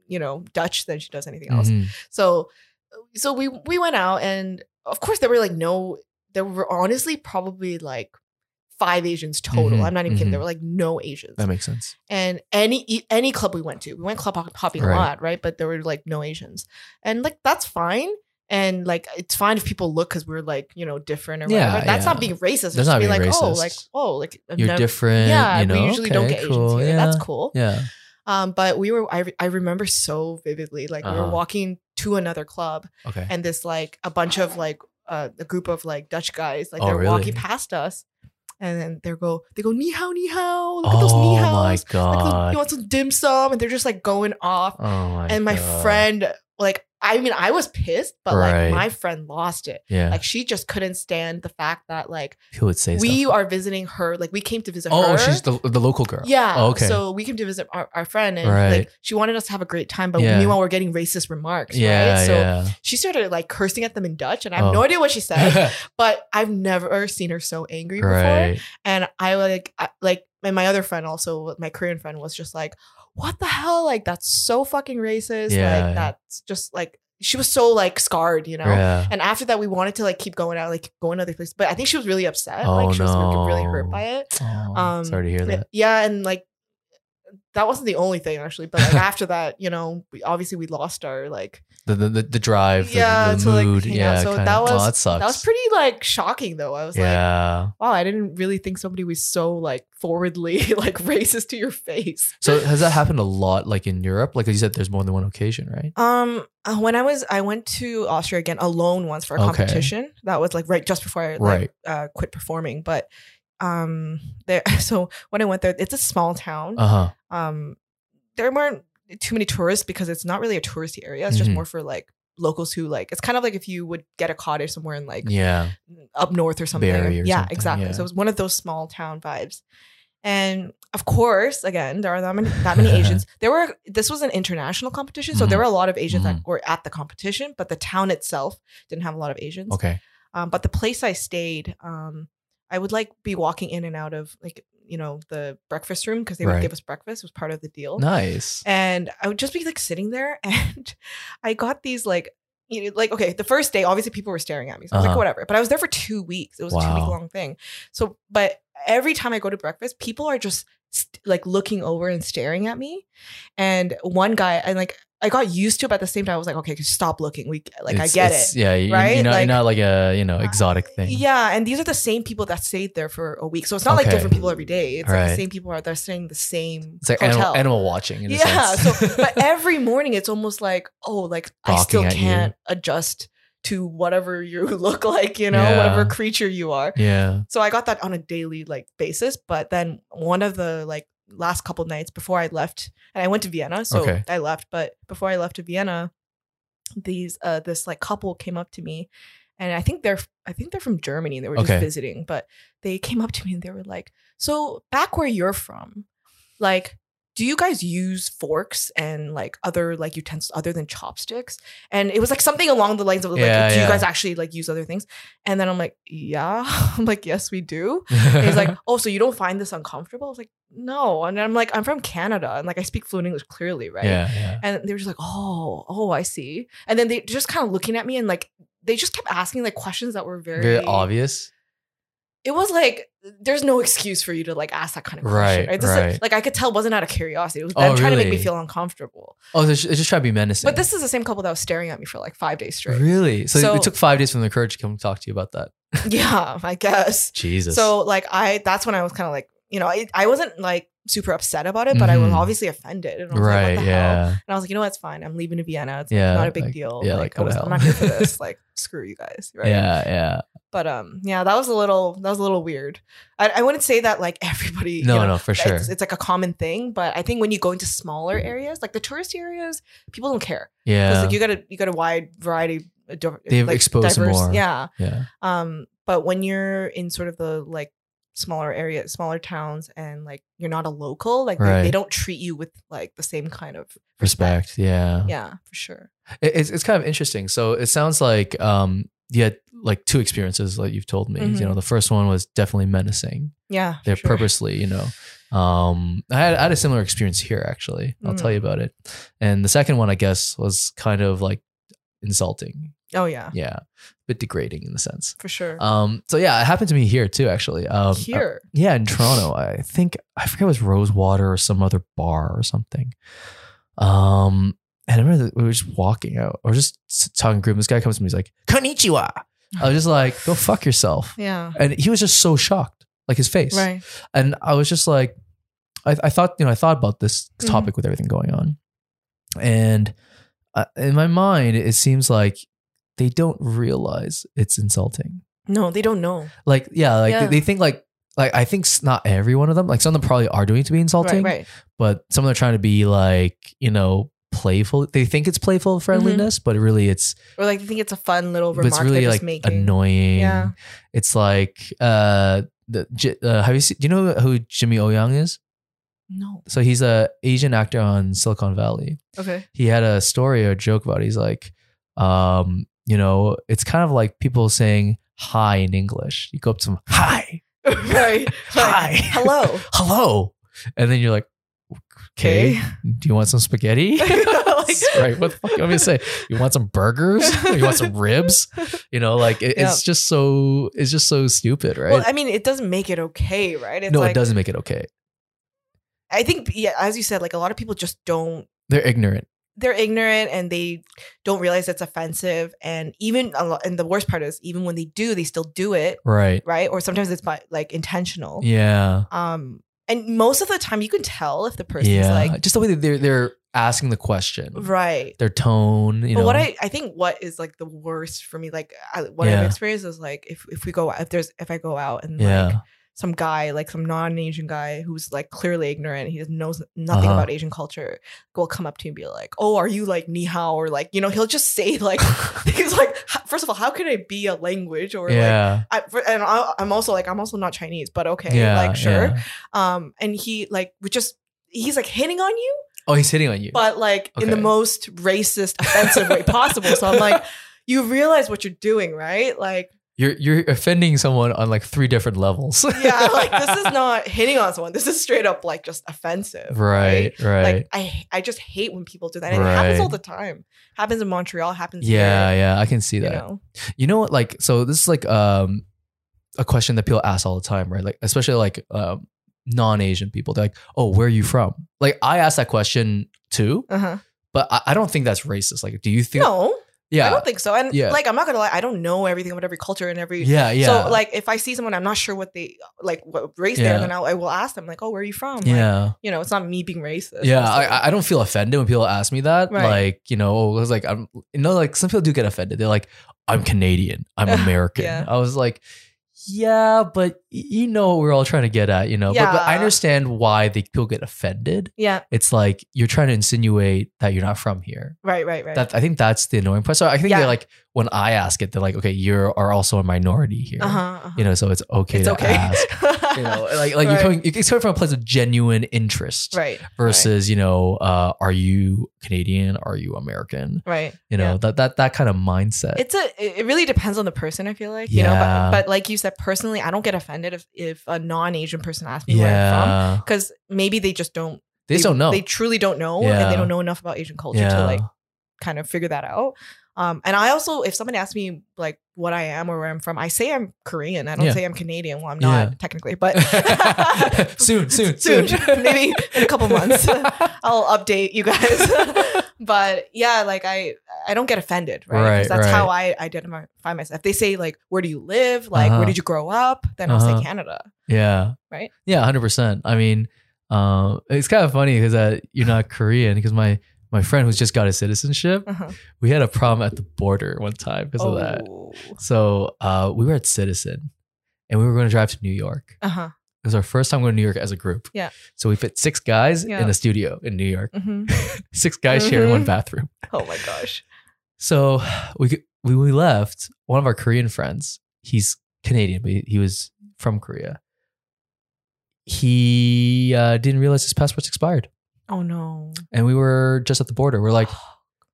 S3: you know, Dutch than she does anything else.
S2: Mhm.
S3: So, so we we went out, and of course there were like no, there were honestly probably like five Asians total.
S2: Mhm,
S3: I'm not even kidding.
S2: mhm.
S3: There were like no Asians,
S2: That makes sense.
S3: and any e, any club we went to, we went club hop- hopping a
S2: Right.
S3: lot, right? But there were like no Asians, and like that's fine. And like it's fine if people look because we're like you know different or
S2: Yeah,
S3: whatever. That's
S2: yeah.
S3: not being racist. It's
S2: That's
S3: just
S2: not
S3: being like
S2: being
S3: oh
S2: racist.
S3: like oh like I've
S2: You're
S3: never-
S2: different.
S3: Yeah,
S2: you know?
S3: we usually don't
S2: Okay,
S3: get
S2: cool.
S3: Asians here.
S2: Yeah.
S3: That's cool.
S2: Yeah.
S3: Um, but we were I, I remember so vividly like we were
S2: Uh-huh.
S3: walking to another club
S2: Okay.
S3: and this like a bunch of like uh, a group of like Dutch guys like
S2: Oh,
S3: they're walking
S2: really?
S3: past us and then they go they go ni hao ni hao look at those
S2: oh
S3: ni
S2: my
S3: haos like, look,
S2: god.
S3: you want some dim sum and they're just like going off
S2: oh my.
S3: and my
S2: God.
S3: friend like I mean I was pissed but
S2: Right.
S3: like my friend lost it
S2: Yeah.
S3: like she just couldn't stand the fact that like
S2: who would say
S3: we
S2: stuff?
S3: are visiting her like we came to visit
S2: Oh,
S3: her
S2: she's the the local girl.
S3: yeah.
S2: Oh, okay.
S3: So we came to visit our, our friend and
S2: Right.
S3: like she wanted us to have a great time, but
S2: Yeah.
S3: meanwhile we're getting racist remarks.
S2: Yeah.
S3: right. So
S2: yeah.
S3: she started like cursing at them in Dutch and I have
S2: Oh.
S3: no idea what she
S2: <laughs>
S3: said, but I've never seen her so angry before.
S2: right.
S3: And I like I, like and my other friend also, my Korean friend was just like, What the hell? Like that's so fucking racist.
S2: Yeah.
S3: Like that's just like she was so like scarred, you know?
S2: Yeah.
S3: And after that, we wanted to like keep going out, like going other places. But I think she was really upset.
S2: Oh,
S3: like she was really
S2: no.
S3: hurt by it.
S2: Oh,
S3: Um,
S2: sorry to hear
S3: Yeah,
S2: that.
S3: Yeah, and like that wasn't the only thing actually, but like after that, you know, we, obviously we lost our like
S2: The the, the, the drive. The,
S3: Yeah,
S2: The
S3: to, like,
S2: mood.
S3: hang out.
S2: yeah.
S3: So
S2: kinda-
S3: that was-
S2: oh, that sucks.
S3: that was pretty like shocking though. I was like,
S2: Yeah.
S3: wow, I didn't really think somebody was so like forwardly <laughs> like racist to your face.
S2: so has that happened a lot, like in Europe? Like you said, there's more than one occasion, right?
S3: Um, uh, when I was I went to Austria again alone once for a
S2: Okay.
S3: competition. That was like right just before I like,
S2: Right.
S3: uh, quit performing, but um there <laughs> so when I went there, it's a small town.
S2: Uh huh.
S3: um there weren't too many tourists because it's not really a touristy area it's just
S2: Mhm.
S3: more for like locals who like it's kind of like if you would get a cottage somewhere in like
S2: Yeah.
S3: up north or something
S2: Barrie or
S3: yeah
S2: something,
S3: exactly
S2: yeah.
S3: so it was one of those small town vibes and of course again there are that many, that
S2: <laughs>
S3: many asians there were this was an international competition so there
S2: Mhm.
S3: were a lot of asians that were at the competition but the town itself didn't have a lot of asians
S2: Okay.
S3: um, but the place I stayed, um, I would like be walking in and out of like you know the breakfast room because they would
S2: Right.
S3: give us breakfast was part of the deal.
S2: Nice.
S3: And I would just be like sitting there, <laughs> and I got these like you know like okay the first day obviously people were staring at me so I was like
S2: Uh-huh.
S3: whatever but I was there for two weeks it was a two week
S2: Wow.
S3: long thing so but every time I go to breakfast people are just st- like looking over and staring at me and one guy and like I got used to it but at the same time I was like okay stop looking we like I
S2: It's-
S3: get it
S2: it's- Yeah. You,
S3: right?
S2: You're not,
S3: Like-
S2: you're not like a you know exotic thing.
S3: yeah, and these are the same people that stayed there for a week. So it's not like
S2: Okay.
S3: different people every day. It's like the
S2: Right.
S3: same people are they're staying the same
S2: It's like
S3: hotel.
S2: animal, animal watching. In a
S3: yeah.
S2: sense.
S3: So
S2: <laughs>
S3: but every morning it's almost like, oh, like I
S2: Gawking
S3: still
S2: at you.
S3: can't adjust to whatever you <laughs> look like, you know,
S2: Yeah.
S3: whatever creature you are.
S2: yeah.
S3: So I got that on a daily like basis. But then one of the like last couple nights before I left, and I went to Vienna, so
S2: Okay.
S3: I left. But before I left to Vienna, these uh this like couple came up to me, and I think they're I think they're from Germany. They were
S2: Okay.
S3: just visiting, but they came up to me and they were like, "So back where you're from, like." Do you guys use forks and like other like utensils other than chopsticks? And it was like something along the lines of like,
S2: Yeah,
S3: do you
S2: yeah.
S3: guys actually like use other things? And then I'm like, yeah. <laughs> I'm like, yes, we do. And
S2: <laughs>
S3: he's like, oh, so you don't find this uncomfortable? I was like, no. And I'm like, I'm from Canada. And like, I speak fluent English clearly, right?
S2: Yeah. Yeah.
S3: And they were just like, oh, oh, I see. And then they just kind of looking at me and like, they just kept asking like questions that were very,
S2: Very obvious.
S3: It was like, there's no excuse for you to like ask that kind of question.
S2: Right,
S3: It's just, like-
S2: right.
S3: Like, I could tell it wasn't out of curiosity. It was
S2: Oh,
S3: them trying to make me
S2: really?
S3: feel uncomfortable.
S2: Oh, they're, ju- they're just trying to be menacing.
S3: But this is the same couple that was staring at me for like five days straight.
S2: really. So,
S3: So-
S2: it took five days from the courage to come talk to you about that.
S3: <laughs> yeah, I guess.
S2: Jesus.
S3: So like I that's when I was kind of like, you know, I, I wasn't like super upset about it, but I was
S2: Mhm.
S3: obviously offended. And I was like,
S2: right.
S3: what the hell?
S2: yeah.
S3: And I was like, you know what, it's fine. I'm leaving to Vienna. It's
S2: Yeah,
S3: not a big
S2: like-
S3: deal.
S2: yeah,
S3: like,
S2: like,
S3: I
S2: what
S3: was,
S2: the hell?
S3: I'm not here
S2: <laughs>
S3: for this. Like, screw you guys. Right.
S2: Yeah. Yeah.
S3: But um, yeah, that was a little that was a little weird. I, I wouldn't say that like everybody
S2: No.
S3: you know,
S2: no. For sure.
S3: It's, it's like a common thing, but I think when you go into smaller areas, like the tourist areas, people don't care because
S2: yeah.
S3: like you got a you got a wide variety. of di-
S2: They've
S3: like,
S2: exposed more.
S3: Yeah,
S2: yeah.
S3: um, but when you're in sort of the like smaller areas, smaller towns, and like you're not a local, like
S2: Right.
S3: they, they don't treat you with like the same kind of
S2: respect. Yeah.
S3: yeah, for sure.
S2: It- it's it's kind of interesting. So it sounds like um you had like two experiences like you've told me. You
S3: Mhm.
S2: know, the first one was definitely menacing.
S3: Yeah, for
S2: They're
S3: sure.
S2: purposely, you know. Um, I had, I had a similar experience here actually. I'll
S3: Mm.
S2: tell you about it. And the second one, I guess, was kind of like insulting.
S3: Oh yeah,
S2: Yeah, a bit degrading in the sense.
S3: for sure.
S2: Um, so yeah, it happened to me here too actually. Um,
S3: Here,
S2: yeah, in Toronto, I think I forget it was Rosewater or some other bar or something. Um, and I remember that we were just walking out or just s- talking group. and This guy comes to me, he's like, "Konnichiwa." I was just like, "Go fuck yourself,"
S3: <laughs> yeah,
S2: and he was just so shocked, like his face.
S3: right.
S2: And I was just like, I, I thought, you know, I thought about this
S3: Mhm.
S2: topic with everything going on, and uh, in my mind, it seems like they don't realize it's insulting
S3: No, they don't know.
S2: like yeah like
S3: Yeah.
S2: They, they think like like i think s- not every one of them like some of them probably are doing it to be insulting
S3: Right, right.
S2: but some of them are trying to be like you know playful they think it's playful
S3: Mm-hmm.
S2: friendliness but really it's
S3: Or like they think it's a fun little
S2: but
S3: remark
S2: it's really
S3: they're
S2: like
S3: just making.
S2: annoying
S3: Yeah.
S2: it's like uh the J- uh, have you seen do you know who jimmy oyoung is
S3: No.
S2: so he's a asian actor on silicon valley
S3: Okay.
S2: he had a story or a joke about it. he's like um you know it's kind of like people saying hi in english you go up to them hi
S3: <laughs> right. Like,
S2: <laughs> Hi. <laughs>
S3: Hello.
S2: hello. And then you're like, okay, do you want some
S3: <laughs>
S2: spaghetti?
S3: Like-
S2: right. What the fuck am I to say? You want some
S3: <laughs>
S2: burgers? you want some ribs? You know, like it, it's just so it's just so stupid, right?
S3: Well, I mean, it doesn't make it okay, right? It's
S2: no,
S3: like,
S2: it doesn't make it okay.
S3: I think, yeah, as you said, like a lot of people just don't.
S2: They're ignorant.
S3: They're ignorant and they don't realize it's offensive. And even a lot, and the worst part is, even when they do, they still do it,
S2: Right.
S3: right? Or sometimes it's by, like intentional.
S2: Yeah.
S3: Um, and most of the time, you can tell if the person's
S2: yeah.
S3: like,
S2: just the way that they're they're asking the question.
S3: right.
S2: Their tone, you
S3: but
S2: know.
S3: what I, I think what is like the worst for me, like I, what
S2: Yeah.
S3: I've experienced is like if if we go if there's if I go out and
S2: yeah.
S3: like some guy like some non-Asian guy who's like clearly ignorant, he doesn't knows nothing
S2: Uh-huh.
S3: about Asian culture, will come up to you and be like, "Oh, are you like ni hao?" or like you know he'll just
S2: <laughs>
S3: say like he's like h- first of all, how can it be a language or like
S2: yeah.
S3: I, for, and I, I'm also like I'm also not Chinese, but okay,
S2: yeah.
S3: like sure.
S2: yeah.
S3: Um, and he like would just he's like hitting on you
S2: Oh, he's hitting on you.
S3: but like in the
S2: Okay.
S3: most racist, offensive way possible. So I'm
S2: <laughs>
S3: like, you realize what you're doing, right? Like,
S2: you're you're offending someone on like three different levels. <laughs>
S3: yeah, like this is not hitting on someone. This is straight up like just offensive,
S2: right, right.
S3: Like I, I just hate when people do that. And It happens
S2: Right.
S3: all the time. Happens in Montreal. Happens.
S2: yeah,
S3: here,
S2: yeah, I can see
S3: you
S2: that.
S3: know.
S2: You know what? Like, so this is like um a question that people ask all the time, right? Like, especially like um, non-Asian people. They're like, "Oh, where are you from?" Like, I ask that question too,
S3: Uh huh.
S2: but I, I don't think that's racist. Like, do you think?
S3: No, I
S2: yeah,
S3: don't think so. And
S2: Yeah.
S3: like, I'm not gonna lie, I don't know everything about every culture and every.
S2: yeah, yeah,
S3: So like, if I see someone, I'm not sure what they like, what race
S2: Yeah.
S3: they're, then I, I will ask them like, "Oh, where are you from?" Like,
S2: yeah.
S3: you know, it's not me being racist.
S2: yeah,
S3: It's
S2: I,
S3: like-
S2: I- I don't feel offended when people ask me that.
S3: Right.
S2: Like, you know, I was like, I'm, you know, like some people do get offended. They're like, I'm Canadian,
S3: <laughs>
S2: I'm American.
S3: Yeah.
S2: I was like, yeah, but y- you know what we're all trying to get at, you know? But, but I
S3: Yeah.
S2: understand why they, people get offended.
S3: yeah.
S2: It's like you're trying to insinuate that you're not from here.
S3: Right. Right. Right.
S2: That I think that's the annoying part. So I think
S3: Yeah.
S2: they're like, when I ask it, they're like, okay, you are also a minority here.
S3: Uh-huh,
S2: You know, so it's okay
S3: it's
S2: to
S3: okay.
S2: ask. You know, like like
S3: <laughs>
S2: you're
S3: Right.
S2: coming, it's coming from a place of genuine interest
S3: right.
S2: versus you know uh, are you canadian are you american
S3: right.
S2: you know
S3: Yeah.
S2: that that that kind of mindset
S3: It's a. It it really depends on the person. I feel like you
S2: Yeah.
S3: know. But, but like you said, personally, I don't get offended if if a non-Asian person asks me where I'm from
S2: yeah
S3: because maybe they just don't.
S2: they just don't know
S3: They <laughs> truly don't know, and
S2: Yeah.
S3: they don't know enough about Asian culture
S2: yeah
S3: to like kind of figure that out. Um, and I also, if someone asks me like what I am or where I'm from, I say I'm Korean. I don't
S2: Yeah.
S3: say I'm Canadian. Well, I'm
S2: Yeah.
S3: not technically,
S2: <laughs>
S3: but
S2: <laughs>
S3: <laughs>
S2: soon soon soon,
S3: Soon. <laughs> Maybe in a couple months. I'll update you
S2: <laughs>
S3: guys. <laughs> but yeah, like I I don't get offended, right? 'Cause
S2: Right,
S3: that's
S2: right.
S3: how I identify myself. If they say like, where do you live? Like,
S2: Uh-huh.
S3: where did you grow up? Then I'll
S2: Uh-huh.
S3: say Canada.
S2: <laughs> yeah
S3: Right?
S2: yeah 100% i mean um it's kind of funny because uh, you're not korean because my my friend who's just got his citizenship
S3: Uh-huh.
S2: we had a problem at the border one time because of that
S3: Oh.
S2: so uh we were at citizen and we were going to drive to new york
S3: Uh-huh.
S2: It was our first time going to New York as a group.
S3: Yeah.
S2: So we fit six guys
S3: Yeah.
S2: in a studio in New
S3: <laughs>
S2: York.
S3: hmm
S2: Six guys sharing one
S3: Mhm.
S2: bathroom.
S3: Oh my gosh.
S2: So we g- we we left. One of our Korean friends, he's Canadian, but he, he was from Korea, he uh, didn't realize his passport's expired.
S3: Oh
S2: <laughs>
S3: no.
S2: And we were just at the border.
S3: <gasps>
S2: We're like,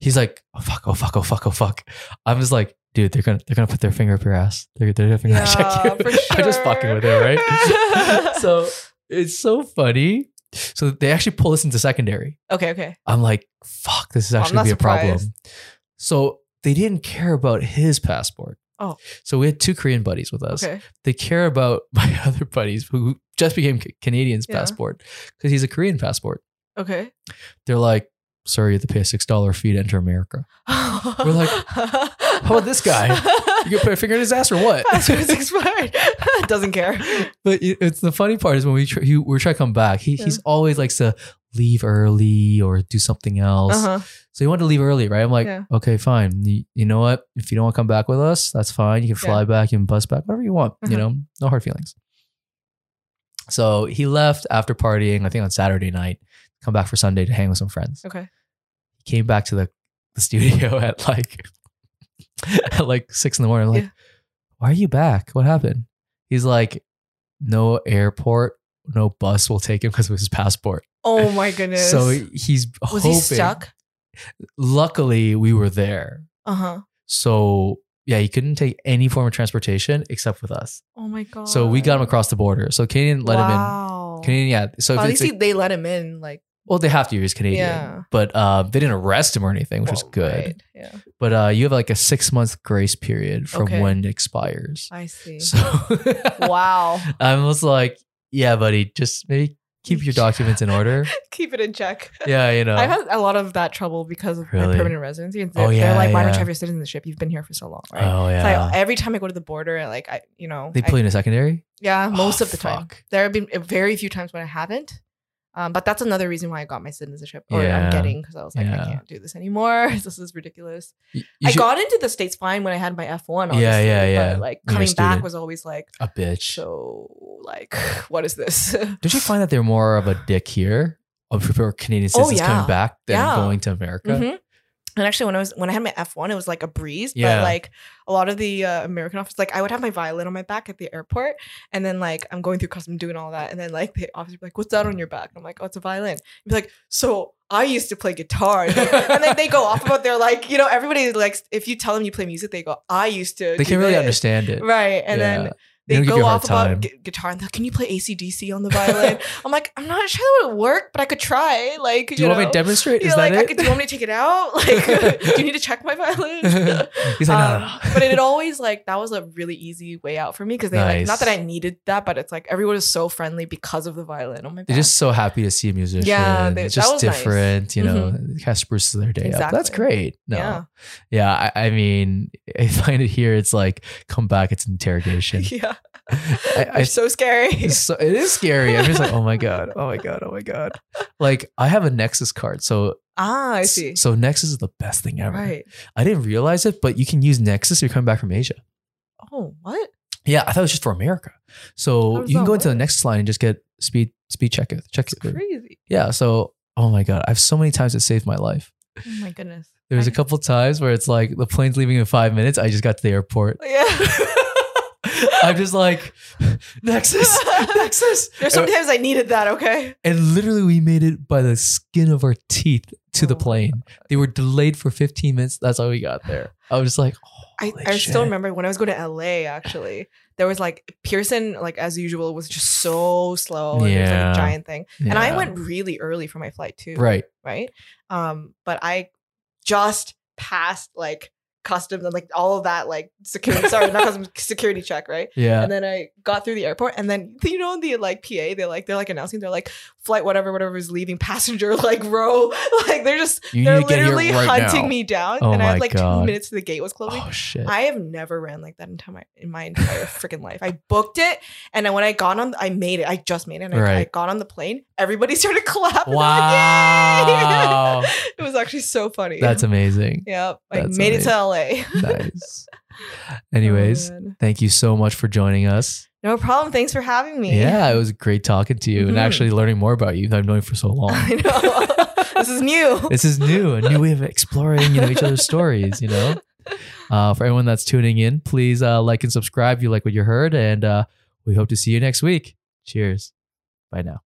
S2: he's like, oh fuck, oh fuck, oh fuck, oh fuck. I'm just like, dude, they're gonna they're gonna put their finger up your ass. They're, they're definitely gonna
S3: Yeah,
S2: <laughs> check you.
S3: for
S2: I'm just fucking with it,
S3: <laughs>
S2: right? <laughs>
S3: sure.
S2: so it's so funny. So they actually pull this into secondary.
S3: Okay, okay.
S2: I'm like, fuck, this is
S3: I'm
S2: actually
S3: not
S2: gonna be a problem.
S3: surprised.
S2: So they didn't care about his passport.
S3: Oh.
S2: So we had two Korean buddies with us.
S3: Okay.
S2: They care about <laughs> my other buddies who just became C- Canadian's
S3: Yeah.
S2: passport because he's a Korean passport.
S3: Okay.
S2: They're like, sorry, you have to pay a $6 fee to enter America.
S3: We're <laughs>
S2: like,
S3: how
S2: about this guy?
S3: <laughs>
S2: You gonna put a finger in his ass or what?
S3: Passport's expired. <laughs> Doesn't care.
S2: <laughs> but it- it's the funny part is when we try, he, we try to come back, he,
S3: Yeah.
S2: he's always likes to leave early or do something else.
S3: Uh-huh.
S2: So he wanted to leave early, right? I'm like,
S3: Yeah.
S2: okay, fine. You, you know what? If you don't want to come back with us, that's fine. You can fly back, you can bus back, whatever you want. You
S3: Uh-huh.
S2: know, no hard feelings. So he left after partying, I think on Saturday night, come back for Sunday to hang with some friends.
S3: Okay.
S2: He came back to the, the studio <laughs> at like at like six in the morning. I'm like,
S3: Yeah.
S2: why are you back? What happened? He's like, no airport, no bus will take him because of his passport.
S3: Oh my goodness.
S2: So he's
S3: was
S2: hoping.
S3: he stuck?
S2: Luckily, we were there.
S3: Uh huh.
S2: So yeah, he couldn't take any form of transportation except with us.
S3: Oh my god.
S2: So we got him across the border. So Canadian let him
S3: wow.
S2: in. Canadian, yeah. So
S3: Well,
S2: if
S3: at
S2: it's
S3: least
S2: a-
S3: he- they let him in. Like,
S2: well, they have to. He's Canadian,
S3: Yeah.
S2: but uh, they didn't arrest him or anything, which was
S3: well,
S2: good.
S3: right. Yeah,
S2: But uh, you have like a six month grace period from
S3: Okay.
S2: when it expires.
S3: I see.
S2: So
S3: <laughs>
S2: <laughs>
S3: wow.
S2: I was like, yeah, buddy, just maybe keep your documents
S3: <laughs>
S2: in order.
S3: <laughs> Keep it in check.
S2: Yeah, you know.
S3: <laughs> I've had a lot of that trouble because of
S2: Really?
S3: my permanent residency. They're,
S2: Oh, yeah,
S3: they're like, why don't
S2: yeah.
S3: you have your citizenship? You've been here for so long, right?
S2: oh
S3: So
S2: yeah.
S3: I, every time I go to the border, I like I, you know,
S2: they
S3: I-
S2: put you in a secondary.
S3: yeah, most
S2: Oh,
S3: of the time.
S2: fuck.
S3: There have been very few times when I haven't. Um, but that's another reason why I got my citizenship, or
S2: Yeah.
S3: I'm getting because I was like,
S2: Yeah.
S3: I can't do this anymore. <laughs> this is ridiculous.
S2: You- you
S3: I
S2: should-
S3: got into the states fine when I had my F one.
S2: Yeah, yeah, yeah.
S3: But like
S2: When you're a
S3: coming back
S2: student.
S3: was always like,
S2: a bitch.
S3: so like, <sighs> what is this? <laughs>
S2: Don't you find that they're more of a dick here of people who are Canadian
S3: Oh,
S2: citizens
S3: yeah.
S2: coming back than
S3: Yeah.
S2: going to America?
S3: hmm And actually, when I was when I had my F one, it was like a breeze.
S2: Yeah.
S3: But like a lot of the uh, American officers, like I would have my violin on my back at the airport, and then like I'm going through customs doing all that, and then like the officer would be like, "What's that on your back?" And I'm like, "Oh, it's a violin." He'd be like, "So I used to play guitar," and then they go off about they're like, you know, everybody like if you tell them you play music, they go, "I used to."
S2: They
S3: do
S2: can't really
S3: this."
S2: understand it.
S3: Right, and
S2: Yeah.
S3: then.
S2: They
S3: They
S2: don't give
S3: go
S2: you a hard
S3: off about
S2: time.
S3: gu- guitar and they're like, can you play ACDC on the
S2: <laughs>
S3: violin? I'm like, I'm not sure that would work, but I could try. Like,
S2: Do you want me to demonstrate?
S3: yeah,
S2: Is
S3: like,
S2: that
S3: I
S2: it? <laughs>
S3: could, do you want me to take it out? <laughs> Like, do you need to check my violin?
S2: <laughs> He's like, no, no,
S3: Um,
S2: no.
S3: but
S2: <laughs>
S3: it always like that was a really easy way out for me because they like
S2: Nice.
S3: not that I needed that, but it's like everyone is so friendly because of the violin. Oh my god,
S2: They're just so happy to see a musician.
S3: Yeah, they-
S2: it's
S3: that
S2: just
S3: was nice. Mm-hmm.
S2: different, you know, kind of spruces their day up. That's
S3: Exactly.
S2: great. No.
S3: yeah,
S2: Yeah, I, I mean, <laughs> I find it here, it's like, come back, it's interrogation.
S3: <laughs> yeah,
S2: I,
S3: <laughs>
S2: I
S3: it's so scary.
S2: <laughs> It's so, it is scary. I'm just like, oh my god, oh my god, oh my god. Like I have a Nexus card, so
S3: ah, I see.
S2: So Nexus is the best thing ever.
S3: Right.
S2: I didn't realize it, but you can use Nexus if you're coming back from Asia.
S3: Oh, what?
S2: Yeah, I thought it was just for America. So
S3: How does
S2: you can
S3: that
S2: go into the
S3: work?
S2: Nexus line and just get speed speed check it check
S3: It's
S2: it.
S3: crazy.
S2: Yeah. So oh my god, I've so many times it saved my life.
S3: Oh my goodness.
S2: There was a
S3: I-
S2: couple times where it's like the plane's leaving in five minutes. I just got to the airport.
S3: <laughs> Yeah. <laughs>
S2: I'm just like <laughs> Nexus, Nexus.
S3: There's sometimes I needed that. Okay.
S2: And literally, we made it by the skin of our teeth to the
S3: Oh my
S2: plane. They were delayed for 15 minutes. That's how we got there. I was like, oh,
S3: I,
S2: Holy
S3: I still
S2: shit.
S3: remember when I was going to LA actually. There was like Pearson, like as usual, was just so slow. And It was like
S2: Yeah.
S3: a giant thing. And
S2: yeah.
S3: I went really early for my flight too.
S2: right.
S3: Right. Um, but I just passed like customs and like all of that, like security sorry, not
S2: <laughs>
S3: customs security check, right?
S2: Yeah.
S3: And then I got through the airport, and then <laughs> you know the like PA, they're like they're like announcing they're like flight whatever whatever is leaving passenger <laughs> like row, like they're just
S2: You
S3: they're
S2: need to get here
S3: literally
S2: right
S3: hunting
S2: now.
S3: me down,
S2: Oh
S3: and I
S2: my
S3: had like
S2: God.
S3: two minutes to the gate was closing.
S2: Oh shit.
S3: I have never ran like that in my in my entire freaking life. I booked it, and then when I got on, I made it. I just made it. And I- I,
S2: Right.
S3: got on the plane. Everybody <laughs> started clapping.
S2: wow.
S3: <laughs> it was actually so funny.
S2: That's amazing.
S3: yeah. I
S2: that's
S3: made it to LA.
S2: Nice. Anyways,
S3: Oh, man.
S2: thank you so much for joining us.
S3: no problem. Thanks for having me.
S2: Yeah, it was great talking to you and
S3: Mhm.
S2: actually learning more about you that I've known you for so
S3: <laughs>
S2: long.
S3: <laughs> I know. <laughs> this is new.
S2: this is new, a new way of exploring, you know, each other's stories, you
S3: <laughs>
S2: know. Uh, for everyone that's tuning in, please uh, like and subscribe if you like what you heard, and uh, we hope to see you next week. Cheers. Bye now.